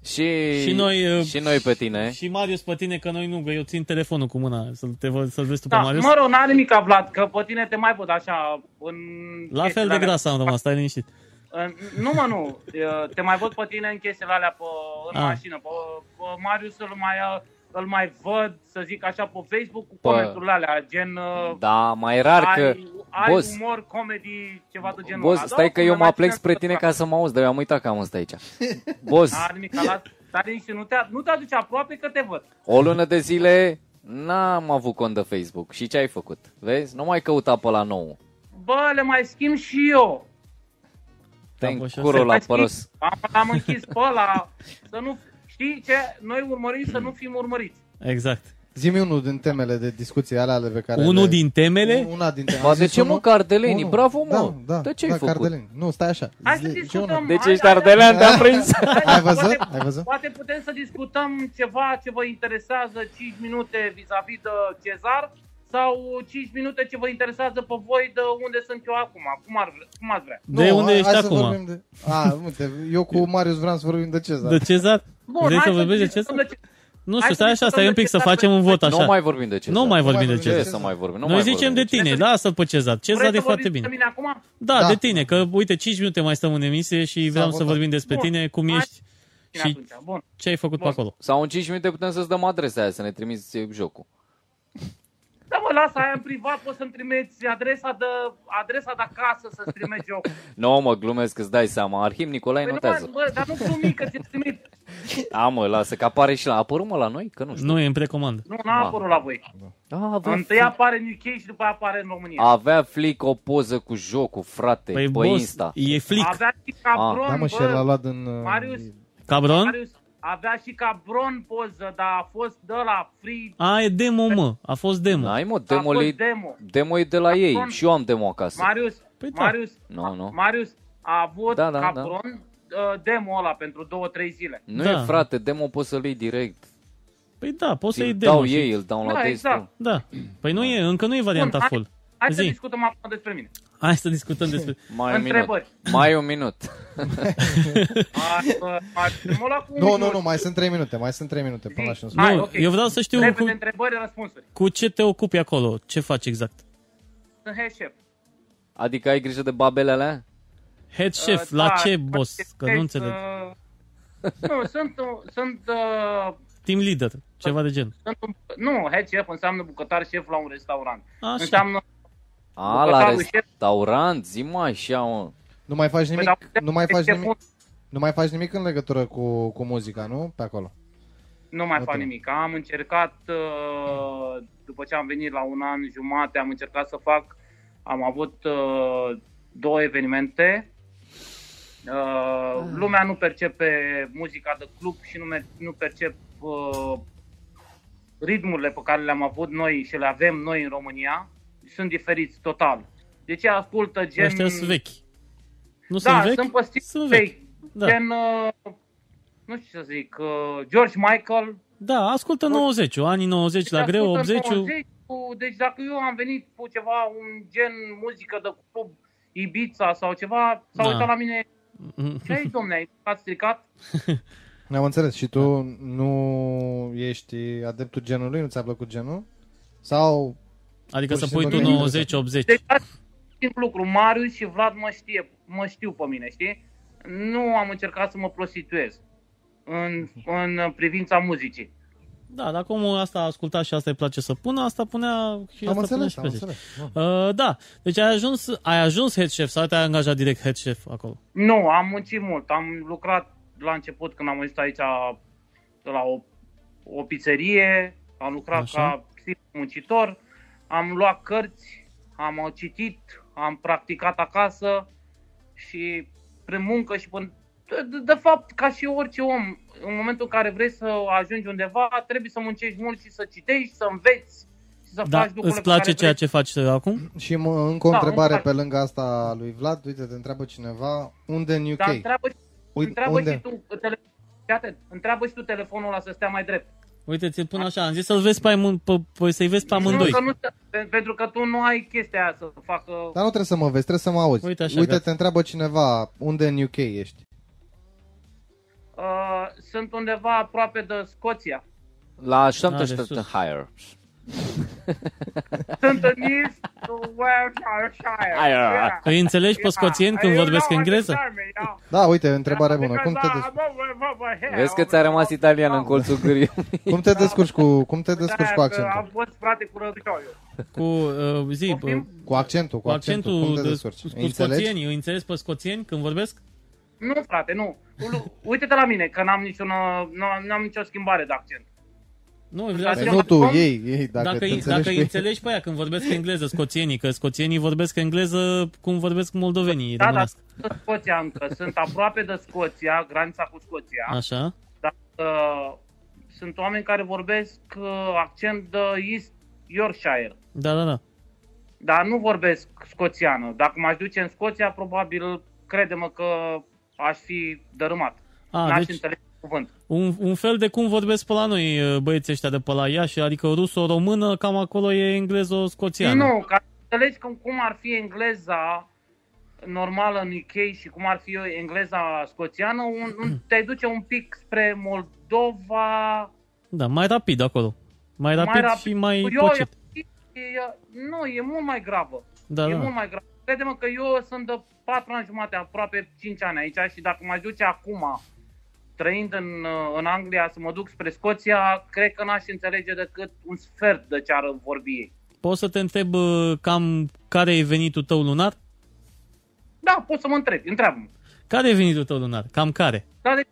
Speaker 4: Și,
Speaker 2: Și noi, uh,
Speaker 4: și noi pe
Speaker 1: Eh?
Speaker 4: tine.
Speaker 2: Și Marius pe tine, că noi nu, că eu țin telefonul cu mâna să te vă, să-l vezi tu
Speaker 1: Da,
Speaker 2: pe Marius.
Speaker 1: mă rog, n-are nimic, Vlad, că pe tine te mai văd așa în...
Speaker 2: La fel
Speaker 1: chestiile
Speaker 2: de
Speaker 1: alea.
Speaker 2: gras am rămas, stai liniștit.
Speaker 1: Uh, Nu, mă, nu. Uh, Te mai văd pe tine în chestiile alea pe, în
Speaker 2: Ah.
Speaker 1: mașină. Pe, pe Marius îl mai, uh, îl mai văd, să zic așa, pe Facebook cu
Speaker 4: Pe-
Speaker 1: comenturile alea, gen... uh,
Speaker 4: Da, mai rar că...
Speaker 1: ai, ai
Speaker 4: boss,
Speaker 1: umor, comedy, ceva de genul
Speaker 4: boss,
Speaker 1: ăla.
Speaker 4: stai
Speaker 1: Da,
Speaker 4: că eu mă
Speaker 1: mai
Speaker 4: aplec
Speaker 1: ține
Speaker 4: spre tine
Speaker 1: să-
Speaker 4: ca să mă auzi, dar eu am uitat că am ăsta aici. Boss,
Speaker 1: N-are nimic, las- dar nici nu te, nu te aduci aproape că te văd.
Speaker 4: o lună de zile n-am avut cont de Facebook. Și ce ai făcut? Vezi? Nu mai căuta pe la nou.
Speaker 1: Bă, le mai schimb și eu.
Speaker 4: Te
Speaker 2: Da, poșa.
Speaker 4: curul
Speaker 1: Mai
Speaker 4: la
Speaker 1: schimb.
Speaker 4: păros.
Speaker 1: Am, am închis pe ăla, să nu... Știi ce? Noi urmărim să nu fim urmăriți.
Speaker 2: Exact.
Speaker 3: Zimi unul din temele de discuție alea ale pe care
Speaker 2: Unul
Speaker 3: le...
Speaker 2: din temele?
Speaker 3: Una din temele.
Speaker 4: Ba,
Speaker 3: Am
Speaker 4: de
Speaker 3: zis
Speaker 4: ce,
Speaker 3: unul?
Speaker 4: mă, că ardelenii?
Speaker 3: Unul.
Speaker 4: Bravo, mă.
Speaker 3: Da, da,
Speaker 4: De ce ai
Speaker 3: da,
Speaker 4: făcut?
Speaker 3: Cardeleni. Nu, stai așa.
Speaker 1: Hai să
Speaker 3: Zi- zi
Speaker 1: discutăm.
Speaker 3: unul.
Speaker 4: Deci
Speaker 1: Hai,
Speaker 4: ești
Speaker 1: hai,
Speaker 4: ardelean, te-a prins.
Speaker 3: Ai văzut? Ai văzut?
Speaker 1: Poate putem să discutăm ceva ce vă interesează 5 minute vis-a-vis de Cezar sau 5 minute ce vă interesează pe voi de unde sunt eu acum. Cum, ar, cum ați vrea?
Speaker 2: De unde
Speaker 3: hai-
Speaker 2: ești
Speaker 3: hai să
Speaker 2: acum?
Speaker 3: vorbim De... A, uite, eu cu Marius vreau să vorbim de da. Cezar.
Speaker 2: De Cezar? Vrei să vorbești de
Speaker 1: discutăm
Speaker 2: Cezar?
Speaker 1: de
Speaker 2: Nu
Speaker 1: Hai
Speaker 2: știu,
Speaker 1: să
Speaker 2: stai așa,
Speaker 1: discutăm
Speaker 2: stai un
Speaker 1: de
Speaker 2: pic să
Speaker 1: Cezar,
Speaker 2: facem un
Speaker 1: păi,
Speaker 2: vot
Speaker 4: Nu
Speaker 2: așa.
Speaker 4: mai vorbim de ce.
Speaker 2: Nu mai vorbim de
Speaker 3: Nu mai
Speaker 4: Ce
Speaker 2: Cezar.
Speaker 3: vorbim
Speaker 4: să mai vorbim? Nu
Speaker 2: Noi
Speaker 4: mai
Speaker 2: zicem
Speaker 4: vorbim
Speaker 2: de
Speaker 4: ce.
Speaker 2: tine,
Speaker 1: Cezar.
Speaker 2: lasă-l pe Cezar. Cezar
Speaker 1: Vreți
Speaker 2: e
Speaker 1: să
Speaker 2: foarte
Speaker 1: vorbiți de
Speaker 2: bine.
Speaker 1: mine acum?
Speaker 2: Da,
Speaker 3: Da.
Speaker 2: de tine, că uite, 5 minute mai stăm în emisie și vreau să
Speaker 3: votat.
Speaker 2: vorbim despre
Speaker 1: Bun.
Speaker 2: tine, cum
Speaker 1: Hai.
Speaker 2: ești
Speaker 1: Bine
Speaker 2: și
Speaker 1: atunci, bun.
Speaker 2: ce ai făcut pe
Speaker 1: Bun.
Speaker 2: acolo.
Speaker 4: Sau în 5 minute putem să-ți dăm adresa aia, să ne trimiți jocul.
Speaker 1: Da, mă, lasă aia în privat, poți să-mi trimiți adresa de, adresa de acasă să-ți trimit eu.
Speaker 4: Nu, mă, glumesc, îți dai seama. Arhim Nicolae
Speaker 1: Păi nu,
Speaker 4: Păi notează.
Speaker 1: bă, dar nu glumi că ți-l trimit.
Speaker 4: A, mă, lasă, că apare și la... A apărut, mă, la noi? Că nu știu.
Speaker 2: Nu e în precomandă.
Speaker 1: Nu, n-a
Speaker 4: Ma.
Speaker 1: apărut la voi.
Speaker 4: A, avea,
Speaker 1: Întâi apare în UK și după aia apare în România.
Speaker 4: avea flic o poză cu jocul, frate,
Speaker 2: Păi,
Speaker 4: pe
Speaker 2: boss,
Speaker 4: Insta.
Speaker 2: e flic.
Speaker 1: Avea și cabron,
Speaker 3: Da, mă, și el
Speaker 1: bă.
Speaker 3: l-a luat în... uh,
Speaker 1: Marius,
Speaker 2: Cabron?
Speaker 1: Marius, avea și cabron poză, dar a fost de la free,
Speaker 2: A, e demo, mă. A fost demo.
Speaker 4: N-ai, mă,
Speaker 1: a
Speaker 4: demoli...
Speaker 1: fost demo.
Speaker 4: Demo e de la ei
Speaker 1: Bun.
Speaker 4: și eu am demo acasă.
Speaker 1: Marius,
Speaker 2: Păi da.
Speaker 1: Marius,
Speaker 4: Nu, nu.
Speaker 1: Marius a avut
Speaker 4: Da, da,
Speaker 1: cabron uh, demo ăla pentru două, trei zile.
Speaker 4: Nu
Speaker 2: Da.
Speaker 4: e, frate, demo poți să-l iei direct.
Speaker 2: Păi da, poți să iei
Speaker 4: Ți-l
Speaker 2: demo.
Speaker 4: dau
Speaker 2: și-
Speaker 4: ei, îl downloadezi
Speaker 1: Da,
Speaker 4: tu.
Speaker 1: exact.
Speaker 2: Da. Păi nu e, încă nu e varianta
Speaker 1: Bun, hai-
Speaker 2: full.
Speaker 1: Hai să
Speaker 2: Zi.
Speaker 1: discutăm acum despre mine.
Speaker 2: Hai să discutăm despre...
Speaker 4: Mai un minut.
Speaker 1: Întrebări.
Speaker 4: Mai un minut.
Speaker 1: A, bă, a, mă lua cu un
Speaker 3: Nu,
Speaker 1: minut.
Speaker 3: nu, nu, mai sunt 3 minute, mai sunt 3 minute până la
Speaker 1: Zi.
Speaker 3: 5.
Speaker 1: Hai,
Speaker 2: Nu,
Speaker 1: ok.
Speaker 2: eu vreau să știu
Speaker 1: Repede
Speaker 2: cu,
Speaker 1: întrebări, răspunsuri.
Speaker 2: cu ce te ocupi acolo, ce faci exact.
Speaker 1: Sunt head chef.
Speaker 4: Adică ai grijă de babele alea?
Speaker 2: Head chef,
Speaker 1: Uh,
Speaker 2: la
Speaker 1: da,
Speaker 2: ce boss? Că nu
Speaker 1: uh,
Speaker 2: înțeleg.
Speaker 1: Nu, sunt, un- sunt, uh,
Speaker 2: Team leader, ceva de gen.
Speaker 1: sunt un, nu, head chef înseamnă bucătar șef la un restaurant.
Speaker 2: Așa.
Speaker 1: Înseamnă,
Speaker 4: A, la
Speaker 1: Bucătarul șef.
Speaker 4: restaurant, zi mă așa, mă.
Speaker 3: Nu mai faci
Speaker 1: Păi, dar
Speaker 3: nimic, nu mai
Speaker 1: head
Speaker 3: faci
Speaker 1: cheful
Speaker 3: nimic, nu mai faci nimic în legătură cu, cu muzica, nu? Pe acolo.
Speaker 1: Nu mai fac
Speaker 3: Ok.
Speaker 1: nimic. Am încercat, uh, după ce am venit la un an jumate, am încercat să fac, am avut uh, două evenimente. Uh, Lumea nu percepe muzica de club și nu, mer- nu percep uh, ritmurile pe care le-am avut noi și le avem noi în România. Sunt diferiți total. De ce ascultă gen...
Speaker 2: Ăștia sunt vechi. Nu
Speaker 1: Da,
Speaker 2: sunt vechi?
Speaker 1: sunt pe stil
Speaker 2: Sunt vechi.
Speaker 1: vechi.
Speaker 2: Da.
Speaker 1: Gen, uh, nu știu ce să zic, uh, George Michael,
Speaker 2: Da, ascultă 90 anii 90 la
Speaker 1: Deci
Speaker 2: greu,
Speaker 1: ascultăm
Speaker 2: 80
Speaker 1: 90-ul, Deci dacă eu am venit cu ceva, un gen muzică de club, Ibiza sau ceva, s-au
Speaker 2: Da.
Speaker 1: uitat la mine, ce ai domne, ai ați stricat?
Speaker 3: Ne-am înțeles. Și tu nu ești adeptul genului, nu ți-a plăcut genul? Sau
Speaker 2: Adică
Speaker 3: Pur
Speaker 2: să
Speaker 3: și
Speaker 2: pui tu
Speaker 3: simplu
Speaker 2: 90, 80.
Speaker 1: Deci asta e simplu lucru, Marius și Vlad mă, știe, mă știu pe mine, știi? Nu am încercat să mă prostituez în, în privința muzicii.
Speaker 2: Da, dacă omul asta a ascultat și asta îi place să pună, asta punea și
Speaker 3: am
Speaker 2: asta punea
Speaker 3: înțeles,
Speaker 2: și
Speaker 3: am
Speaker 2: pe zece.
Speaker 3: înțeles. Bun.
Speaker 2: Uh, da, deci ai ajuns, ai ajuns head chef sau te-ai angajat direct head chef acolo?
Speaker 1: Nu, am muncit mult. Am lucrat la început când am ajuns aici la o, o pizzerie, am lucrat
Speaker 2: Așa.
Speaker 1: Așa. ca simplu muncitor, am luat cărți, am citit, am practicat acasă și prin muncă și până... De, de- de fapt, ca și orice om, în momentul în care vrei să ajungi undeva, trebuie să muncești mult și să citești, să înveți și să
Speaker 2: Da,
Speaker 1: faci lucrurile
Speaker 2: îți
Speaker 1: pe
Speaker 2: place
Speaker 1: care
Speaker 2: ceea
Speaker 1: vrei.
Speaker 2: ce faci uh, acum?
Speaker 3: Și mă, încă o
Speaker 1: Da,
Speaker 3: întrebare
Speaker 1: îmi
Speaker 3: pe lângă asta a lui Vlad. Uite, te întreabă cineva unde în UK?
Speaker 1: Dar Da, întreabă,
Speaker 3: Uite,
Speaker 1: întreabă,
Speaker 3: unde?
Speaker 1: Și tu, tele... Fii atent, întreabă și tu telefonul ăla să stea mai drept.
Speaker 2: Uite, ți pun așa, am zis să-l vezi pe, amân- pe, pe, să-i vezi pe amândoi.
Speaker 1: Nu, că nu, te- pe- pentru că tu nu ai chestia aia să facă...
Speaker 3: Dar nu trebuie să mă vezi, trebuie să mă auzi.
Speaker 2: Uite așa,
Speaker 3: Uite
Speaker 2: gata.
Speaker 3: te întreabă cineva unde în UK ești.
Speaker 1: Uh, sunt undeva aproape de Scoția.
Speaker 4: La
Speaker 2: Ah, de sus.
Speaker 4: Hampton Hire.
Speaker 1: Sunt în East Wiltshire. Yeah.
Speaker 2: Îi înțelegi pe
Speaker 1: Yeah.
Speaker 2: scoțieni când
Speaker 1: You
Speaker 2: vorbesc
Speaker 1: know
Speaker 2: engleză?
Speaker 1: understand me, yeah.
Speaker 3: Da, uite, întrebare bună. Cum
Speaker 1: Because uh,
Speaker 3: te, des-
Speaker 1: I'm over- over here.
Speaker 4: Vezi că ți-a rămas italian în colțul gâriei.
Speaker 3: cum te descurci cu, cum te descurci cu
Speaker 1: Da, că Am
Speaker 3: accentul?
Speaker 1: fost frate cu rădușoiul.
Speaker 2: Cu, uh, zi,
Speaker 1: Poftim?
Speaker 2: cu,
Speaker 3: Cu accentul, cu
Speaker 2: cu accentul,
Speaker 3: accentul, cum te
Speaker 2: de,
Speaker 3: descurci?
Speaker 2: cu
Speaker 3: Îi Înțelegi?
Speaker 2: scoțienii, îi înțelegi pe scoțieni când vorbesc?
Speaker 1: Nu, frate, nu. Ulu- Uite-te la mine, că n-am, niciun, uh, n-am, n-am nicio schimbare de accent.
Speaker 2: Nu, vreau
Speaker 3: Păi
Speaker 2: să...
Speaker 1: Accentul-
Speaker 3: nu tu, ei, ei, dacă,
Speaker 2: Dacă,
Speaker 3: te
Speaker 2: îi,
Speaker 3: înțelegi,
Speaker 2: dacă
Speaker 3: cu
Speaker 2: îi
Speaker 3: ei.
Speaker 2: înțelegi pe aia când vorbesc engleză, scoțienii, că scoțienii vorbesc engleză cum vorbesc moldovenii.
Speaker 1: Da, da,
Speaker 2: românesc.
Speaker 1: sunt în Scoția încă. Sunt aproape de Scoția, granița cu Scoția.
Speaker 2: Așa.
Speaker 1: Dar uh, sunt oameni care vorbesc uh, accent de East Yorkshire.
Speaker 2: Da, da, da.
Speaker 1: Dar nu vorbesc scoțiană. Dacă m-aș duce în Scoția, probabil, crede-mă că aș fi dărâmat.
Speaker 2: A,
Speaker 1: N-aș
Speaker 2: deci
Speaker 1: înțelege cuvânt.
Speaker 2: un, un fel de cum vorbesc pe la noi uh, băieții ăștia de pe la Iași, adică ruso-română, cam acolo e englezo-scoțiană.
Speaker 1: Nu, ca să înțelegi cum, cum ar fi engleza normală în UK și cum ar fi engleza scoțiană, un, un, te duce un pic spre Moldova,
Speaker 2: Da, mai rapid acolo. Mai rapid, mai rapid. și mai
Speaker 1: eu,
Speaker 2: pocit.
Speaker 1: eu- e- nu, e mult mai gravă.
Speaker 2: Da,
Speaker 1: e
Speaker 2: da.
Speaker 1: mult mai gravă. Crede-mă că eu sunt de 4 ani jumate, aproape 5 ani aici și dacă mă duce acum, trăind în, uh, în Anglia, să mă duc spre Scoția, cred că n-aș înțelege decât un sfert de ce ar vorbi ei.
Speaker 2: Poți să te întreb uh, cam care e venitul tău lunar?
Speaker 1: Da, poți să mă întrebi, întreabă-mă.
Speaker 2: Care e venitul tău lunar? Cam care?
Speaker 1: Dar de,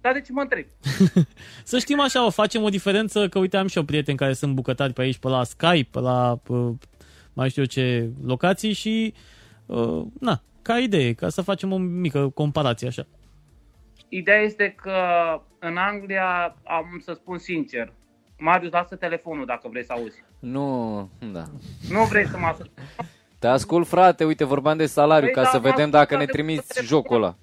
Speaker 1: dar de ce mă întrebi?
Speaker 2: Să știm așa, o facem o diferență, că uite, am și eu prieteni care sunt bucătari pe aici, pe la Skype, pe la uh, mai știu eu ce locații și, uh, na, ca idee, ca să facem o mică comparație așa.
Speaker 1: Ideea este că în Anglia, am să spun sincer, Marius, lasă telefonul dacă vrei să auzi.
Speaker 4: Nu, da.
Speaker 1: Nu vrei să mă asculti.
Speaker 4: Te ascult, frate, uite, vorbeam de salariu,
Speaker 1: Păi,
Speaker 4: ca
Speaker 1: da,
Speaker 4: să
Speaker 1: m-am
Speaker 4: vedem dacă ne
Speaker 1: ascultat de
Speaker 4: trimiți
Speaker 1: putere.
Speaker 4: jocul ăla.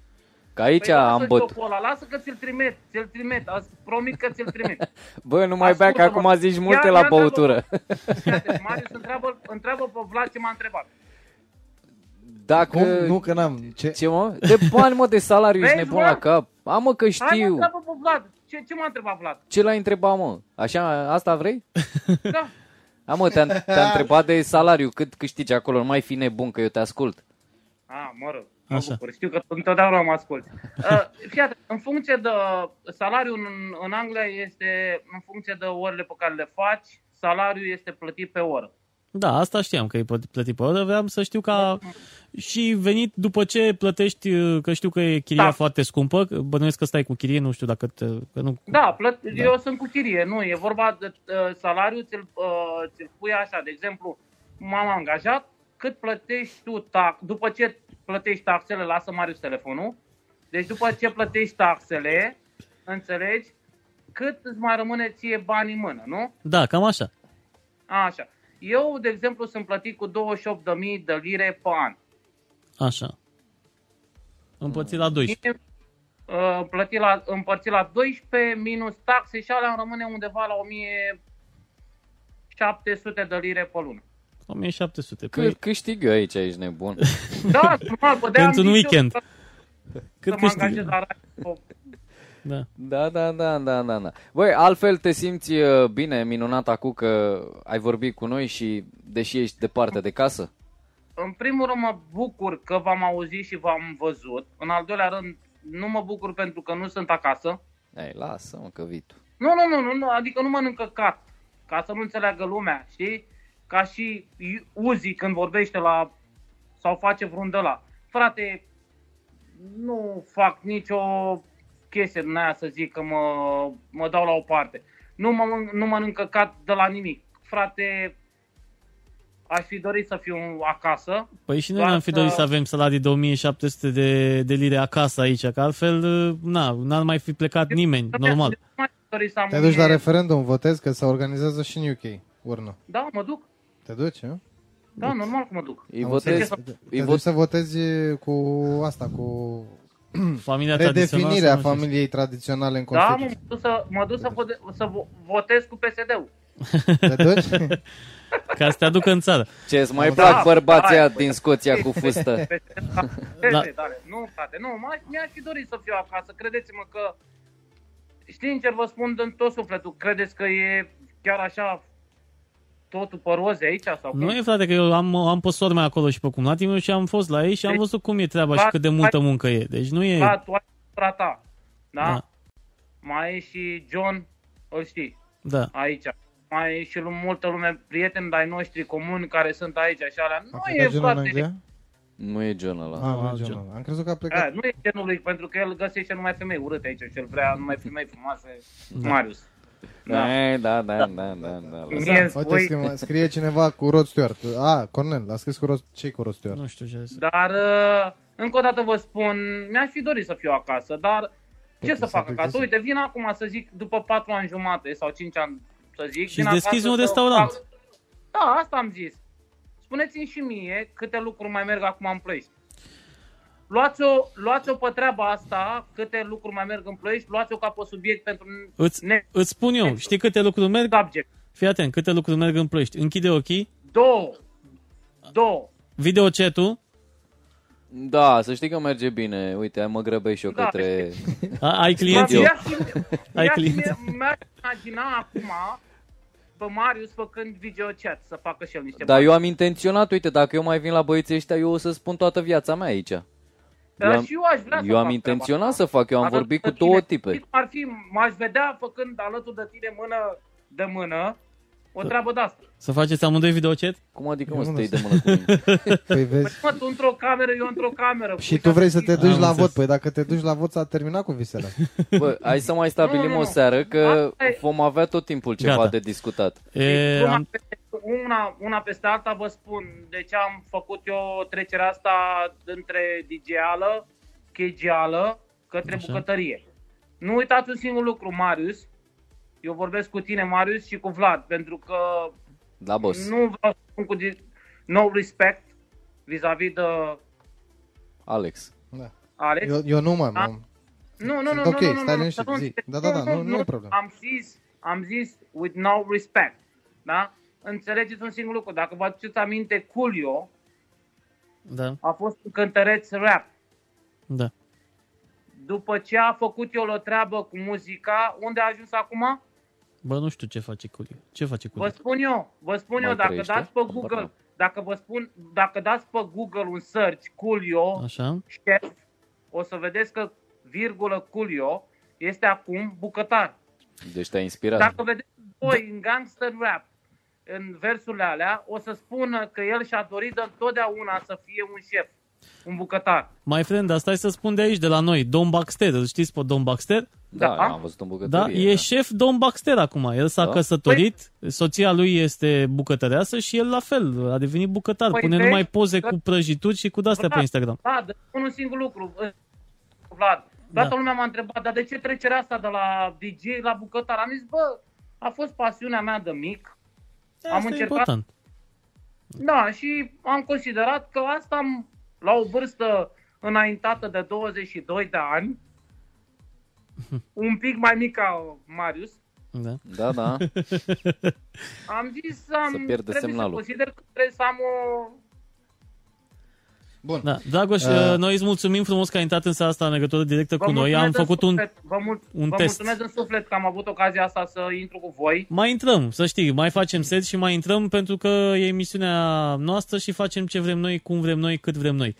Speaker 4: Că aici
Speaker 1: Păi, lasă
Speaker 4: am bătut.
Speaker 1: jocul ăla, lasă că ți-l trimit, ți-l trimit, îți promit că ți-l trimit.
Speaker 4: Bă, nu mai bea, că
Speaker 1: Ascultă-mă.
Speaker 4: acum zici multe
Speaker 1: Ia-
Speaker 4: la
Speaker 1: ia
Speaker 4: băutură.
Speaker 1: Fii atent, Marius întreabă, întreabă pe Vlad ce m-a întrebat.
Speaker 4: Dacă...
Speaker 3: Cum? Nu, că n-am. Ce?
Speaker 4: Ce, mă? De bani, mă, de salariu, ești
Speaker 1: Vezi,
Speaker 4: nebun
Speaker 1: mă?
Speaker 4: la cap. A, mă, că
Speaker 1: Hai, mă,
Speaker 4: știu.
Speaker 1: întreabă pe Vlad, ce, ce m-a întrebat Vlad?
Speaker 4: Ce l-ai întrebat, mă? Așa, asta vrei?
Speaker 1: Da.
Speaker 4: A, mă, te-am, te-am întrebat de salariu, cât câștigi acolo, nu mai fi nebun că eu te ascult.
Speaker 1: A, mă rog, mă
Speaker 2: Așa.
Speaker 1: bucur, știu că tu întotdeauna mă asculti. Uh, fii atent, în funcție de uh, salariul în, în Anglia este în funcție de orele pe care le faci, salariul este plătit pe oră.
Speaker 2: Da, asta știam că e plă- plătit pe oră, vreau să știu ca
Speaker 1: Da.
Speaker 2: și venit după ce plătești, uh, că știu că e chiria da.
Speaker 1: Da.
Speaker 2: foarte scumpă, că bănuiesc că stai cu chirie, nu știu dacă te, că nu...
Speaker 1: Da, plăt, da, eu sunt cu chirie, nu, e vorba de uh, salariu, ți-l, uh, ți-l pui așa, de exemplu, m-am angajat, cât plătești tu tax, după ce plătești taxele, lasă Marius telefonul, deci după ce plătești taxele, înțelegi, cât îți mai rămâne ție bani în mână, nu?
Speaker 2: Da, cam așa.
Speaker 1: Așa. Eu, de exemplu, sunt plătit cu 28.000 de lire pe an.
Speaker 2: Așa. Împărțit
Speaker 1: Mm.
Speaker 2: la 12.
Speaker 1: Mie, uh, plătit la, împărțit la 12 minus taxe și alea îmi rămâne undeva la 1700 de lire pe lună.
Speaker 2: 1700.
Speaker 4: Cât
Speaker 2: Păi,
Speaker 4: câștig eu aici, ești nebun.
Speaker 1: Da, normal, păi de-aia am
Speaker 2: Pentru un
Speaker 1: zis eu
Speaker 2: weekend.
Speaker 1: Să,
Speaker 2: cât
Speaker 1: să mă angajez
Speaker 2: câștigi?
Speaker 1: la radio.
Speaker 2: Da.
Speaker 4: Da, da, da, da, da, da. Băi, altfel te simți uh, bine, minunat acum că ai vorbit cu noi și deși ești departe de casă?
Speaker 1: În primul rând mă bucur că v-am auzit și v-am văzut. În al doilea rând, nu mă bucur pentru că nu sunt acasă.
Speaker 4: Ei, lasă-mă că vii tu.
Speaker 1: Nu, nu, nu, nu, nu adică nu mănânc căcat, ca să nu înțeleagă lumea, știi? Ca și I- Uzi când vorbește la sau face vreun de la. Frate, nu fac nicio chestie din aia să zic că mă, mă dau la o parte. Nu, mă, mân- nu mănânc căcat de la nimic. Frate, aș fi dorit să fiu acasă.
Speaker 2: Păi și noi
Speaker 1: Doar
Speaker 2: ne-am fi
Speaker 1: că-
Speaker 2: dorit să avem salarii de 1700 de, de lire acasă aici, că altfel uh, na, n-ar mai fi plecat nimeni, normal.
Speaker 1: Nu mai aș dori să am
Speaker 3: Te duci
Speaker 1: mie-
Speaker 3: la referendum, votezi că se organizează și în UK, urnă.
Speaker 1: Da, mă duc.
Speaker 3: Te duci, nu?
Speaker 1: Da, normal că mă duc.
Speaker 4: Îi
Speaker 3: Am
Speaker 4: votez,
Speaker 3: înțeles.
Speaker 1: să-
Speaker 4: îi
Speaker 3: Te
Speaker 4: vot,
Speaker 3: duci să votezi cu asta, cu
Speaker 2: Familia tradițională. sau
Speaker 3: redefinirea
Speaker 2: nu știu ce.
Speaker 3: familiei tradiționale în
Speaker 1: Da, mă
Speaker 3: Constituție.
Speaker 1: duc să, mă duc să, vote- să vo- votez cu PSD-ul.
Speaker 3: Te duci?
Speaker 2: Ca să te aducă în țară.
Speaker 4: ce îți mai
Speaker 3: Da,
Speaker 4: plac bărbații
Speaker 1: da,
Speaker 4: aia
Speaker 1: da.
Speaker 4: din Scoția cu fustă?
Speaker 2: Da.
Speaker 1: Da. Nu, frate, nu, mai, mi-aș fi dorit să fiu acasă, credeți-mă că, sincer vă spun din tot sufletul, credeți că e chiar așa totul pe roze aici? Sau cum?
Speaker 2: Nu e, frate, că eu am, am pe sora mea acolo și pe cumnatii meu și am fost la ei și am
Speaker 1: Deci-
Speaker 2: văzut cum e treaba și
Speaker 1: Ba-
Speaker 2: cât de multă muncă e. Deci nu e...
Speaker 1: Da, tu ai sora ta. Da?
Speaker 2: Da.
Speaker 1: da? Mai e și John, îl știi,
Speaker 2: Da.
Speaker 1: aici. Mai e și lu- multă lume, prieteni de-ai noștri comuni care sunt aici și alea. Nu
Speaker 3: A
Speaker 1: e,
Speaker 3: plecat genul în
Speaker 1: frate,
Speaker 3: Anglia?
Speaker 4: Nu e genul ăla.
Speaker 3: A, nu e
Speaker 2: Ah, gen.
Speaker 3: genul. Am crezut că a
Speaker 1: a,
Speaker 3: plecat.
Speaker 1: Ah, nu e genul lui, pentru că el găsește numai femei urâte aici și el vrea numai femei frumoase.
Speaker 2: Da.
Speaker 1: Marius. Da.
Speaker 4: Da, da, da, da, da, da.
Speaker 1: Mie
Speaker 3: Da,
Speaker 1: îmi
Speaker 3: uite,
Speaker 1: spui,
Speaker 3: scrie, scrie cineva cu Rod Stewart. A, Cornel, a scris cu Rod... ce cu Rod Stewart?
Speaker 2: Nu știu ce să...
Speaker 1: dar uh, încă o dată vă spun, mi-aș fi dorit să fiu acasă, dar ce
Speaker 3: Păi,
Speaker 1: să
Speaker 3: s-a
Speaker 1: fac acasă?
Speaker 3: plictisit.
Speaker 1: Uite, vin acum să zic, după 4 ani jumate sau 5 ani, să zic.
Speaker 2: Și
Speaker 1: vin
Speaker 2: îți
Speaker 1: acasă
Speaker 2: deschizi un
Speaker 1: să
Speaker 2: restaurant.
Speaker 1: fac- Da, asta am zis. Spuneți-mi și mie câte lucruri mai merg acum în Ploiești. Luați-o, luați-o pe treaba asta, câte lucruri mai merg în Ploiești, luați-o ca pe subiect pentru
Speaker 2: Îți,
Speaker 1: next
Speaker 2: îți spun eu, știi câte lucruri merg?
Speaker 1: subject.
Speaker 2: Fii atent, câte lucruri merg în plăști. Închide ochii,
Speaker 1: Două. Două.
Speaker 2: video ul
Speaker 4: Da, să știi că merge bine. Uite, mă grăbesc și eu
Speaker 1: Da.
Speaker 4: către...
Speaker 2: ai clienți.
Speaker 4: eu.
Speaker 1: Mi-aș- mi-aș-
Speaker 2: clienți?
Speaker 1: Mi-aș imagina acum pe Marius făcând video chat să facă și el niște
Speaker 4: Dar eu am intenționat, uite, dacă eu mai vin la băieții ăștia, eu o să spun toată viața mea aici.
Speaker 1: Dar
Speaker 4: eu am-
Speaker 1: Da, și eu aș vrea să
Speaker 4: Eu am
Speaker 1: fac treaba
Speaker 4: intenționat
Speaker 1: asta.
Speaker 4: să fac, eu am
Speaker 1: Alături
Speaker 4: vorbit
Speaker 1: de
Speaker 4: cu două
Speaker 1: tine.
Speaker 4: tipe.
Speaker 1: Știi cum Ar fi, m-aș vedea făcând alături de tine mână de mână o treabă de asta.
Speaker 2: Să faceți amândoi videochat?
Speaker 4: Cum adică mă
Speaker 3: Eu nu
Speaker 4: stai de mână cu mine?
Speaker 3: Păi
Speaker 1: Păi,
Speaker 3: vezi?
Speaker 1: mă, tu într-o cameră, eu într-o cameră.
Speaker 3: Și tu vrei să te duci
Speaker 2: Am
Speaker 3: la
Speaker 2: înțeles.
Speaker 3: vot. Păi dacă te duci la vot s-a terminat cu visele.
Speaker 4: Bă, hai să mai
Speaker 1: Nu,
Speaker 4: stabilim
Speaker 1: nu,
Speaker 4: o
Speaker 1: nu.
Speaker 4: seară că
Speaker 1: Asta e-
Speaker 4: vom avea tot timpul ceva
Speaker 2: Gata.
Speaker 4: de discutat.
Speaker 2: E,
Speaker 1: una,
Speaker 2: am,
Speaker 1: peste, una, una peste alta vă spun de ce am făcut eu trecerea asta între digeală, chegeală, către
Speaker 2: Așa.
Speaker 1: Așa. bucătărie. Nu uitați un singur lucru, Marius. Eu vorbesc cu tine, Marius, și cu Vlad, pentru că
Speaker 4: Da, boss.
Speaker 1: nu vreau să spun cu di- no respect vis-a-vis de
Speaker 4: Alex.
Speaker 3: Da.
Speaker 1: Alex.
Speaker 3: Eu, eu nu mai
Speaker 1: Da.
Speaker 3: am.
Speaker 1: Nu, nu,
Speaker 3: Sunt
Speaker 1: nu,
Speaker 3: ok,
Speaker 1: nu, nu,
Speaker 3: stai
Speaker 1: nu, nu,
Speaker 3: liniștit,
Speaker 1: nu,
Speaker 3: zi.
Speaker 1: nu,
Speaker 3: Da, da, da, nu- nu e problemă.
Speaker 1: Am zis, am zis with no respect, da? Înțelegeți un singur lucru, dacă vă aduceți aminte, Culio
Speaker 2: da,
Speaker 1: a fost un cântăreț rap.
Speaker 2: da.
Speaker 1: După ce a făcut el o treabă cu muzica, unde a ajuns acum?
Speaker 2: Bă, nu știu ce face Culiu. Ce face
Speaker 1: Vă
Speaker 2: Culiu?
Speaker 1: spun eu, vă spun
Speaker 4: Mai
Speaker 1: eu, dacă
Speaker 4: trăiește?
Speaker 1: dați pe
Speaker 4: Habar
Speaker 1: Google,
Speaker 4: n-am.
Speaker 1: dacă vă spun, dacă dați pe Google un search, Culio,
Speaker 2: Așa?
Speaker 1: șef, o să vedeți că virgulă Culio este acum bucătar.
Speaker 4: Deci te-ai inspirat.
Speaker 1: Dacă vedeți voi în gangster rap, în versurile alea, o să spună că el și-a dorit de întotdeauna să fie un șef, un bucătar.
Speaker 2: My friend, dar stai să spun de aici, de la noi. Don Baxter, îl știți pe Don Baxter?
Speaker 4: Da,
Speaker 1: Da.
Speaker 4: am văzut în
Speaker 2: Da,
Speaker 4: bucătărie.
Speaker 2: e șef Don Baxter acum. El s-a
Speaker 4: Da.
Speaker 2: căsătorit,
Speaker 1: Păi-
Speaker 2: soția lui este bucătăreasă și el la fel. A devenit bucătar.
Speaker 1: Păi
Speaker 2: Pune
Speaker 1: vezi
Speaker 2: numai poze
Speaker 1: că-
Speaker 2: cu prăjituri și cu de-astea pe
Speaker 1: Da.
Speaker 2: Instagram.
Speaker 1: Da, de spun un singur lucru, eh, Vlad. Toată
Speaker 2: Da.
Speaker 1: lumea m-a întrebat, dar de ce trecerea asta de la DJ la bucătar? Am zis, bă, a fost pasiunea mea de mic. Am
Speaker 2: Asta e
Speaker 1: încercat-
Speaker 2: important.
Speaker 1: Da, și am considerat că asta am, la o vârstă înaintată de 22 de ani, un pic mai mic ca Marius,
Speaker 2: Da.
Speaker 4: Da, da.
Speaker 1: Am zis, am,
Speaker 4: Să pierdă
Speaker 1: trebuie
Speaker 4: semnalul.
Speaker 1: Să consider că trebuie să am o...
Speaker 3: Bun.
Speaker 2: Da, Dragoș,
Speaker 3: Uh,
Speaker 2: uh, noi îți mulțumim frumos că ai intrat în seara asta în legătură directă cu noi.
Speaker 1: mulțumesc
Speaker 2: Am
Speaker 1: în
Speaker 2: făcut un...
Speaker 1: suflet, vă mul-
Speaker 2: un
Speaker 1: vă
Speaker 2: test.
Speaker 1: mulțumesc în suflet că am avut ocazia asta să intru cu voi.
Speaker 2: Mai intrăm, să știi, mai facem set și mai intrăm pentru că e emisiunea noastră și facem ce vrem noi, cum vrem noi, cât vrem noi.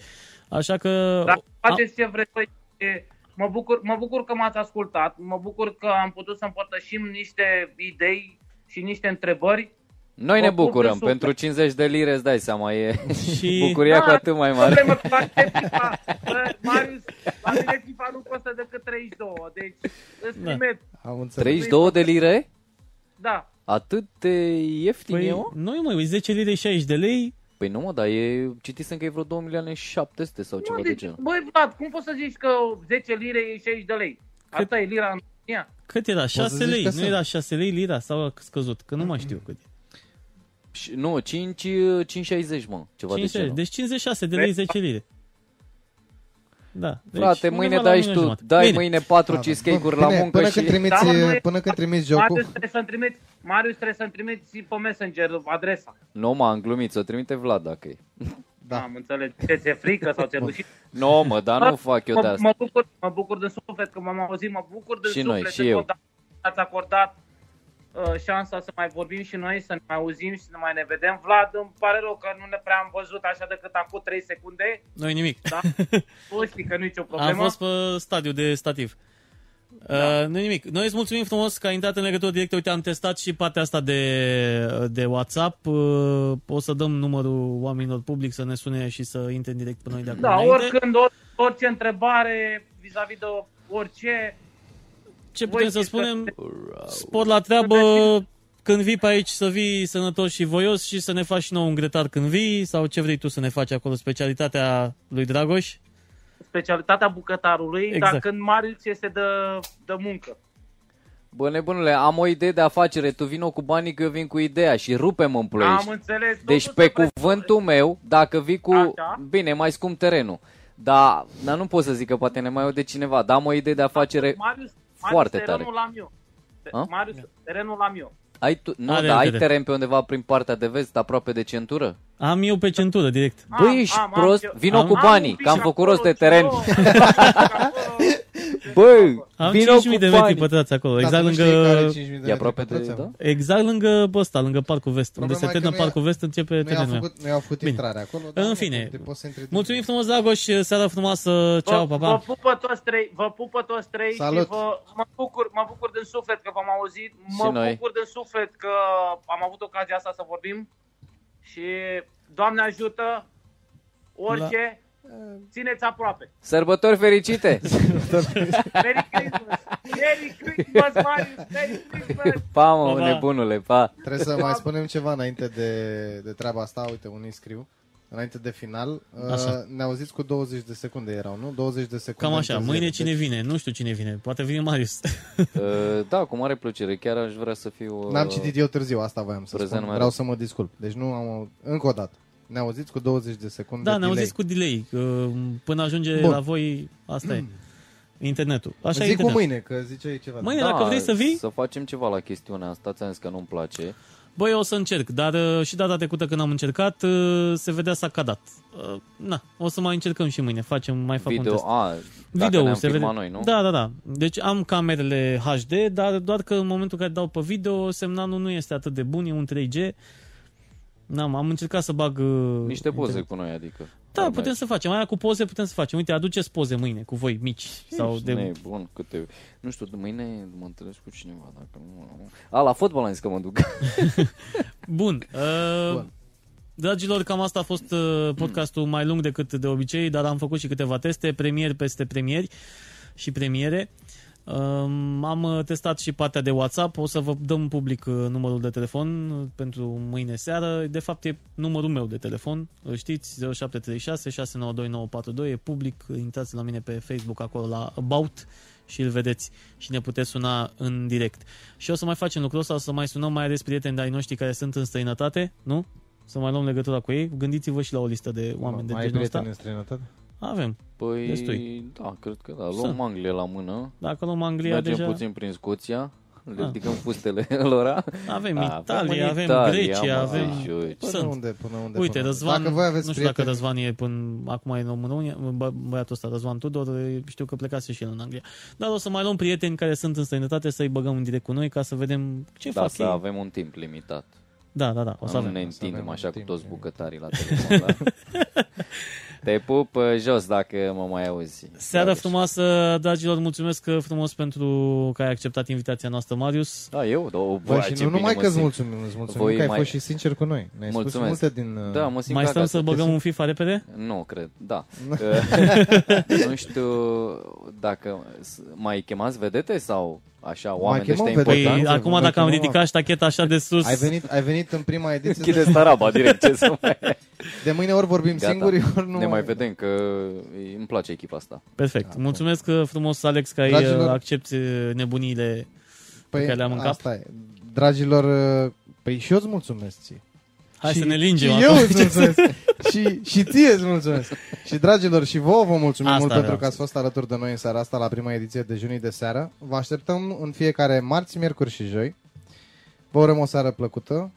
Speaker 2: Așa că...
Speaker 1: Dacă faceți ce vreți voi, e- mă bucur, mă bucur că m-ați ascultat, mă bucur că am putut să împărtășim niște idei și niște întrebări.
Speaker 4: Noi ne
Speaker 1: Mă pup de
Speaker 4: bucurăm.
Speaker 1: suflet. Da.
Speaker 4: Pentru 50 de lire îți dai seama, e
Speaker 2: Și-
Speaker 4: bucuria cu atât mai mare.
Speaker 1: Problemă cu la mine FIFA. Bă, Marius, la mine FIFA nu costă decât 32, deci îți
Speaker 2: Da.
Speaker 1: primesc.
Speaker 3: Am înțeles.
Speaker 4: 32 de lire?
Speaker 1: Da.
Speaker 4: Atât de ieftin
Speaker 2: Păi,
Speaker 4: e, mă?
Speaker 2: noi mă, e 10 lire 60 de lei,
Speaker 4: Păi nu, mă, dar e... Citisem că e vreo 2 milioane 700 sau ceva
Speaker 1: Nu,
Speaker 4: de
Speaker 1: deci,
Speaker 4: genul.
Speaker 1: băi Vlad, cum poți să zici că 10 lire e 60 de lei? Asta e lira în România.
Speaker 2: cât era? 6
Speaker 3: zici
Speaker 2: lei,
Speaker 3: că
Speaker 2: nu
Speaker 3: sunt.
Speaker 2: era 6 lei lira sau a scăzut, că nu mai știu cât e.
Speaker 4: Și- Nu, 5, 560, mă, ceva de
Speaker 2: 50,
Speaker 4: genul.
Speaker 2: deci 56 de lei 10 lire. Da. Deci
Speaker 4: Frate,
Speaker 2: undeva
Speaker 4: mâine
Speaker 2: la
Speaker 4: dai
Speaker 2: mine
Speaker 4: și tu,
Speaker 2: jumătate.
Speaker 4: dai
Speaker 2: Bine,
Speaker 4: mâine 4
Speaker 3: Bun,
Speaker 4: cheesecake-uri
Speaker 3: bine,
Speaker 4: la muncă
Speaker 3: până
Speaker 4: și...
Speaker 3: când trimiți,
Speaker 1: Da, mă, nu e-
Speaker 3: până când trimiți
Speaker 1: Marius
Speaker 3: jocul.
Speaker 1: trebuie să-mi trimiți, Marius trebuie să-mi trimiți pe Messenger adresa.
Speaker 4: Nu, mă, am glumit, să trimite Vlad dacă e.
Speaker 3: Da.
Speaker 1: Am înțeles. Ce ți-e frică sau ce rușit?
Speaker 4: Nu, mă, dar nu fac eu de
Speaker 1: mă,
Speaker 4: asta.
Speaker 1: mă, bucur, mă bucur de suflet că m-am auzit, mă bucur de
Speaker 4: Și
Speaker 1: suflet
Speaker 4: noi, și
Speaker 1: că
Speaker 4: eu.
Speaker 1: ați acordat uh, șansa să mai vorbim și noi, să ne mai auzim și să ne mai ne vedem. Vlad, îmi pare rău că nu ne prea am văzut așa decât acum 3 secunde,
Speaker 2: Noi nimic.
Speaker 1: da? tu știi că nu e nicio
Speaker 2: Am
Speaker 1: problemă.
Speaker 2: fost pe stadiu de stativ. Da. Uh, nu nimic. Noi îți mulțumim frumos că ai intrat în legătură directă. Uite, am testat și partea asta de, de WhatsApp. Uh, o să dăm numărul oamenilor public să ne sune și să intre în direct pe noi de acum
Speaker 1: Da,
Speaker 2: înainte.
Speaker 1: oricând, or, orice întrebare vis-a-vis de orice,
Speaker 2: Ce
Speaker 1: voi
Speaker 2: putem să
Speaker 1: știți că-
Speaker 2: spunem? Spor la treabă când vii pe aici să vii sănătos și voios și să ne faci și nou un grătar când vii sau ce vrei tu să ne faci acolo, specialitatea lui Dragoș.
Speaker 1: specialitatea bucătarului,
Speaker 2: Exact.
Speaker 1: exact. dar când Marius este de, de muncă.
Speaker 4: Bă, nebunule, am o idee de afacere, tu vino cu banii că eu vin cu ideea și rupem în ploiești.
Speaker 1: Am înțeles.
Speaker 4: Deci
Speaker 1: totul
Speaker 4: pe
Speaker 1: se pre-
Speaker 4: cuvântul meu, dacă vii cu...
Speaker 1: Așa.
Speaker 4: Bine, mai scump terenul. Dar, dar nu pot să zic că poate ne mai aude cineva. Dar am o idee de afacere.
Speaker 1: Marius,
Speaker 4: foarte
Speaker 1: Marius, terenul l-am eu. Te-
Speaker 4: A?
Speaker 1: Marius, terenul l-am eu.
Speaker 4: Ai tu... Nu,
Speaker 2: Are
Speaker 4: da, ai
Speaker 2: încredere.
Speaker 4: teren pe undeva prin partea de vest, aproape de centură?
Speaker 2: Am eu pe centură, direct.
Speaker 4: Bă, ești prost?
Speaker 1: eu-
Speaker 4: Vino
Speaker 2: cu
Speaker 1: un
Speaker 4: banii,
Speaker 1: pic
Speaker 4: că am
Speaker 1: acolo,
Speaker 4: făcut rost de
Speaker 1: și
Speaker 4: teren.
Speaker 1: eu, acolo.
Speaker 4: Bă,
Speaker 2: Am
Speaker 4: vino
Speaker 2: 5.000
Speaker 4: cu
Speaker 2: de metri
Speaker 4: banii.
Speaker 2: pătrați acolo, exact
Speaker 3: Dar tu nu știi care
Speaker 2: lângă...
Speaker 3: 5.000 de metri
Speaker 4: E aproape de...
Speaker 3: pătrați,
Speaker 4: Da?
Speaker 2: Exact lângă pe ăsta, lângă Parcul Vest.
Speaker 3: Problema
Speaker 2: unde
Speaker 3: e
Speaker 2: se
Speaker 3: că
Speaker 2: termină
Speaker 3: nu i-a-
Speaker 2: Parcul Vest, începe
Speaker 3: Nu i-au
Speaker 2: terenul meu.
Speaker 3: făcut, nu i-au făcut
Speaker 2: Bine.
Speaker 3: intrarea acolo.
Speaker 2: În
Speaker 3: nu,
Speaker 2: fine.
Speaker 3: de poți să intri din-
Speaker 2: Mulțumim frumos, Dragoș, seara frumoasă, ceau,
Speaker 1: Vă,
Speaker 2: pa,
Speaker 1: vă
Speaker 2: pa.
Speaker 1: pupă toți trei, vă pupă toți trei
Speaker 3: Salut.
Speaker 1: și vă, mă, bucur, mă bucur din suflet că v-am auzit, mă
Speaker 4: Și noi.
Speaker 1: bucur din suflet că am avut ocazia asta să vorbim și Doamne ajută orice, La... țineți aproape.
Speaker 4: Sărbători fericite!
Speaker 1: Merry Christmas! Merry Christmas, Marius! Merry Christmas!
Speaker 4: Pa, mă,
Speaker 2: Pa, pa.
Speaker 4: nebunule, pa!
Speaker 3: Trebuie să mai spunem ceva înainte de, de treaba asta. Uite, unii scriu. Înainte de final,
Speaker 2: Așa.
Speaker 3: uh, ne auziți cu 20 de secunde erau, nu? 20 de secunde.
Speaker 2: Cam așa,
Speaker 3: întârziere.
Speaker 2: mâine cine
Speaker 3: Deci
Speaker 2: vine, nu știu cine vine, poate vine Marius.
Speaker 4: Uh, Da, cu mare plăcere, chiar aș vrea să fiu... uh,
Speaker 3: N-am citit eu târziu, asta voiam să
Speaker 4: prezent
Speaker 3: spun.
Speaker 4: mai
Speaker 3: Vreau
Speaker 4: rău.
Speaker 3: să mă disculp. Deci nu am... Încă o dată. Ne auziți cu 20 de secunde
Speaker 2: Da, ne
Speaker 3: delay.
Speaker 2: auziți cu delay, că um, până ajunge
Speaker 3: Bun.
Speaker 2: la voi, asta e. Internetul. Așa e
Speaker 3: Zic cu
Speaker 2: internetul.
Speaker 3: mâine, că ziceai ceva.
Speaker 2: Mâine, dacă vrei să vii,
Speaker 4: Da, Să facem ceva la chestiunea asta, ți-am zis că nu-mi place.
Speaker 2: Băi, o să încerc, dar uh, și data trecută când am încercat, uh, se vedea s-a cadat. Uh, Na, o să mai încercăm și mâine, facem, mai fac un
Speaker 4: Video,
Speaker 2: test.
Speaker 4: a, dacă
Speaker 2: Video
Speaker 4: ne-am
Speaker 2: se vede.
Speaker 4: filmat noi, nu?
Speaker 2: Da, da, da. Deci am camerele HD, dar doar că în momentul în care dau pe video, semnalul nu este atât de bun, e un 3G. N-am, am încercat să bag... uh,
Speaker 4: Niște poze
Speaker 2: internet.
Speaker 4: cu noi, adică.
Speaker 2: Da, putem să facem. Aia cu poze putem să facem. Uite, aduceți poze mâine cu voi mici. Sau de...
Speaker 4: Ne, bun, câte... Nu știu, de mâine mă întâlnesc cu cineva, dacă nu... A, la fotbal am zis că mă duc.
Speaker 2: Bun. Uh,
Speaker 3: Bun.
Speaker 2: Dragilor, cam asta a fost uh, podcastul mai lung decât de obicei, dar am făcut și câteva teste, premier peste premieri și premiere. Um, am uh, testat și partea de WhatsApp, o să vă dăm public uh, numărul de telefon uh, pentru mâine seară. De fapt e numărul meu de telefon, îl știți, 0736 692942, e public, intrați la mine pe Facebook acolo la About și îl vedeți și ne puteți suna în direct. Și o să mai facem lucrul ăsta, o să mai sunăm mai ales prieteni de ai noștri care sunt în străinătate, nu? Să mai luăm legătura cu ei. Gândiți-vă și la o listă de oameni de
Speaker 3: Mai ai
Speaker 2: genul
Speaker 3: prieteni
Speaker 2: ăsta.
Speaker 3: în străinătate?
Speaker 2: Avem.
Speaker 4: Păi,
Speaker 2: Destui.
Speaker 4: da, cred că da.
Speaker 2: Sunt.
Speaker 4: Luăm Anglia la mână,
Speaker 2: Dacă luăm Anglia
Speaker 4: mergem
Speaker 2: deja,
Speaker 4: puțin prin Scoția, le
Speaker 2: Ah.
Speaker 4: ridicăm fustele lor.
Speaker 2: avem
Speaker 4: Avem
Speaker 2: Italia,
Speaker 4: în
Speaker 2: avem
Speaker 4: Italia,
Speaker 2: Grecia,
Speaker 4: mă,
Speaker 2: avem... Păi,
Speaker 4: zici, uite.
Speaker 3: Până
Speaker 2: Sunt.
Speaker 3: unde, până unde?
Speaker 2: Uite,
Speaker 3: până unde?
Speaker 2: Răzvan,
Speaker 3: dacă voi aveți
Speaker 2: nu știu dacă
Speaker 3: prieteni-
Speaker 2: Răzvan e până acum e în România, bă- băiatul ăsta, Răzvan Tudor, e- știu că plecase și el în Anglia. Dar o să mai luăm prieteni care sunt în străinătate să-i băgăm în direct cu noi ca să vedem ce
Speaker 4: Da,
Speaker 2: fac
Speaker 4: să
Speaker 2: ei.
Speaker 4: avem un timp limitat.
Speaker 2: Da, da, da, o să
Speaker 4: nu ne
Speaker 2: avem.
Speaker 4: întindem
Speaker 3: avem
Speaker 4: așa
Speaker 3: un
Speaker 4: cu
Speaker 3: timp
Speaker 4: toți
Speaker 3: limitat.
Speaker 4: bucătarii la telefon. da. Te pup uh, jos dacă mă mai auzi. Da, deci-
Speaker 2: Seara
Speaker 4: Dragoș.
Speaker 2: frumoasă, dragilor, mulțumesc uh, frumos pentru că ai acceptat invitația noastră, Marius.
Speaker 4: Da, eu, da, o
Speaker 3: Bă, și
Speaker 4: bă, ce
Speaker 3: nu
Speaker 4: bine
Speaker 3: numai
Speaker 4: mă
Speaker 3: că îți
Speaker 4: simt.
Speaker 3: mulțumim, îți mulțumim
Speaker 4: Voi
Speaker 3: că ai
Speaker 4: mai-
Speaker 3: fost și sincer cu noi. Ne-ai
Speaker 4: Mulțumesc.
Speaker 3: spus multe din... uh,
Speaker 4: Da, mă simt
Speaker 2: Mai
Speaker 4: ca
Speaker 2: stăm
Speaker 4: acasă.
Speaker 2: să băgăm un FIFA repede?
Speaker 4: Nu, cred, da. nu știu dacă s- mai chemați vedete sau așa, oameni de
Speaker 3: chemăm
Speaker 4: ăștia
Speaker 3: vedete.
Speaker 2: Păi,
Speaker 4: importanți.
Speaker 3: Importanță,
Speaker 2: acum dacă
Speaker 3: vă
Speaker 2: am
Speaker 4: da,
Speaker 3: chemăm
Speaker 2: ridicat ștacheta așa de sus,
Speaker 3: Ai venit, ai venit în prima ediție.
Speaker 4: Închide staraba direct, ce să mai...
Speaker 3: De mâine ori vorbim
Speaker 4: Gata.
Speaker 3: singuri, ori nu
Speaker 4: ne mai vedem că îmi place echipa asta.
Speaker 2: perfect.
Speaker 4: Da,
Speaker 2: Mulțumesc uh, frumos, Alex, că ai
Speaker 3: Dragilor-
Speaker 2: uh, accepti uh, nebuniile. pe care le-am în cap.
Speaker 3: Păi, Asta e. Dragilor, păi și eu îți mulțumesc ție.
Speaker 2: Hai
Speaker 3: și,
Speaker 2: să ne lingem
Speaker 3: și
Speaker 2: acum.
Speaker 3: eu îți mulțumesc. și, și ție îți mulțumesc. Și dragilor, și vouă vă mulțumim
Speaker 2: Asta
Speaker 3: mult
Speaker 2: vreau
Speaker 3: pentru că
Speaker 2: să
Speaker 3: ați fost alături de noi în seara asta la prima ediție de junii de seară. Vă așteptăm în fiecare marți, miercuri și joi. Vă urăm o seară plăcută